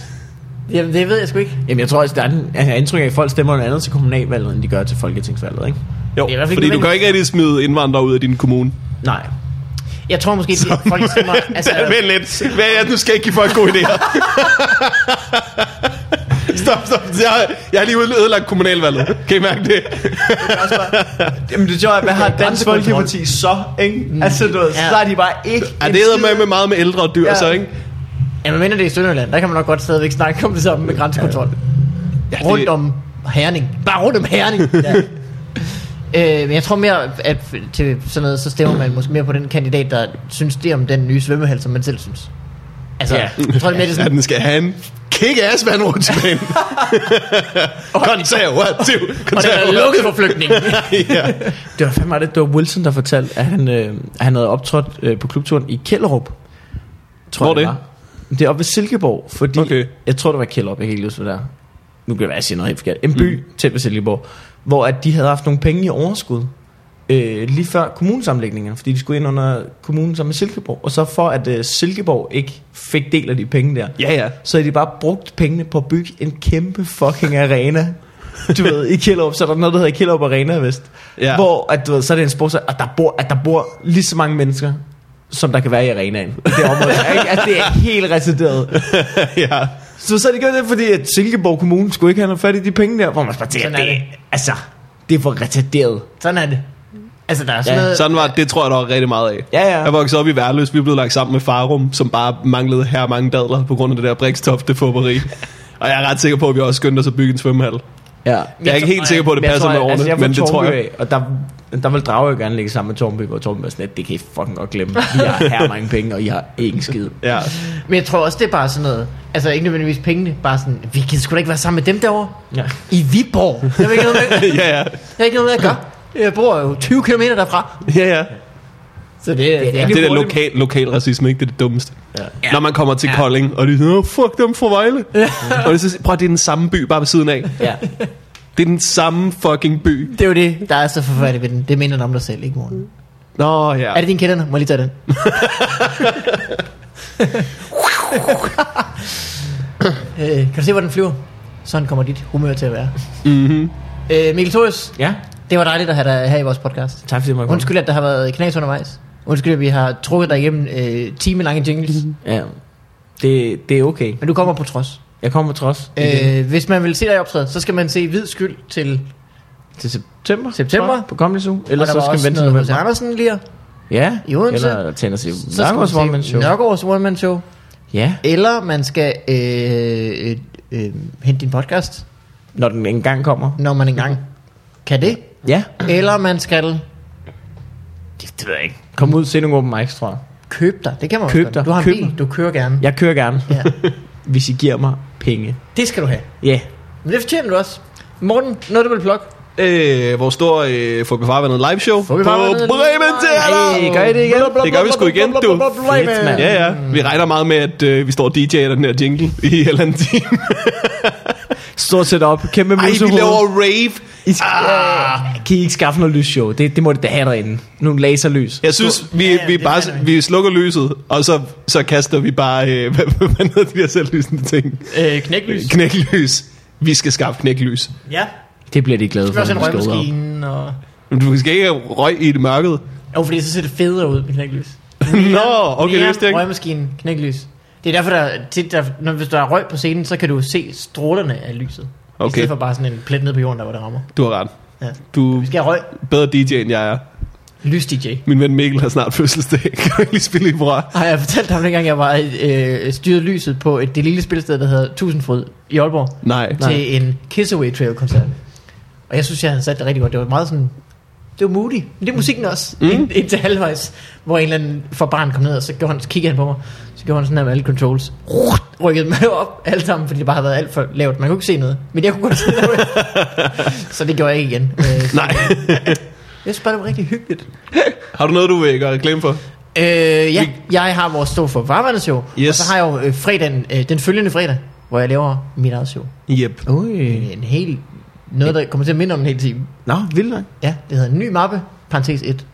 [SPEAKER 1] (laughs) Jamen, det ved jeg sgu ikke.
[SPEAKER 3] Jamen, jeg tror også, der er en, jeg har indtryk af, at folk stemmer noget andet til kommunalvalget, end de gør til folketingsvalget, ikke?
[SPEAKER 2] Jo,
[SPEAKER 1] Det er i hvert fald ikke
[SPEAKER 2] fordi du
[SPEAKER 1] nødvendigt.
[SPEAKER 2] kan ikke rigtig smide indvandrere ud af din kommune.
[SPEAKER 3] Nej.
[SPEAKER 1] Jeg tror måske, at folk stemmer...
[SPEAKER 3] (laughs)
[SPEAKER 1] Altså,
[SPEAKER 2] Vent lidt. Hvad er det? Nu skal jeg ikke give folk gode idéer. stop, stop. Jeg, jeg har lige ødelagt kommunalvalget. Kan I mærke det?
[SPEAKER 3] Jamen, det tror jeg, hvad har Dansk
[SPEAKER 1] Grænsekontrol.
[SPEAKER 3] Folkeparti så, ikke? Mm. Altså, du, ved, så
[SPEAKER 1] Ja.
[SPEAKER 3] er de bare ikke...
[SPEAKER 2] Er
[SPEAKER 3] en
[SPEAKER 2] det
[SPEAKER 3] skid-
[SPEAKER 2] med, med meget med ældre og dyr,
[SPEAKER 3] Ja.
[SPEAKER 2] ja. så ikke?
[SPEAKER 1] jamen, mindre det er i Sønderjylland, der kan man nok godt stadigvæk snakke om det sammen med grænsekontrol.
[SPEAKER 2] Ja,
[SPEAKER 1] Ja, rundt om Herning. Bare rundt om Herning.
[SPEAKER 3] (laughs)
[SPEAKER 1] ja. øh, men jeg tror mere, at til sådan noget, så stemmer man måske mere på den kandidat, der synes det om den nye svømmehal, som man selv synes. Altså,
[SPEAKER 3] Ja.
[SPEAKER 1] ja. jeg tror, det er mere det er
[SPEAKER 2] Ja,
[SPEAKER 1] sådan,
[SPEAKER 2] den skal have en kick-ass
[SPEAKER 3] (laughs)
[SPEAKER 2] vandrutsbane. Konservativ.
[SPEAKER 1] og det er lukket for
[SPEAKER 3] (laughs)
[SPEAKER 1] flygtninge.
[SPEAKER 2] (laughs) ja.
[SPEAKER 3] Det var fandme det, det var Wilson, der fortalte, at han, øh, at han havde optrådt øh, på klubturen i Kjellerup. Tror
[SPEAKER 2] Hvor
[SPEAKER 3] jeg,
[SPEAKER 2] det?
[SPEAKER 3] var. Det er oppe ved Silkeborg, fordi okay.
[SPEAKER 2] Okay.
[SPEAKER 3] jeg tror, det var Kjellerup, jeg kan ikke huske, hvad det er. Nu kan jeg være, jeg siger noget helt forkert. En by mm. tæt ved Silkeborg, hvor at de havde haft nogle penge i overskud. Øh, lige før kommunesamlægningen, fordi de skulle ind under kommunen sammen med Silkeborg. Og så for at øh, Silkeborg ikke fik del af de penge der,
[SPEAKER 2] ja, ja.
[SPEAKER 3] så har de bare brugt pengene på at bygge en kæmpe fucking arena. Du ved, i Kjellup, så er der noget, der hedder Kjellup Arena, vist. Ja.
[SPEAKER 2] Ja.
[SPEAKER 3] Hvor, at, du ved, så er det en sport, at der, bor, at der bor lige så mange mennesker, som der kan være i arenaen. I Det område, ikke? Altså, det er helt retarderet.
[SPEAKER 2] ja.
[SPEAKER 3] Så, så er det gjort det, fordi at Silkeborg Kommune skulle ikke have noget fat i de penge der, hvor man bare tænker,
[SPEAKER 1] Sådan er
[SPEAKER 3] det, altså, det er for retarderet.
[SPEAKER 1] Sådan er det. Altså, der er sådan
[SPEAKER 3] Ja,
[SPEAKER 1] ja, noget...
[SPEAKER 2] Sådan var det, tror jeg, der var rigtig meget af.
[SPEAKER 3] Ja, ja.
[SPEAKER 2] Jeg voksede op i Værløs, vi blev lagt sammen med Farum, som bare manglede her mange dadler på grund af det der brikstofte fubberi. og jeg er ret sikker på, at vi også skyndte os at bygge en svømmehal.
[SPEAKER 3] (laughs) Ja.
[SPEAKER 2] Jeg er ikke helt sikker på, at det passer med årene,
[SPEAKER 3] jeg
[SPEAKER 2] men det tror jeg.
[SPEAKER 3] og der, der vil Drage jo gerne ligge sammen med Tornby, hvor Tornby var sådan, at det kan I fucking godt glemme. Vi har her mange penge, og I har ikke en skid.
[SPEAKER 2] Ja. (laughs)
[SPEAKER 1] Men jeg tror også, det er bare sådan noget... Altså, ikke nødvendigvis pengene. Bare sådan, vi kan sgu da ikke være sammen med dem derovre.
[SPEAKER 3] Ja.
[SPEAKER 1] I Viborg. Jeg har ikke noget med, jeg
[SPEAKER 2] ja, ja.
[SPEAKER 1] har ikke noget med at gøre. Jeg bor jo 20 km derfra.
[SPEAKER 2] Ja, ja.
[SPEAKER 1] Så det, det, er,
[SPEAKER 2] Det,
[SPEAKER 1] det,
[SPEAKER 2] det
[SPEAKER 1] det
[SPEAKER 2] der lokal, lokal racisme, ikke? Det er det dummeste.
[SPEAKER 1] Ja.
[SPEAKER 2] Ja. Når man kommer til
[SPEAKER 1] Ja.
[SPEAKER 2] ja. Kolding, og de siger, "Åh, fuck dem fra Vejle. Ja. Og det, så, prøv at det er den samme by, bare ved siden af.
[SPEAKER 3] Ja.
[SPEAKER 2] Det er den samme fucking by.
[SPEAKER 1] det er jo det, der er så forfærdeligt ved den. Det minder den om dig selv, ikke morgen?
[SPEAKER 2] Nå, ja.
[SPEAKER 1] Er det din kælderne? Må jeg lige tage den? øh, kan du se, hvor den flyver? Sådan kommer dit humør til at være. Mm-hmm. Øh, Mikkel Thorius,
[SPEAKER 3] ja.
[SPEAKER 1] det var dejligt at have dig her i vores podcast.
[SPEAKER 3] Tak fordi du måtte komme.
[SPEAKER 1] Undskyld, at der har været knas undervejs. Undskyld, at vi har trukket dig igennem øh, time lange jingles,
[SPEAKER 3] Ja. Det, det er okay.
[SPEAKER 1] men du kommer på trods.
[SPEAKER 3] Jeg kommer trods øh,
[SPEAKER 1] Øh, hvis man vil se dig i optræde, så skal man se Hvid Skyld til,
[SPEAKER 3] til september.
[SPEAKER 1] September.
[SPEAKER 3] tror jeg, På Comedy Zoo.
[SPEAKER 1] og
[SPEAKER 3] Ellers
[SPEAKER 1] der
[SPEAKER 3] så
[SPEAKER 1] var
[SPEAKER 3] skal vi
[SPEAKER 1] også
[SPEAKER 3] vente til
[SPEAKER 1] noget Hos
[SPEAKER 3] november.
[SPEAKER 1] Andersen lige,
[SPEAKER 3] Ja.
[SPEAKER 1] i Odense.
[SPEAKER 3] Eller tænder sig.
[SPEAKER 1] så skal man se
[SPEAKER 3] Nørgaards Show.
[SPEAKER 1] Nørgaards One Man Show.
[SPEAKER 3] Ja.
[SPEAKER 1] Eller man skal øh, øh, øh, hente din podcast,
[SPEAKER 3] Når den engang kommer.
[SPEAKER 1] når man engang kan det.
[SPEAKER 3] Ja.
[SPEAKER 1] Eller man skal
[SPEAKER 3] Det, det ved jeg ikke. Kom ud, se nogle open mics, tror jeg.
[SPEAKER 1] købe dig. Det kan man også
[SPEAKER 3] Køb
[SPEAKER 1] godt.
[SPEAKER 3] dig.
[SPEAKER 1] Du har en
[SPEAKER 3] Køb
[SPEAKER 1] bil,
[SPEAKER 3] dig.
[SPEAKER 1] du kører gerne.
[SPEAKER 3] Jeg kører gerne,
[SPEAKER 1] Ja.
[SPEAKER 3] hvis I giver mig penge.
[SPEAKER 1] Det skal du have.
[SPEAKER 3] Ja. Yeah.
[SPEAKER 1] Men det fortjener du også. Morten, noget du vil plukke?
[SPEAKER 2] Øh, vores store øh, Fugt Befarvandet live show på
[SPEAKER 1] Fugt Befarvandet
[SPEAKER 2] Bremen Teater.
[SPEAKER 3] Hey, gør I det igen?
[SPEAKER 2] Det gør vi sgu igen, du.
[SPEAKER 3] Fedt, mand.
[SPEAKER 2] Ja, ja. Vi regner meget med, at øh, vi står og DJ'er den her jingle (laughs) i en eller anden time.
[SPEAKER 3] Stort set op. Kæmpe
[SPEAKER 2] Ej, vi
[SPEAKER 3] musehoved.
[SPEAKER 2] laver rave.
[SPEAKER 3] I skal, ah. Kan I ikke skaffe noget lysshow? Det, det må det da have derinde. Nogle laserlys.
[SPEAKER 2] Jeg synes, vi,
[SPEAKER 1] ja,
[SPEAKER 2] vi,
[SPEAKER 1] det
[SPEAKER 2] bare,
[SPEAKER 1] finder vi.
[SPEAKER 2] vi slukker lyset, og så, så kaster vi bare, øh, (laughs) hvad, hvad hvad hedder de der selvlysende ting?
[SPEAKER 1] Øh, knæklys.
[SPEAKER 2] Knæklys. Vi skal skaffe knæklys.
[SPEAKER 1] Ja.
[SPEAKER 3] Det bliver de glade
[SPEAKER 1] Vi har
[SPEAKER 3] for.
[SPEAKER 1] også
[SPEAKER 3] når
[SPEAKER 1] en
[SPEAKER 3] de skal ud af.
[SPEAKER 1] røgmaskine og...
[SPEAKER 2] Men du skal ikke have røg i det mørket.
[SPEAKER 1] Jo, fordi så ser det federe ud med knæklys.
[SPEAKER 2] (laughs) Nå, okay, det
[SPEAKER 1] Mere
[SPEAKER 2] vidste jeg ikke.
[SPEAKER 1] Røgmaskinen, knæklys. Det er derfor, der, er tit, der når, hvis der er røg på scenen, så kan du se strålerne af lyset. Okay. I
[SPEAKER 2] Okay.
[SPEAKER 1] stedet for bare sådan en plet ned på jorden, der hvor det rammer.
[SPEAKER 2] Du har ret.
[SPEAKER 1] Ja.
[SPEAKER 2] Du er
[SPEAKER 1] Vi skal have røg.
[SPEAKER 2] bedre DJ, end jeg er.
[SPEAKER 1] Lys DJ.
[SPEAKER 2] Min ven Mikkel har snart fødselsdag. (laughs) Kan du ikke lige spille i brød?
[SPEAKER 1] Har jeg fortalt dig om dengang, jeg var øh, styret lyset på et, det lille spilsted, der hedder Tusindfryd i Aalborg,
[SPEAKER 2] Nej.
[SPEAKER 1] Nej. til en Kiss Away Trail koncert. Og jeg synes, jeg havde sat det rigtig godt. Det var meget sådan, det var moody. Men det er musikken også, mm. ind, indtil halvvejs, hvor en eller anden for barn kom ned, og så gjorde han, så kiggede han på mig, så gjorde han sådan her med alle controls. Rykkede mig (laughs) op, alt sammen, fordi det bare havde været alt for lavt. Man kunne ikke se noget, men jeg kunne godt se (laughs) noget. så det gjorde jeg ikke igen. Øh, så
[SPEAKER 2] Nej. (laughs)
[SPEAKER 1] jeg synes bare, det var rigtig hyggeligt.
[SPEAKER 2] Har du noget, du vil gøre reklame for?
[SPEAKER 1] Øh, ja, jeg har vores stå for varvandet show, yes. og
[SPEAKER 2] Yes.
[SPEAKER 1] så har jeg jo øh, fredagen, øh, den følgende fredag, hvor jeg laver mit eget show.
[SPEAKER 2] Yep.
[SPEAKER 3] Ui.
[SPEAKER 1] En hel, noget der kommer til at minde om en hel time.
[SPEAKER 3] Nå, vildt nok.
[SPEAKER 1] Ja, det hedder en ny mappe, parentes 1.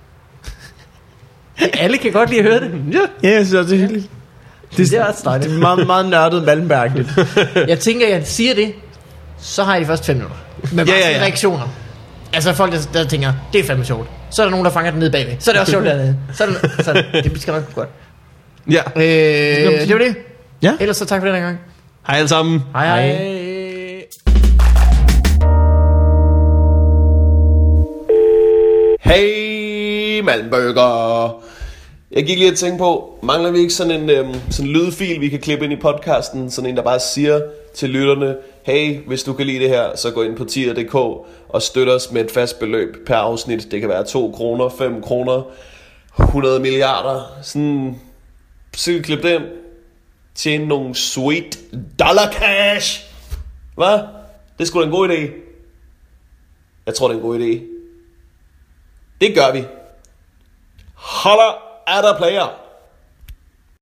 [SPEAKER 1] (laughs) Alle kan godt lide at høre det.
[SPEAKER 2] Ja.
[SPEAKER 3] Ja, jeg synes også, det er hyggeligt.
[SPEAKER 1] Det er også dejligt.
[SPEAKER 3] Det er meget, meget nørdet malmbergligt.
[SPEAKER 1] (laughs) Jeg tænker, jeg siger det, så har jeg de første fem minutter. Med bare
[SPEAKER 2] Ja, ja,
[SPEAKER 1] ja, ja,
[SPEAKER 2] ja.
[SPEAKER 1] reaktioner. Altså folk, der, der tænker, det er fandme sjovt. Så er der nogen, der fanger den ned bagved. Så er det også sjovt dernede. Så, er der, så det skal nok gå godt.
[SPEAKER 2] Ja.
[SPEAKER 1] Øh, det var det.
[SPEAKER 3] Ja.
[SPEAKER 1] Ellers så tak for den her gang.
[SPEAKER 2] Hej alle sammen.
[SPEAKER 1] Hej hej. Øh, hej.
[SPEAKER 2] Hey, Malmbøger. Jeg gik lige og tænkte på, mangler vi ikke sådan en øhm, sådan en lydfil, vi kan klippe ind i podcasten? Sådan en, der bare siger til lytterne, hey, hvis du kan lide det her, så gå ind på tier.dk og støt os med et fast beløb per afsnit. Det kan være 2 kroner, 5 kroner, 100 milliarder. Sådan, så kan vi klippe det ind. Tjene nogle sweet dollar cash. Hvad? Det er sgu da en god idé. Jeg tror, det er en god idé. Det gør vi. Holder er der player.